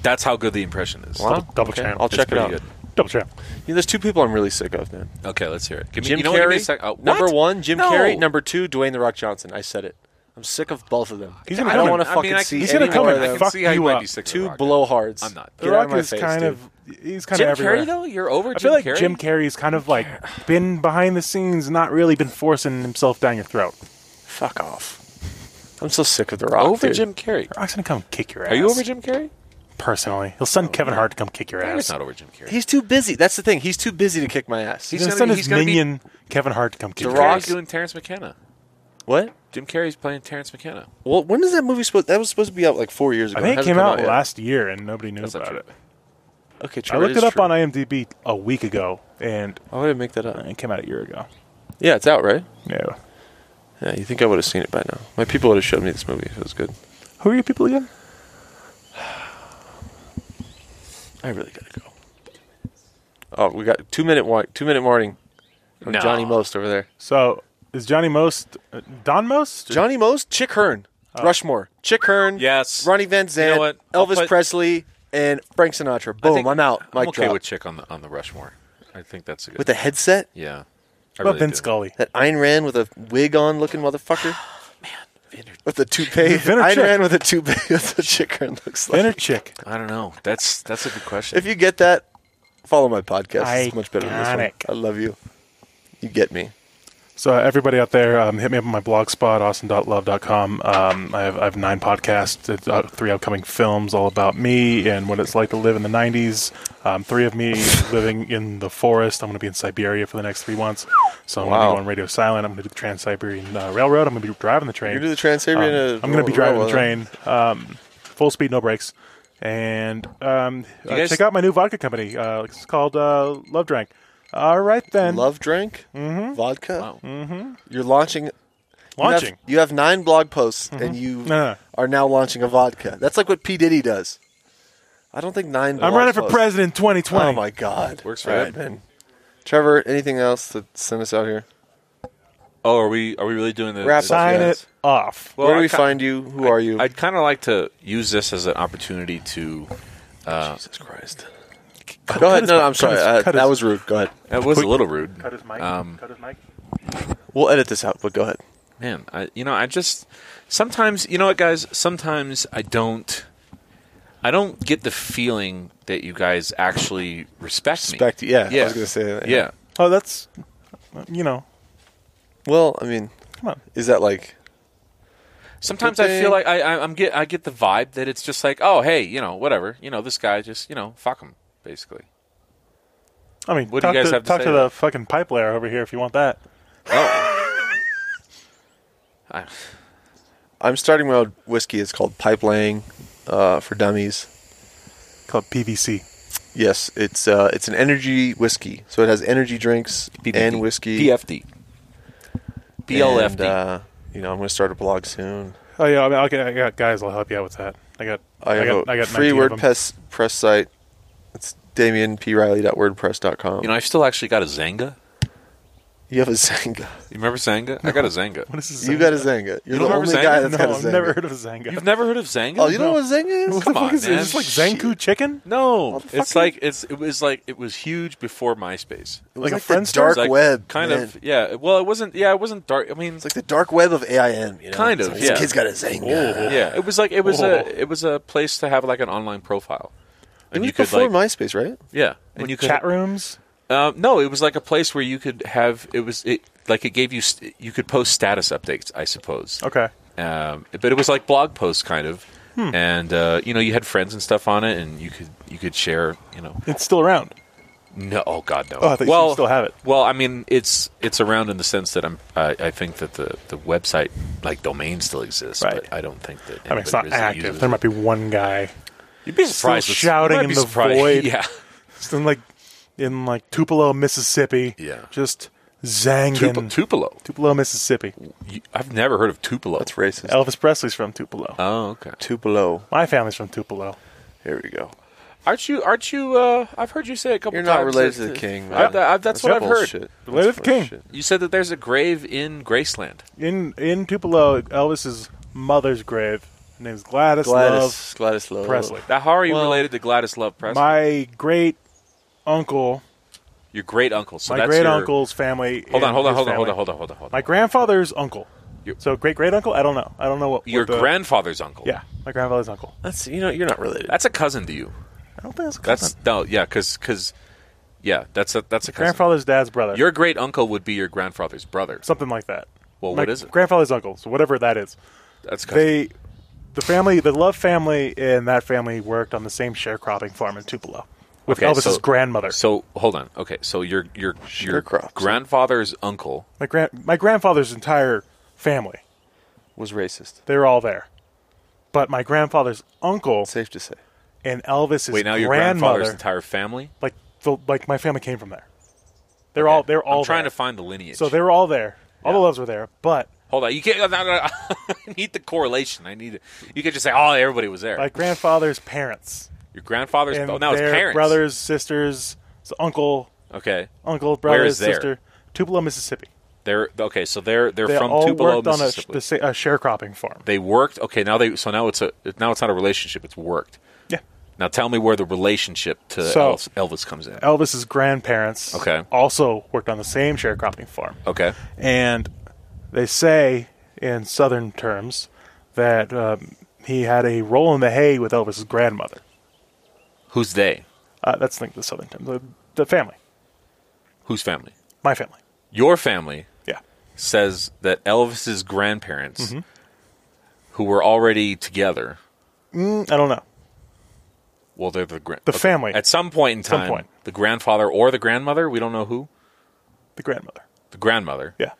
[SPEAKER 1] that's how good the impression is.
[SPEAKER 2] Wow.
[SPEAKER 3] Double- double channel.
[SPEAKER 2] I'll
[SPEAKER 1] It's
[SPEAKER 2] check it
[SPEAKER 1] pretty
[SPEAKER 2] out.
[SPEAKER 1] good.
[SPEAKER 3] Double champ.
[SPEAKER 2] You know, there's two people I'm really sick of, man.
[SPEAKER 1] Okay, let's hear it. Give me,
[SPEAKER 2] Jim
[SPEAKER 1] you know what, give me a
[SPEAKER 2] Carrey,
[SPEAKER 1] sec- oh, what?
[SPEAKER 2] uh, number one. Jim
[SPEAKER 1] No.
[SPEAKER 2] Carrey, number two. Dwayne the Rock Johnson. I said it. I'm sick of both of them.
[SPEAKER 3] He's gonna
[SPEAKER 2] I
[SPEAKER 3] come
[SPEAKER 2] don't
[SPEAKER 3] in.
[SPEAKER 2] want to
[SPEAKER 1] I mean,
[SPEAKER 2] fucking
[SPEAKER 1] I can-
[SPEAKER 2] see
[SPEAKER 3] He's
[SPEAKER 2] any
[SPEAKER 3] gonna come
[SPEAKER 2] more
[SPEAKER 3] in.
[SPEAKER 2] of
[SPEAKER 1] I
[SPEAKER 2] them.
[SPEAKER 1] can
[SPEAKER 3] fuck
[SPEAKER 1] see how you
[SPEAKER 3] you
[SPEAKER 1] might
[SPEAKER 3] up.
[SPEAKER 1] be sick of
[SPEAKER 2] Two
[SPEAKER 1] The Rock.
[SPEAKER 2] blowhards.
[SPEAKER 1] I'm not.
[SPEAKER 2] Get
[SPEAKER 3] The
[SPEAKER 2] out
[SPEAKER 3] Rock
[SPEAKER 2] of my
[SPEAKER 3] is
[SPEAKER 2] face,
[SPEAKER 3] kind
[SPEAKER 2] dude.
[SPEAKER 3] of. He's kind
[SPEAKER 1] Jim
[SPEAKER 3] of everywhere.
[SPEAKER 1] Carrey though, you're over.
[SPEAKER 3] I
[SPEAKER 1] Jim
[SPEAKER 3] feel like
[SPEAKER 1] Carrey?
[SPEAKER 3] Jim Carrey's kind of like been behind the scenes, not really been forcing himself down your throat.
[SPEAKER 2] Fuck off. I'm so sick of the Rock.
[SPEAKER 1] over
[SPEAKER 2] dude.
[SPEAKER 1] Jim Carrey.
[SPEAKER 3] Rock's gonna come kick your ass.
[SPEAKER 1] Are you over Jim Oh, Carrey?
[SPEAKER 3] Personally, he'll send Kevin Hart to come kick your
[SPEAKER 1] He's
[SPEAKER 3] ass.
[SPEAKER 1] not over Jim Carrey.
[SPEAKER 2] He's too busy. That's the thing. He's too busy to kick my ass.
[SPEAKER 3] He's, gonna,
[SPEAKER 1] gonna
[SPEAKER 3] send
[SPEAKER 1] be-
[SPEAKER 3] his
[SPEAKER 1] he's gonna be-
[SPEAKER 3] minion Kevin Hart to come kick
[SPEAKER 2] The
[SPEAKER 3] your
[SPEAKER 2] Rock-
[SPEAKER 1] Carrey's
[SPEAKER 3] ass.
[SPEAKER 1] doing Terrence Mckenna.
[SPEAKER 2] what?
[SPEAKER 1] Jim Carrey's playing Terrence Mckenna.
[SPEAKER 2] Well, when is that movie supposed? That was supposed to be out like four years ago.
[SPEAKER 3] I think it
[SPEAKER 2] hasn't
[SPEAKER 3] came
[SPEAKER 2] come
[SPEAKER 3] out
[SPEAKER 2] yet.
[SPEAKER 3] last year and nobody knew
[SPEAKER 1] That's not
[SPEAKER 3] about
[SPEAKER 1] true.
[SPEAKER 3] it.
[SPEAKER 2] Okay,
[SPEAKER 3] I
[SPEAKER 2] true,
[SPEAKER 3] looked
[SPEAKER 2] is
[SPEAKER 3] it up
[SPEAKER 2] true.
[SPEAKER 3] on IMDb a week ago and
[SPEAKER 2] Why would I make that up?
[SPEAKER 3] it came out a year ago.
[SPEAKER 2] Yeah, it's out, right?
[SPEAKER 3] Yeah.
[SPEAKER 2] Yeah, you think I would have seen it by now? My people would have showed me this movie if it was good.
[SPEAKER 3] Who are you people again?
[SPEAKER 2] I really gotta go. Oh, we got two minute wa- two minute warning. From
[SPEAKER 1] No.
[SPEAKER 2] Johnny Most over there.
[SPEAKER 3] So is Johnny Most uh, Don Most?
[SPEAKER 2] Johnny Most, Chick Hearn, Rushmore, Chick Hearn,
[SPEAKER 1] Oh. Yes.
[SPEAKER 2] Ronnie Van Zant,
[SPEAKER 1] what? I'll
[SPEAKER 2] Elvis
[SPEAKER 1] put-
[SPEAKER 2] Presley, and Frank Sinatra.
[SPEAKER 1] I
[SPEAKER 2] Boom,
[SPEAKER 1] think-
[SPEAKER 2] I'm out.
[SPEAKER 1] I'm
[SPEAKER 2] Mic
[SPEAKER 1] okay
[SPEAKER 2] drop.
[SPEAKER 1] with Chick on the on the Rushmore. I think that's a good.
[SPEAKER 2] with the headset,
[SPEAKER 1] yeah. I
[SPEAKER 3] What about
[SPEAKER 1] really
[SPEAKER 3] Vin
[SPEAKER 1] do.
[SPEAKER 3] Scully?
[SPEAKER 2] that Ayn Rand with a wig on looking
[SPEAKER 1] <sighs>
[SPEAKER 2] motherfucker. Man, with the toupee.
[SPEAKER 3] Vinner
[SPEAKER 2] Ayn
[SPEAKER 3] chick.
[SPEAKER 2] Rand with a toupee. <laughs> That's what Chick Hearn looks like.
[SPEAKER 3] Inner chick.
[SPEAKER 1] I don't know. That's that's a good question.
[SPEAKER 2] If you get that, follow my podcast. It's much better than this
[SPEAKER 3] Iconic.
[SPEAKER 2] one. I love you. You get me.
[SPEAKER 3] So uh, everybody out there, um, hit me up on my blog spot, austin.love.com. Um, I, have, I have nine podcasts, it's, uh, three upcoming films, all about me and what it's like to live in the 90s. Um, three of
[SPEAKER 2] <laughs>
[SPEAKER 3] me living in the forest. I'm going to be in Siberia for the next three months. So I'm going
[SPEAKER 2] Wow.
[SPEAKER 3] to go on Radio Silent. I'm going to do the Trans-Siberian uh, Railroad. I'm going to be driving the train.
[SPEAKER 2] You're gonna do the
[SPEAKER 3] Um,
[SPEAKER 2] Trans-Siberian, uh,
[SPEAKER 3] I'm going to be driving the
[SPEAKER 2] railroad.
[SPEAKER 3] train. Um, full speed, no brakes. And um, uh,
[SPEAKER 1] guys-
[SPEAKER 3] check out my new vodka company. Uh, it's called uh, Love Drank. All right, then.
[SPEAKER 2] Love drink, vodka.
[SPEAKER 1] Mm-hmm. Wow.
[SPEAKER 2] You're launching.
[SPEAKER 3] Launching. Mm-hmm.
[SPEAKER 2] You have, you have nine blog posts, and you
[SPEAKER 3] No, no.
[SPEAKER 2] are now launching a vodka. That's like what P Diddy does. I don't think nine.
[SPEAKER 3] I'm
[SPEAKER 2] blog
[SPEAKER 3] running for
[SPEAKER 2] posts-
[SPEAKER 3] president in 2020.
[SPEAKER 2] Oh my god,
[SPEAKER 1] Works for
[SPEAKER 2] All
[SPEAKER 1] that
[SPEAKER 2] man. Trevor, anything else to send us out here?
[SPEAKER 1] Oh, are we are we really doing the
[SPEAKER 2] Wrap up.
[SPEAKER 3] Sign
[SPEAKER 2] Yes.
[SPEAKER 3] it off.
[SPEAKER 1] Well,
[SPEAKER 2] Where do
[SPEAKER 1] I
[SPEAKER 2] we
[SPEAKER 1] ki-
[SPEAKER 2] find you? Who are you?
[SPEAKER 1] I'd kind of like to use this as an opportunity to.
[SPEAKER 2] Jesus Christ. Go ahead. No, no, I'm sorry. Uh, that was rude. Go ahead.
[SPEAKER 1] That was a little rude.
[SPEAKER 3] Cut his mic.
[SPEAKER 1] Um,
[SPEAKER 3] cut his mic.
[SPEAKER 2] We'll edit this out, but go ahead.
[SPEAKER 1] man i you know i just sometimes you know what guys sometimes i don't i don't get the feeling that you guys actually respect,
[SPEAKER 2] Respect. Yeah.
[SPEAKER 1] Yeah.
[SPEAKER 2] I was gonna say that.
[SPEAKER 1] me yeah
[SPEAKER 3] Oh, that's you know.
[SPEAKER 2] Well, I mean,
[SPEAKER 3] Come on.
[SPEAKER 2] is that like?
[SPEAKER 1] sometimes
[SPEAKER 2] Good
[SPEAKER 1] i
[SPEAKER 2] thing.
[SPEAKER 1] feel like I, I i'm get i get the vibe that it's just like oh hey you know whatever you know this guy just you know fuck him basically
[SPEAKER 3] I mean,
[SPEAKER 1] What do
[SPEAKER 3] talk
[SPEAKER 1] you guys
[SPEAKER 3] to,
[SPEAKER 1] have to
[SPEAKER 3] talk
[SPEAKER 1] say
[SPEAKER 3] to
[SPEAKER 1] about
[SPEAKER 3] the fucking pipe layer over here if you want that.
[SPEAKER 1] I,
[SPEAKER 2] I'm starting my own whiskey. It's called Pipe Laying uh, for Dummies.
[SPEAKER 3] Called PVC.
[SPEAKER 2] Yes, it's uh, it's an energy whiskey, so it has energy drinks and whiskey.
[SPEAKER 1] pfd blfd
[SPEAKER 2] And, uh, you know, I'm going to start a blog soon.
[SPEAKER 3] Oh yeah, I mean, I'll get, I got guys. I'll help you out with that. I got.
[SPEAKER 2] I have
[SPEAKER 3] got.
[SPEAKER 2] a
[SPEAKER 3] I got
[SPEAKER 2] free
[SPEAKER 3] 19 of 'em.
[SPEAKER 2] WordPress press site. It's DamienPRiley.wordpress.com.
[SPEAKER 1] you know i've still actually got a zanga
[SPEAKER 2] you have a Zanga.
[SPEAKER 3] <laughs>
[SPEAKER 1] you remember zanga i got a zanga
[SPEAKER 3] <laughs> What is this?
[SPEAKER 2] You got a Zanga. You're
[SPEAKER 1] You don't remember
[SPEAKER 2] the only
[SPEAKER 1] Zanga?
[SPEAKER 2] guy
[SPEAKER 3] No,
[SPEAKER 2] that's got a
[SPEAKER 3] I've
[SPEAKER 2] Zanga.
[SPEAKER 3] never heard of a Zanga.
[SPEAKER 1] you've never heard of zanga
[SPEAKER 2] oh, you don't know what Zanga is?
[SPEAKER 3] what the
[SPEAKER 1] come
[SPEAKER 3] fuck
[SPEAKER 1] on,
[SPEAKER 3] is
[SPEAKER 1] man.
[SPEAKER 3] this? Like Zanku chicken?
[SPEAKER 1] No,
[SPEAKER 2] the
[SPEAKER 1] it's
[SPEAKER 2] fuck
[SPEAKER 1] like it's it was like it was huge before MySpace.
[SPEAKER 2] It
[SPEAKER 3] Like
[SPEAKER 2] was
[SPEAKER 3] a
[SPEAKER 2] like,
[SPEAKER 3] Friendster?
[SPEAKER 2] the dark
[SPEAKER 1] Like,
[SPEAKER 2] web.
[SPEAKER 1] kind
[SPEAKER 2] man.
[SPEAKER 1] of, yeah. Well, it wasn't, yeah, it wasn't dark. I mean,
[SPEAKER 2] It's like the dark web of AIM. You know?
[SPEAKER 1] Kind
[SPEAKER 2] It's
[SPEAKER 1] of,
[SPEAKER 2] like,
[SPEAKER 1] yeah. Oh,
[SPEAKER 2] This kid's got a Zanga.
[SPEAKER 1] yeah, it was like it was
[SPEAKER 3] Oh.
[SPEAKER 1] a it was a place to have like an online profile,
[SPEAKER 2] It was before MySpace, right?
[SPEAKER 1] yeah, and
[SPEAKER 3] Like
[SPEAKER 1] you could
[SPEAKER 3] chat rooms?
[SPEAKER 1] Um, no, it was like a place where you could have it was it like it gave you st- you could post status updates, I suppose.
[SPEAKER 3] Okay.
[SPEAKER 1] Um, but it was like blog posts, kind of,
[SPEAKER 2] Hmm.
[SPEAKER 1] and uh, you know you had friends and stuff on it, and you could you could share, you know,
[SPEAKER 3] It's still around.
[SPEAKER 1] No, oh God, no.
[SPEAKER 3] Oh, I thought you
[SPEAKER 1] well,
[SPEAKER 3] said you still have it.
[SPEAKER 1] Well, I mean, it's it's around in the sense that I'm. I, I think that the, the website like domain still exists,
[SPEAKER 3] Right.
[SPEAKER 1] but I don't think that.
[SPEAKER 3] I mean, it's not
[SPEAKER 1] anybody really
[SPEAKER 3] active.
[SPEAKER 1] uses
[SPEAKER 3] There
[SPEAKER 1] it.
[SPEAKER 3] might be one guy
[SPEAKER 1] You'd be
[SPEAKER 3] still
[SPEAKER 1] it's-
[SPEAKER 3] shouting
[SPEAKER 1] you might
[SPEAKER 3] in
[SPEAKER 1] be
[SPEAKER 3] the
[SPEAKER 1] surprised.
[SPEAKER 3] void.
[SPEAKER 1] <laughs> Yeah,
[SPEAKER 3] just in like in like Tupelo, Mississippi.
[SPEAKER 1] Yeah.
[SPEAKER 3] Just zanging.
[SPEAKER 1] Tup- Tupelo.
[SPEAKER 3] Tupelo, Mississippi.
[SPEAKER 1] You- I've never heard of Tupelo.
[SPEAKER 2] That's racist.
[SPEAKER 3] Elvis Presley's from Tupelo.
[SPEAKER 1] Oh, okay.
[SPEAKER 2] Tupelo.
[SPEAKER 3] My family's from Tupelo.
[SPEAKER 2] Here we go.
[SPEAKER 1] Aren't you? Aren't you? Uh, I've heard you say a couple.
[SPEAKER 2] You're not
[SPEAKER 1] times
[SPEAKER 2] related
[SPEAKER 1] that-
[SPEAKER 2] to the king,
[SPEAKER 1] I-
[SPEAKER 2] man.
[SPEAKER 1] I- that's, what I've heard.
[SPEAKER 2] bullshit. That's
[SPEAKER 3] Related to the king.
[SPEAKER 2] bullshit.
[SPEAKER 1] You said that there's a grave in Graceland.
[SPEAKER 3] In in Tupelo, Elvis's mother's grave. Her name's Gladys,
[SPEAKER 2] Gladys. Gladys Love.
[SPEAKER 3] Love Presley.
[SPEAKER 1] Now, how are you
[SPEAKER 3] Well,
[SPEAKER 1] related to Gladys Love Presley?
[SPEAKER 3] My great uncle,
[SPEAKER 1] your great uncle. So
[SPEAKER 3] my
[SPEAKER 1] that's
[SPEAKER 3] great
[SPEAKER 1] your-
[SPEAKER 3] uncle's family.
[SPEAKER 1] Hold on,
[SPEAKER 3] and
[SPEAKER 1] hold on,
[SPEAKER 3] his
[SPEAKER 1] hold on, hold
[SPEAKER 3] family.
[SPEAKER 1] on, hold on, hold on, hold on.
[SPEAKER 3] My grandfather's uncle.
[SPEAKER 1] Your-
[SPEAKER 3] So great great uncle? I don't know. I don't know what. what
[SPEAKER 1] Your
[SPEAKER 3] the-
[SPEAKER 1] grandfather's uncle.
[SPEAKER 3] Yeah, my grandfather's uncle.
[SPEAKER 2] That's you know you're not related.
[SPEAKER 1] That's a cousin to you.
[SPEAKER 3] I don't think that's a cousin.
[SPEAKER 1] That's no, yeah, because yeah, that's a that's a cousin.
[SPEAKER 3] grandfather's dad's brother.
[SPEAKER 1] Your great uncle would be your grandfather's brother.
[SPEAKER 3] something like that.
[SPEAKER 1] Well,
[SPEAKER 3] My
[SPEAKER 1] what is it?
[SPEAKER 3] Grandfather's uncle. So whatever that is.
[SPEAKER 1] That's cousin.
[SPEAKER 3] They, the family, the Love family, and that family worked on the same sharecropping farm in Tupelo with
[SPEAKER 1] Okay,
[SPEAKER 3] Elvis's
[SPEAKER 1] so-
[SPEAKER 3] grandmother.
[SPEAKER 1] So hold on, okay. So your your your
[SPEAKER 2] Sharecrops.
[SPEAKER 1] grandfather's uncle.
[SPEAKER 3] my grand, my grandfather's entire family,
[SPEAKER 2] was racist.
[SPEAKER 3] they were all there. But my grandfather's uncle
[SPEAKER 2] Safe to say.
[SPEAKER 3] and Elvis's
[SPEAKER 1] Wait, now your grandfather's
[SPEAKER 3] grandmother,
[SPEAKER 1] entire family.
[SPEAKER 3] like the, like my family came from there. They're all they're all
[SPEAKER 1] I'm trying
[SPEAKER 3] there.
[SPEAKER 1] to find the lineage.
[SPEAKER 3] So they were all there. All the loves were there, but
[SPEAKER 1] hold on, you can't. <laughs> I need the correlation. I need. It. You could just say, oh, everybody was there.
[SPEAKER 3] my grandfather's parents
[SPEAKER 1] your grandfather's.
[SPEAKER 3] and
[SPEAKER 1] Oh, now it's
[SPEAKER 3] their
[SPEAKER 1] parents.
[SPEAKER 3] brothers, sisters, so uncle,
[SPEAKER 1] Okay.
[SPEAKER 3] uncle,
[SPEAKER 1] Where
[SPEAKER 3] brother,
[SPEAKER 1] is there?
[SPEAKER 3] sister, Tupelo, Mississippi.
[SPEAKER 1] They're okay. So they're they're
[SPEAKER 3] They
[SPEAKER 1] from
[SPEAKER 3] all
[SPEAKER 1] Tupelo,
[SPEAKER 3] worked on a, sh-
[SPEAKER 1] Mississippi.
[SPEAKER 3] the, sa- a sharecropping farm.
[SPEAKER 1] they worked. Okay, now they. So now it's a. Now it's not a relationship. It's worked.
[SPEAKER 3] Yeah.
[SPEAKER 1] Now tell me where the relationship to
[SPEAKER 3] So-
[SPEAKER 1] Elvis, Elvis comes in.
[SPEAKER 3] Elvis's grandparents
[SPEAKER 1] Okay.
[SPEAKER 3] also worked on the same sharecropping farm.
[SPEAKER 1] Okay.
[SPEAKER 3] And they say, in southern terms, that um, he had a roll in the hay with Elvis's grandmother.
[SPEAKER 1] Who's they?
[SPEAKER 3] Uh, that's like the southern term. The, the family.
[SPEAKER 1] Whose family?
[SPEAKER 3] My family.
[SPEAKER 1] Your family
[SPEAKER 3] Yeah.
[SPEAKER 1] says that Elvis's grandparents,
[SPEAKER 3] Mm-hmm.
[SPEAKER 1] who were already together,
[SPEAKER 3] Mm, I don't know.
[SPEAKER 1] well, they're the grand.
[SPEAKER 3] The family.
[SPEAKER 1] At some point in
[SPEAKER 3] Some
[SPEAKER 1] time,
[SPEAKER 3] point.
[SPEAKER 1] the grandfather or the grandmother, we don't know who,
[SPEAKER 3] The grandmother.
[SPEAKER 1] the grandmother
[SPEAKER 3] Yeah.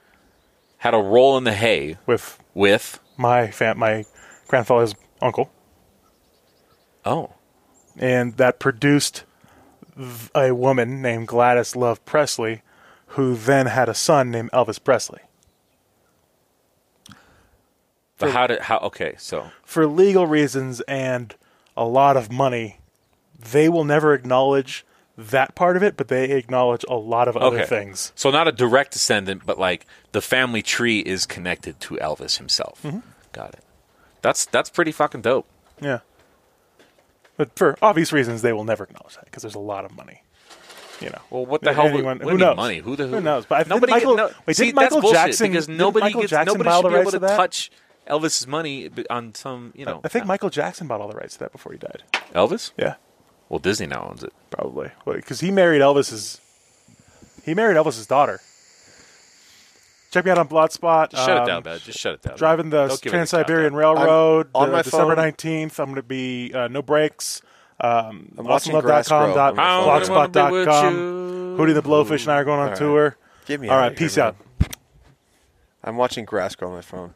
[SPEAKER 1] had a roll in the hay
[SPEAKER 3] With
[SPEAKER 1] with.
[SPEAKER 3] my fam- my grandfather's uncle.
[SPEAKER 1] Oh,
[SPEAKER 3] and that produced th- a woman named Gladys Love Presley, who then had a son named Elvis Presley.
[SPEAKER 1] But how did how? Okay, so
[SPEAKER 3] for legal reasons and a lot of money, they will never acknowledge that part of it, but they acknowledge a lot of other
[SPEAKER 1] okay.
[SPEAKER 3] things.
[SPEAKER 1] So not a direct descendant, but like the family tree is connected to Elvis himself.
[SPEAKER 3] Mm-hmm.
[SPEAKER 1] Got it. That's that's pretty fucking dope.
[SPEAKER 3] Yeah. But for obvious reasons, they will never acknowledge that because there's a lot of money. You know.
[SPEAKER 1] Well, what the hell?
[SPEAKER 3] Anyone-
[SPEAKER 1] would,
[SPEAKER 3] who
[SPEAKER 1] what do you mean
[SPEAKER 3] knows?
[SPEAKER 1] money? Who the who,
[SPEAKER 3] Who knows? But I think
[SPEAKER 1] nobody
[SPEAKER 3] Michael-
[SPEAKER 1] get-
[SPEAKER 3] wait, didn't
[SPEAKER 1] see, that's
[SPEAKER 3] Michael
[SPEAKER 1] bullshit,
[SPEAKER 3] Jackson-
[SPEAKER 1] because
[SPEAKER 3] didn't
[SPEAKER 1] nobody
[SPEAKER 3] Michael
[SPEAKER 1] gets
[SPEAKER 3] Jackson
[SPEAKER 1] nobody
[SPEAKER 3] buy
[SPEAKER 1] should
[SPEAKER 3] the
[SPEAKER 1] be able
[SPEAKER 3] rights
[SPEAKER 1] to
[SPEAKER 3] to that?
[SPEAKER 1] touch Elvis's money b- on some you know.
[SPEAKER 3] I think Michael Jackson bought all the rights to that before he died.
[SPEAKER 1] Elvis.
[SPEAKER 3] Yeah,
[SPEAKER 1] Well, Disney now owns it.
[SPEAKER 3] probably because he married Elvis's. He married Elvis's daughter. Check me out on Blogspot.
[SPEAKER 1] Just shut it
[SPEAKER 3] um,
[SPEAKER 1] down, man. Just shut it down.
[SPEAKER 3] Driving the
[SPEAKER 1] Don't give it a
[SPEAKER 3] Trans Siberian
[SPEAKER 1] countdown.
[SPEAKER 3] Railroad
[SPEAKER 2] I'm- on
[SPEAKER 3] uh,
[SPEAKER 2] my
[SPEAKER 3] December
[SPEAKER 2] phone.
[SPEAKER 3] nineteenth. I'm going to be uh, no breaks. Um,
[SPEAKER 2] I'm watching grass grow.
[SPEAKER 3] dot
[SPEAKER 1] I only wanna be with
[SPEAKER 3] blogspot.com.
[SPEAKER 1] you.
[SPEAKER 3] Hootie the Blowfish and I are going on tour.
[SPEAKER 2] Get me
[SPEAKER 3] All
[SPEAKER 2] outta
[SPEAKER 3] right,
[SPEAKER 2] here,
[SPEAKER 3] peace
[SPEAKER 2] man.
[SPEAKER 3] out.
[SPEAKER 2] I'm watching grass grow on my phone.